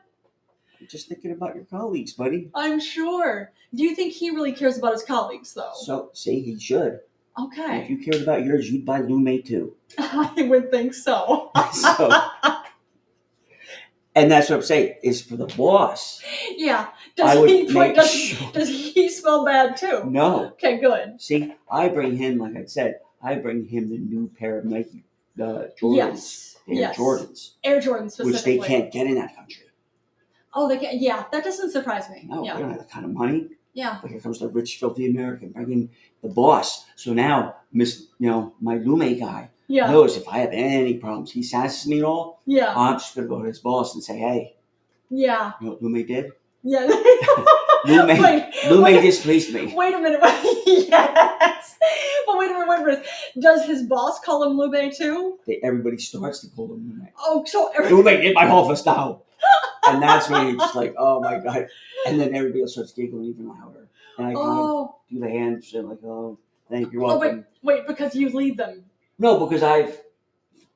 S2: I'm just thinking about your colleagues, buddy.
S3: I'm sure. Do you think he really cares about his colleagues, though?
S2: So say he should. And If
S3: okay,
S2: you cared about yours, you'd buy Lume too.
S3: I would think so.
S2: So, and that's what I'm saying is for the boss.
S3: Yeah.
S2: I
S3: Does
S2: would
S3: he
S2: make
S3: does,
S2: sure-
S3: does he smell bad too?
S2: No,
S3: Okay, good.
S2: see, I bring him like I said. I bring him the new pair of Nike uh, Jordans.
S3: Yes.
S2: They're
S3: yes.
S2: Jordans.
S3: Air Jordan specifically.
S2: which they can't get in that country.
S3: Oh, they can't. Yeah, that doesn't surprise me.
S2: No,
S3: yeah.
S2: they don't have that kind of money.
S3: Yeah.
S2: But here comes the rich, filthy American bringing the boss. So now, Miss, you know, my Lume guy
S3: Yeah.
S2: knows if I have any problems, he sasses me and all.
S3: Yeah.
S2: I'm just gonna go to his boss and say, "Hey,
S3: Yeah.
S2: you know what Lume did?
S3: Yeah.
S2: Lume,
S3: wait,
S2: Lume
S3: wait,
S2: displeased me."
S3: wait a minute. yes. But wait a minute. Wait a minute. Does his boss call him Lube too?
S2: They, everybody starts to call him Lume.
S3: Oh, so every,
S2: Lume, get my office now. And that's when he's just like, "Oh my god!" And then everybody else starts giggling even louder. And I kind of
S3: oh,
S2: do the hand, shit like, "Oh, thank you, you're
S3: oh,
S2: welcome."
S3: wait, wait, because you lead them.
S2: No, because I've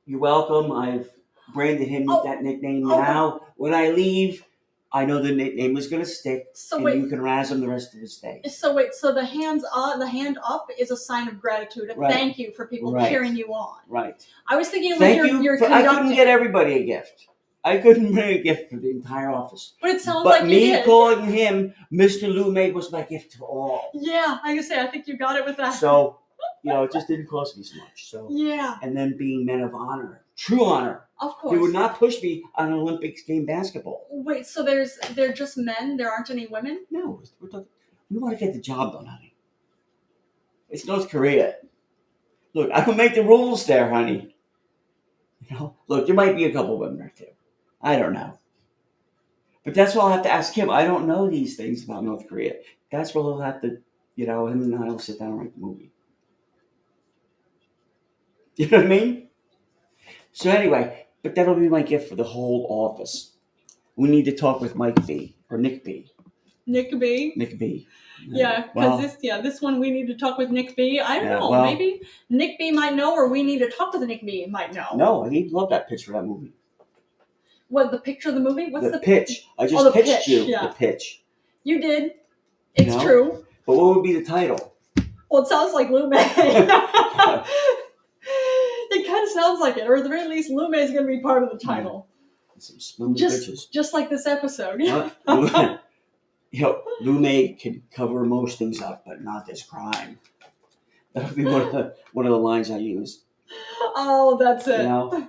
S2: you're welcome. I've branded him with
S3: Oh.
S2: that nickname.
S3: Oh.
S2: Now, when I leave, I know the nickname is going to stick,
S3: So
S2: and
S3: wait,
S2: you can razz him the rest of his day.
S3: So wait, so the hands on the hand up is a sign of gratitude, a
S2: Right.
S3: thank you for people
S2: Right.
S3: cheering you on.
S2: Right?
S3: I was thinking when
S2: Thank
S3: you're,
S2: you.
S3: you're
S2: for, I
S3: conducting,
S2: couldn't get everybody a gift. I couldn't bring a gift for the entire office.
S3: but it sounds
S2: but
S3: like you
S2: me
S3: did.
S2: calling him Mr. Lume was my gift to all.
S3: yeah, like I say, I think you got it with that.
S2: So, you know, it just didn't cost me so much. So,
S3: yeah,
S2: and then being men of honor, true honor.
S3: of course.
S2: They would not push me on Olympics game basketball.
S3: wait, so there's they're just men. There aren't any women.
S2: No, we're talking, we want to get the job done, honey. It's North Korea. Look, I don't make the rules there, honey. You know, look, there might be a couple women or two. I don't know. But that's what I'll have to ask him. I don't know these things about North Korea. That's where he'll have to, you know, him and I will sit down and write the movie. You know what I mean? So anyway, but that'll be my gift for the whole office. We need to talk with Mike B or Nick B.
S3: Nick B.
S2: Nick B.
S3: Yeah, because
S2: Well,
S3: this yeah this one we need to talk with Nick B. I don't
S2: Yeah,
S3: know,
S2: well-
S3: maybe Nick B. might know, or we need to talk with Nick B. Might know.
S2: no, he'd love that pitch for that movie.
S3: What the picture of the movie? What's
S2: the,
S3: the, Oh,
S2: pitch. I just
S3: the
S2: pitched
S3: pitch,
S2: you
S3: yeah.
S2: the pitch.
S3: You did. It's
S2: No.
S3: true.
S2: But what would be the title?
S3: Well, it sounds like Lume. it kind of sounds like it, or at the very least, Lume is going to be part of the title,
S2: Some smooth
S3: Just-
S2: pitches.
S3: just like this episode.
S2: Huh? you know, Lume can cover most things up, but not this crime. That'll be one of the one of the lines I use.
S3: oh, that's
S2: You
S3: it.
S2: know?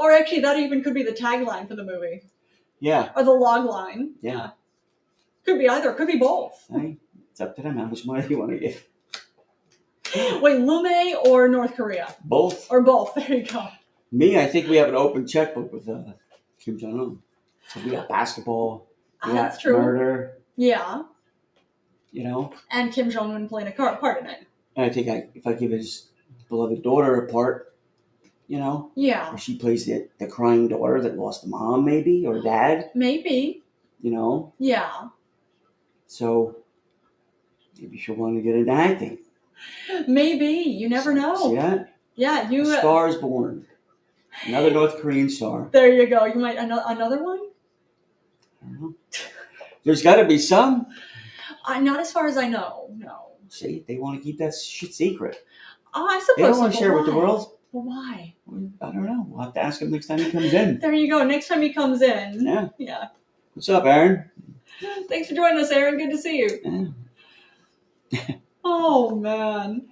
S3: Or actually, that even could be the tagline for the movie,
S2: Yeah,
S3: or the log line.
S2: yeah.
S3: Could be either. Could be both.
S2: Hey, it's up to them how much money they want to give.
S3: Wait, Lume or North Korea,
S2: Both.
S3: or both? There you go.
S2: Me, I think we have an open checkbook with uh, Kim Jong Un. So we got basketball. We got
S3: Ah, That's true.
S2: Murder.
S3: Yeah,
S2: You know.
S3: and Kim Jong Un playing a car- part in it.
S2: And I think I, if I give his beloved daughter a part, you know,
S3: Yeah,
S2: or she plays the, the crying daughter that lost the mom, maybe, or dad,
S3: maybe.
S2: you know.
S3: Yeah,
S2: So Maybe she'll want to get into acting.
S3: Maybe you never
S2: See
S3: know.
S2: that?
S3: Yeah, you.
S2: A star is born. Another North Korean star.
S3: There you go. You might ano- another one.
S2: I don't know. There's got to be some.
S3: Uh, not as far as I know. No.
S2: See, they want to keep that shit secret.
S3: Oh, I
S2: They
S3: suppose.
S2: don't want to
S3: so,
S2: share
S3: but
S2: with the
S3: why?
S2: world.
S3: But why?
S2: I don't know. We'll have to ask him next time he comes in.
S3: There you go. Next time he comes in.
S2: Yeah.
S3: Yeah.
S2: What's up, Aaron?
S3: Thanks for joining us, Aaron. Good to see you.
S2: Yeah.
S3: Oh man.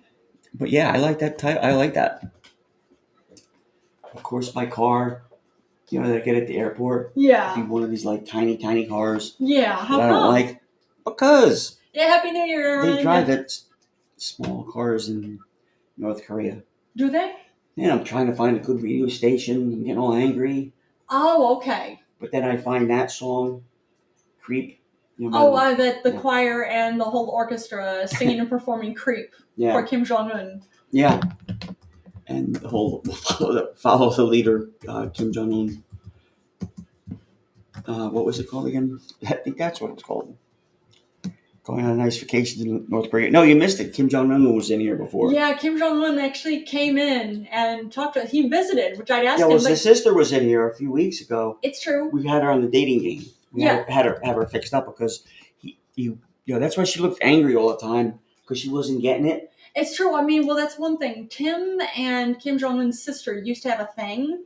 S2: But yeah, I like that title. I like that. Of course, my car. You know that I get at the airport. It'd be
S3: Yeah.
S2: one of these like tiny, tiny cars
S3: Yeah. How
S2: that I don't
S3: come?
S2: like because
S3: yeah. Happy New Year, Aaron.
S2: they drive that s- small cars in North Korea.
S3: Do they?
S2: And I'm trying to find a good radio station. I'm getting all angry,
S3: Oh, okay.
S2: but then I find that song, "Creep." You
S3: Oh, I bet the
S2: Yeah.
S3: choir and the whole orchestra singing and performing "Creep"
S2: yeah,
S3: for Kim Jong Un.
S2: yeah. And the whole follow the, follow the leader uh, Kim Jong Un. Uh, what was it called again? I think that's what it was called. Going on a nice vacation to North Korea. No, you missed it. Kim Jong Un was in here before.
S3: Yeah, Kim Jong Un actually came in and talked to. He visited, which I'd asked
S2: yeah.
S3: him.
S2: Well,
S3: like,
S2: his sister was in here a few weeks ago.
S3: it's true.
S2: we had her on the dating game. We had, her, had her have her fixed up because he, you you know that's why she looked angry all the time because she wasn't getting it.
S3: It's true. I mean, well, that's one thing. Tim and Kim Jong Un's sister used to have a thing.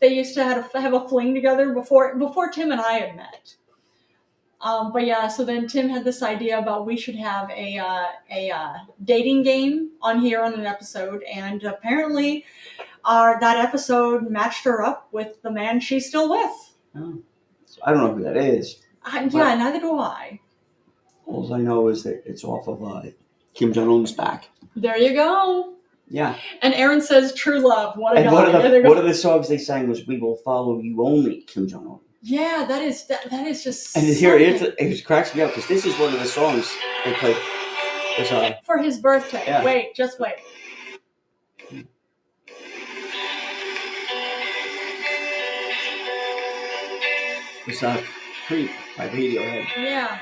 S3: They used to have a, have a fling together before before Tim and I had met. Um, but yeah, so then Tim had this idea about we should have a uh, a uh, dating game on here on an episode, and apparently, uh, that episode matched her up with the man she's still with.
S2: Oh. So I don't know who that is.
S3: I, yeah, neither do I.
S2: All I know is that it's off of uh, Kim Jong Un's back.
S3: There you go.
S2: Yeah,
S3: And Aaron says, "True love." What a
S2: and
S3: guy.
S2: one of
S3: oh, Yeah, there
S2: the
S3: goes-
S2: one of the songs they sang was "We Will Follow You Only," Kim Jong Un.
S3: Yeah, that is that, that is just.
S2: And here it is.
S3: something.
S2: It was cracks me up because this is one of the songs they played. It's, uh,
S3: for his birthday.
S2: Yeah.
S3: Wait, just wait.
S2: it's uh, "Creep" by Radiohead.
S3: Yeah,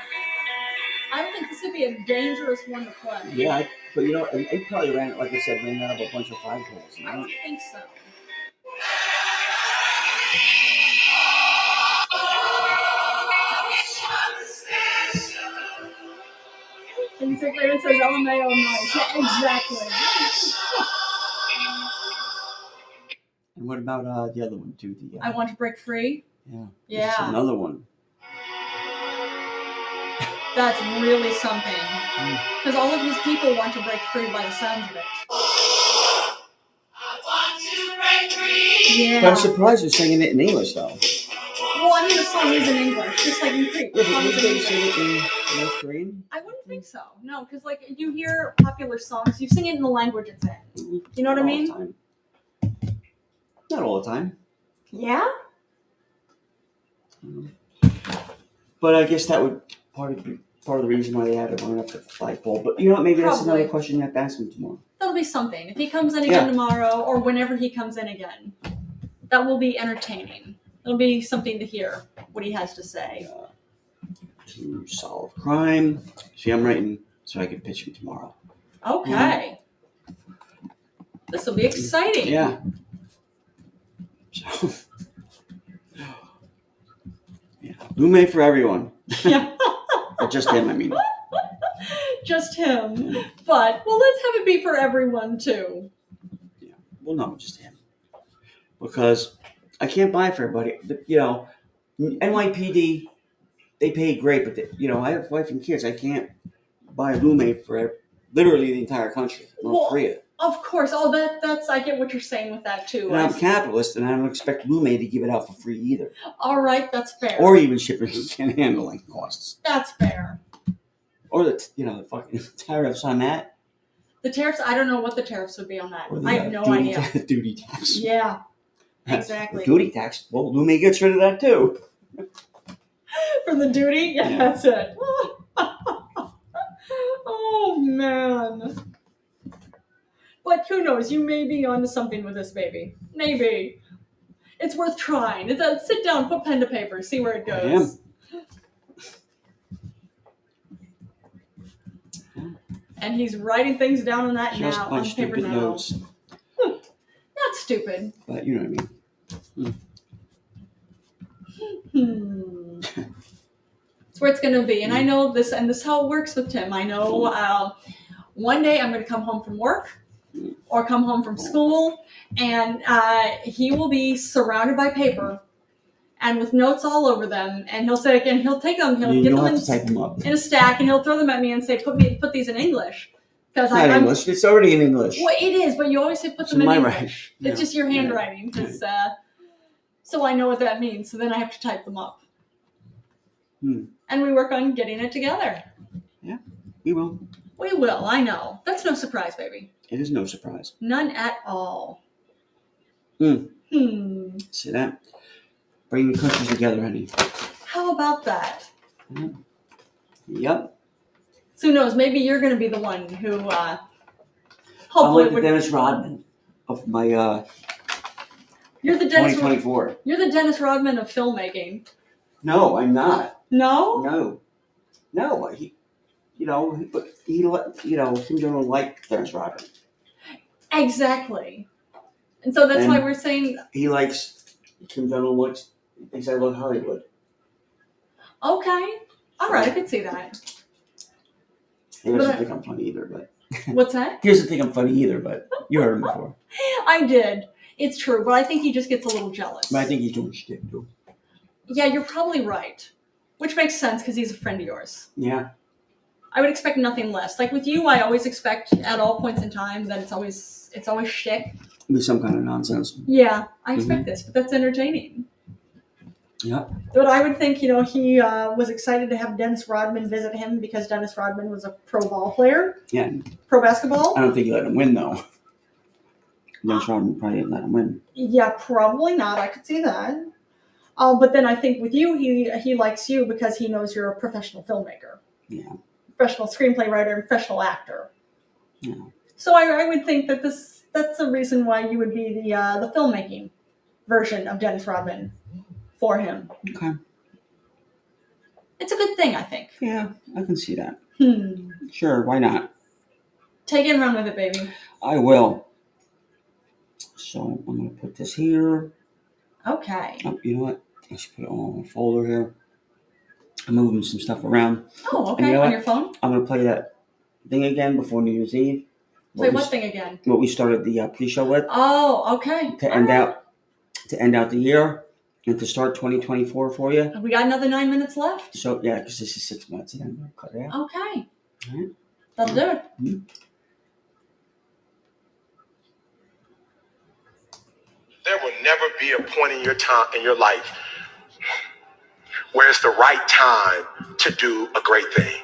S3: I don't think this would be a dangerous one to play.
S2: Yeah, I- but you know, and they probably ran it like I said, ran out of a bunch of five holes. And I
S3: I
S2: don't
S3: don't think so. And you think Aaron says, "LMAO, nice." Yeah, exactly.
S2: And what about uh, the other one too? The, uh,
S3: I want to break free.
S2: yeah, There's
S3: Oh, Yeah,
S2: another one.
S3: that's really something.
S2: Hmm.
S3: Because all of his people want to break free by the sounds of it.
S2: But I'm
S3: Yeah.
S2: surprised they're singing it in English though.
S3: Well, I mean, the song is in English, just like in Creep. The song is in English.
S2: in North Korean?
S3: I wouldn't think
S2: Mm.
S3: so. No, because like you hear popular songs, you sing it in the language it's in.
S2: You
S3: You know what I mean?
S2: Not all the time,
S3: Yeah.
S2: but I guess that would part of be part of the reason why they had it run up to five hole. But you know, what? maybe that's another
S3: Probably.
S2: question you have to ask them tomorrow.
S3: That'll be something. If he comes in again
S2: Yeah.
S3: tomorrow or whenever he comes in again, that will be entertaining. It'll be something to hear what he has to say.
S2: Uh, to solve crime. See, I'm writing so I can pitch him tomorrow.
S3: Okay. This will be exciting.
S2: Mm. Yeah. So, yeah. Lume for everyone.
S3: Yeah.
S2: Or just him, I mean.
S3: Just him. But well let's have it be for everyone too.
S2: Well, no, just him. Because I can't buy for everybody. The- You know, NYPD, they pay great, but, they, you know, I have wife and kids. I can't buy Lume for ev- literally the entire country, North
S3: Well,
S2: Korea.
S3: Of course. Oh that that's I get what you're saying with that too.
S2: And I'm a capitalist, and I don't expect Lume to give it out for free either,
S3: All right, that's fair.
S2: or even shipping and handling costs.
S3: that's fair.
S2: or the t- you know the fucking tariffs on that,
S3: The tariffs, I don't know what the tariffs would be on that.
S2: or the
S3: I
S2: uh,
S3: have no
S2: duty,
S3: idea.
S2: ta- duty tax.
S3: Yeah,
S2: Or
S3: exactly.
S2: duty tax. Well, Lume gets rid of that too.
S3: for the duty, yeah,
S2: Yeah.
S3: that's it. oh man. But who knows? You may be onto something with this baby. Maybe. It's worth trying. It's a, sit down, put pen to paper, see where it
S2: I
S3: goes. And he's writing things down on that
S2: Just
S3: now
S2: by
S3: on paper
S2: stupid
S3: now.
S2: notes.
S3: Not stupid.
S2: But you know what I mean.
S3: Hmm. That's where it's going to be. And I
S2: Hmm.
S3: know this, and this is how it works with Tim. I know uh, one day I'm going to come home from work or come home from school, and uh, he will be surrounded by paper and with notes all over them. And he'll say, and he'll take them, he'll
S2: you
S3: get
S2: don't
S3: them
S2: have
S3: in,
S2: to type them up.
S3: in a stack, and he'll throw them at me and say, put me, put these in English. Because
S2: Not
S3: I'm
S2: English. It's already in English.
S3: Well, it is, but you always say put
S2: It's
S3: them in
S2: my
S3: English.
S2: writing. Yeah.
S3: It's just your handwriting, 'cause, uh, so I know what that means. So then I have to type them up.
S2: Hmm.
S3: And we work on getting it together.
S2: We will.
S3: We will. I know. That's no surprise, baby.
S2: It is no surprise.
S3: None at all.
S2: Hmm.
S3: Hmm.
S2: See that? Bringing countries together, honey.
S3: How about that?
S2: Yep.
S3: So who knows? Maybe you're going to be the one who, uh,
S2: I'm
S3: hopefully,
S2: like the
S3: would-
S2: Dennis Rodman of my uh,
S3: you're the Dennis.
S2: 2024.
S3: You're the Dennis Rodman of filmmaking.
S2: No, I'm not.
S3: No.
S2: No, no. He, you know, he, but he, li- you know, him don't like Dennis Rodman.
S3: Exactly. And so that's why
S2: And-
S3: we're saying,
S2: He likes Kim Jong Un likes thinks I love Hollywood.
S3: okay, all right, I could see that.
S2: He doesn't
S3: But I-
S2: think I'm funny either. But
S3: What's that?
S2: he doesn't think I'm funny either. But you heard him before.
S3: I did. It's true, but I think he just gets a little jealous.
S2: But I think he's doing shit too.
S3: yeah, you're probably right, which makes sense because he's a friend of yours.
S2: Yeah,
S3: I would expect nothing less. Like with you, I always expect at all points in time that it's always it's always shtick.
S2: be some kind of nonsense.
S3: Yeah, I expect this, but that's entertaining.
S2: Mm-hmm. Yep.
S3: But I would think you know he uh, was excited to have Dennis Rodman visit him because Dennis Rodman was a pro ball player,
S2: Yeah,
S3: pro
S2: I
S3: basketball.
S2: don't think he let him win though. Dennis Rodman probably didn't let him win.
S3: Yeah, probably not. I could see that. Uh, but then I think with you, he he likes you because he knows you're a professional filmmaker.
S2: Yeah,
S3: professional screenplay writer and professional actor.
S2: Yeah.
S3: So I, I would think that this that's the reason why you would be the uh, the filmmaking version of Dennis Rodman for him.
S2: Okay.
S3: It's a good thing, I think.
S2: yeah, I can see that.
S3: Hmm.
S2: Sure, why not?
S3: Take it and run with it, baby.
S2: I will. So I'm gonna put this here.
S3: Okay.
S2: Oh, you know what? I should put it all in a folder here. I'm moving some stuff around.
S3: Oh, okay.
S2: you know
S3: On
S2: what?
S3: your phone.
S2: I'm gonna play that thing again before New Year's Eve.
S3: Play
S2: we,
S3: what thing again?
S2: what we started the uh, pre-show with
S3: Oh, okay.
S2: to end
S3: All
S2: out to end out the year and to start 2024 for you.
S3: right. We got another nine minutes left.
S2: So yeah, because this is six months and then we'll cut it out.
S3: Okay.
S10: Mm-hmm.
S2: Mhm.
S3: That'll do it.
S1: There will never be a point in your time in your life where it's the right time to do a great thing.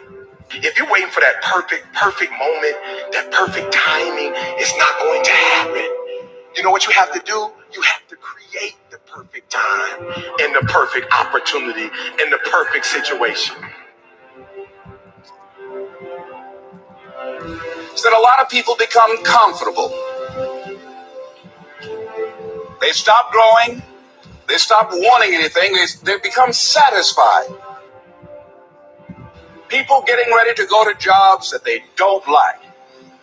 S1: If you're waiting for that perfect, perfect moment, that perfect timing, it's not going to happen. You know what you have to do? You have to create the perfect time and the perfect opportunity and the perfect situation. So that a lot of people become comfortable. They stop growing, they stop wanting anything, they, they become satisfied. People getting ready to go to jobs that they don't like,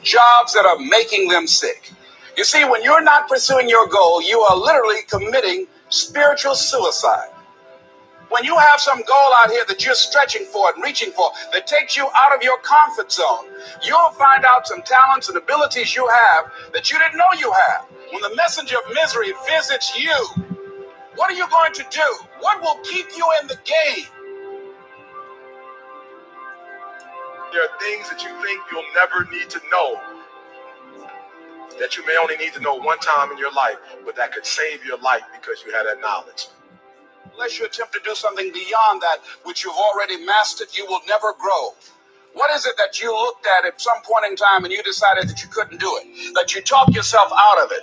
S1: jobs that are making them sick. You see, when you're not pursuing your goal, you are literally committing spiritual suicide. When you have some goal out here that you're stretching for and reaching for that takes you out of your comfort zone, you'll find out some talents and abilities you have that you didn't know you have. When the messenger of misery visits you, what are you going to do? What will keep you in the game? There are things that you think you'll never need to know that you may only need to know one time in your life, but that could save your life because you had that knowledge. Unless you attempt to do something beyond that which you've already mastered, you will never grow. What is it that you looked at at some point in time and you decided that you couldn't do it? That you talked yourself out of it?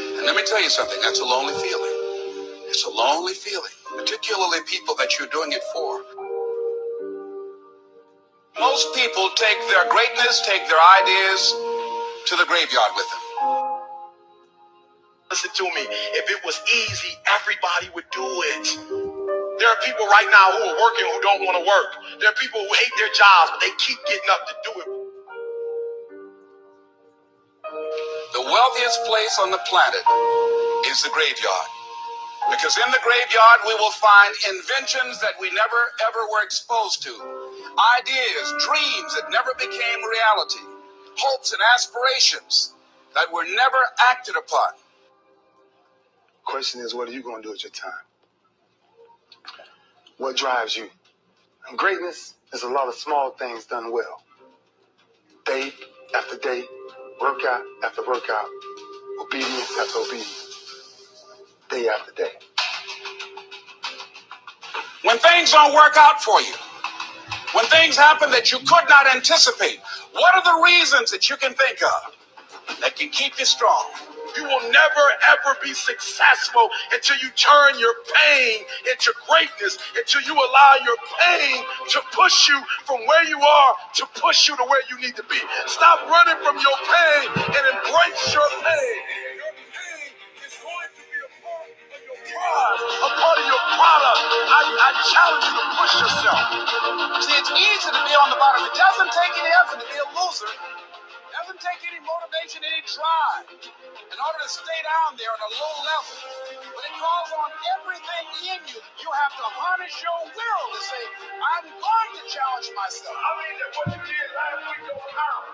S1: And let me tell you something, that's a lonely feeling. It's a lonely feeling, particularly people that you're doing it for. Most people take their greatness, take their ideas to the graveyard with them. Listen to me, if it was easy, everybody would do it. There are people right now who are working who don't want to work. There are people who hate their jobs, but they keep getting up to do it. The wealthiest place on the planet is the graveyard. Because in the graveyard, we will find inventions that we never ever were exposed to, ideas, dreams that never became reality, hopes and aspirations that were never acted upon. Question is, what are you going to do with your time? What drives you? And greatness is a lot of small things done well. Day after day, workout after workout, obedience after obedience, day after day. When things don't work out for you, when things happen that you could not anticipate, what are the reasons that you can think of? that can keep you strong. You will never ever be successful until you turn your pain into greatness, until you allow your pain to push you from where you are to push you to where you need to be. Stop running from your pain and embrace your pain. Your pain is going to be a part of your pride, a part of your product. I, I challenge you to push yourself. See, it's easy to be on the bottom. It doesn't take any effort to be a loser. It doesn't take any motivation, any drive in order to stay down there at a low level. But it calls on everything in you. You have to harness your will to say, I'm going to challenge myself. I mean, that what you did last week don't count.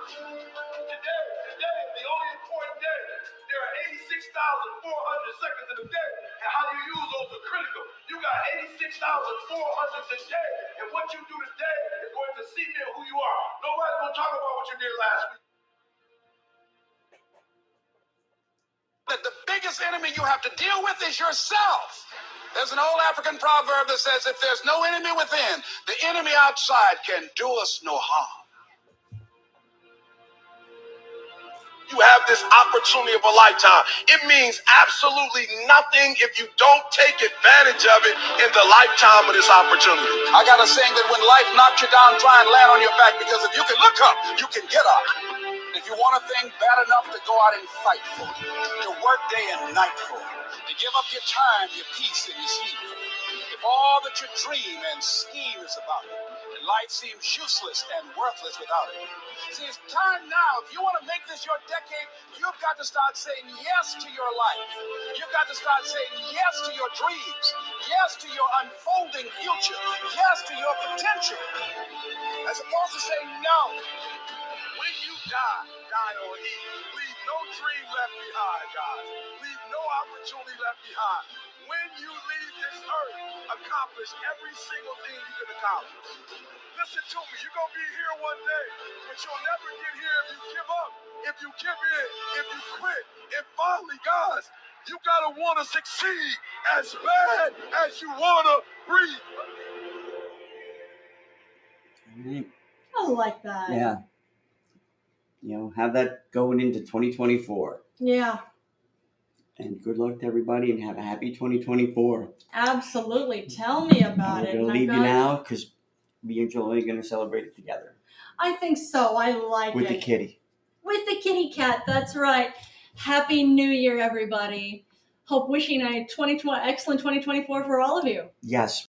S1: Today, today, the only important day, there are 86,400 seconds in a day, and how you use those are critical. You got 86,400 today, and what you do today is going to see me who you are. Nobody's going to talk about what you did last week. that the biggest enemy you have to deal with is yourself. There's an old African proverb that says, if there's no enemy within, the enemy outside can do us no harm. You have this opportunity of a lifetime. It means absolutely nothing if you don't take advantage of it in the lifetime of this opportunity. I got a saying that when life knocks you down, try and land on your back because if you can look up, you can get up. If you want a thing bad enough to go out and fight for it, to work day and night for it, to give up your time, your peace, and your sleep for it, if all that you dream and scheme is about it, and life seems useless and worthless without it. See, it's time now. If you want to make this your decade, you've got to start saying yes to your life. You've got to start saying yes to your dreams, yes to your unfolding future, yes to your potential, as opposed to saying no. When you die, die on he. Leave no dream left behind, guys. Leave no opportunity left behind. When you leave this earth, accomplish every single thing you can accomplish. Listen to me, you're gonna be here one day, but you'll never get here if you give up, if you give in, if you quit. And finally, guys, you gotta wanna succeed as bad as you wanna breathe.
S10: Alright.
S3: I like that.
S10: Yeah, you know, have that going into 2024.
S3: Yeah,
S10: And good luck to everybody and have a happy 2024.
S3: absolutely. Tell me
S10: And
S3: about
S10: we're
S3: it.
S10: going
S3: And
S10: to
S3: I'm
S10: leave you
S3: gonna-
S10: now because me and Joel are going to celebrate it together
S3: I think so. I like
S10: with
S3: it.
S10: the kitty.
S3: with the kitty cat. That's right. Happy New Year, everybody. Hope wishing a 2020, excellent 2024 for all of you.
S10: Yes,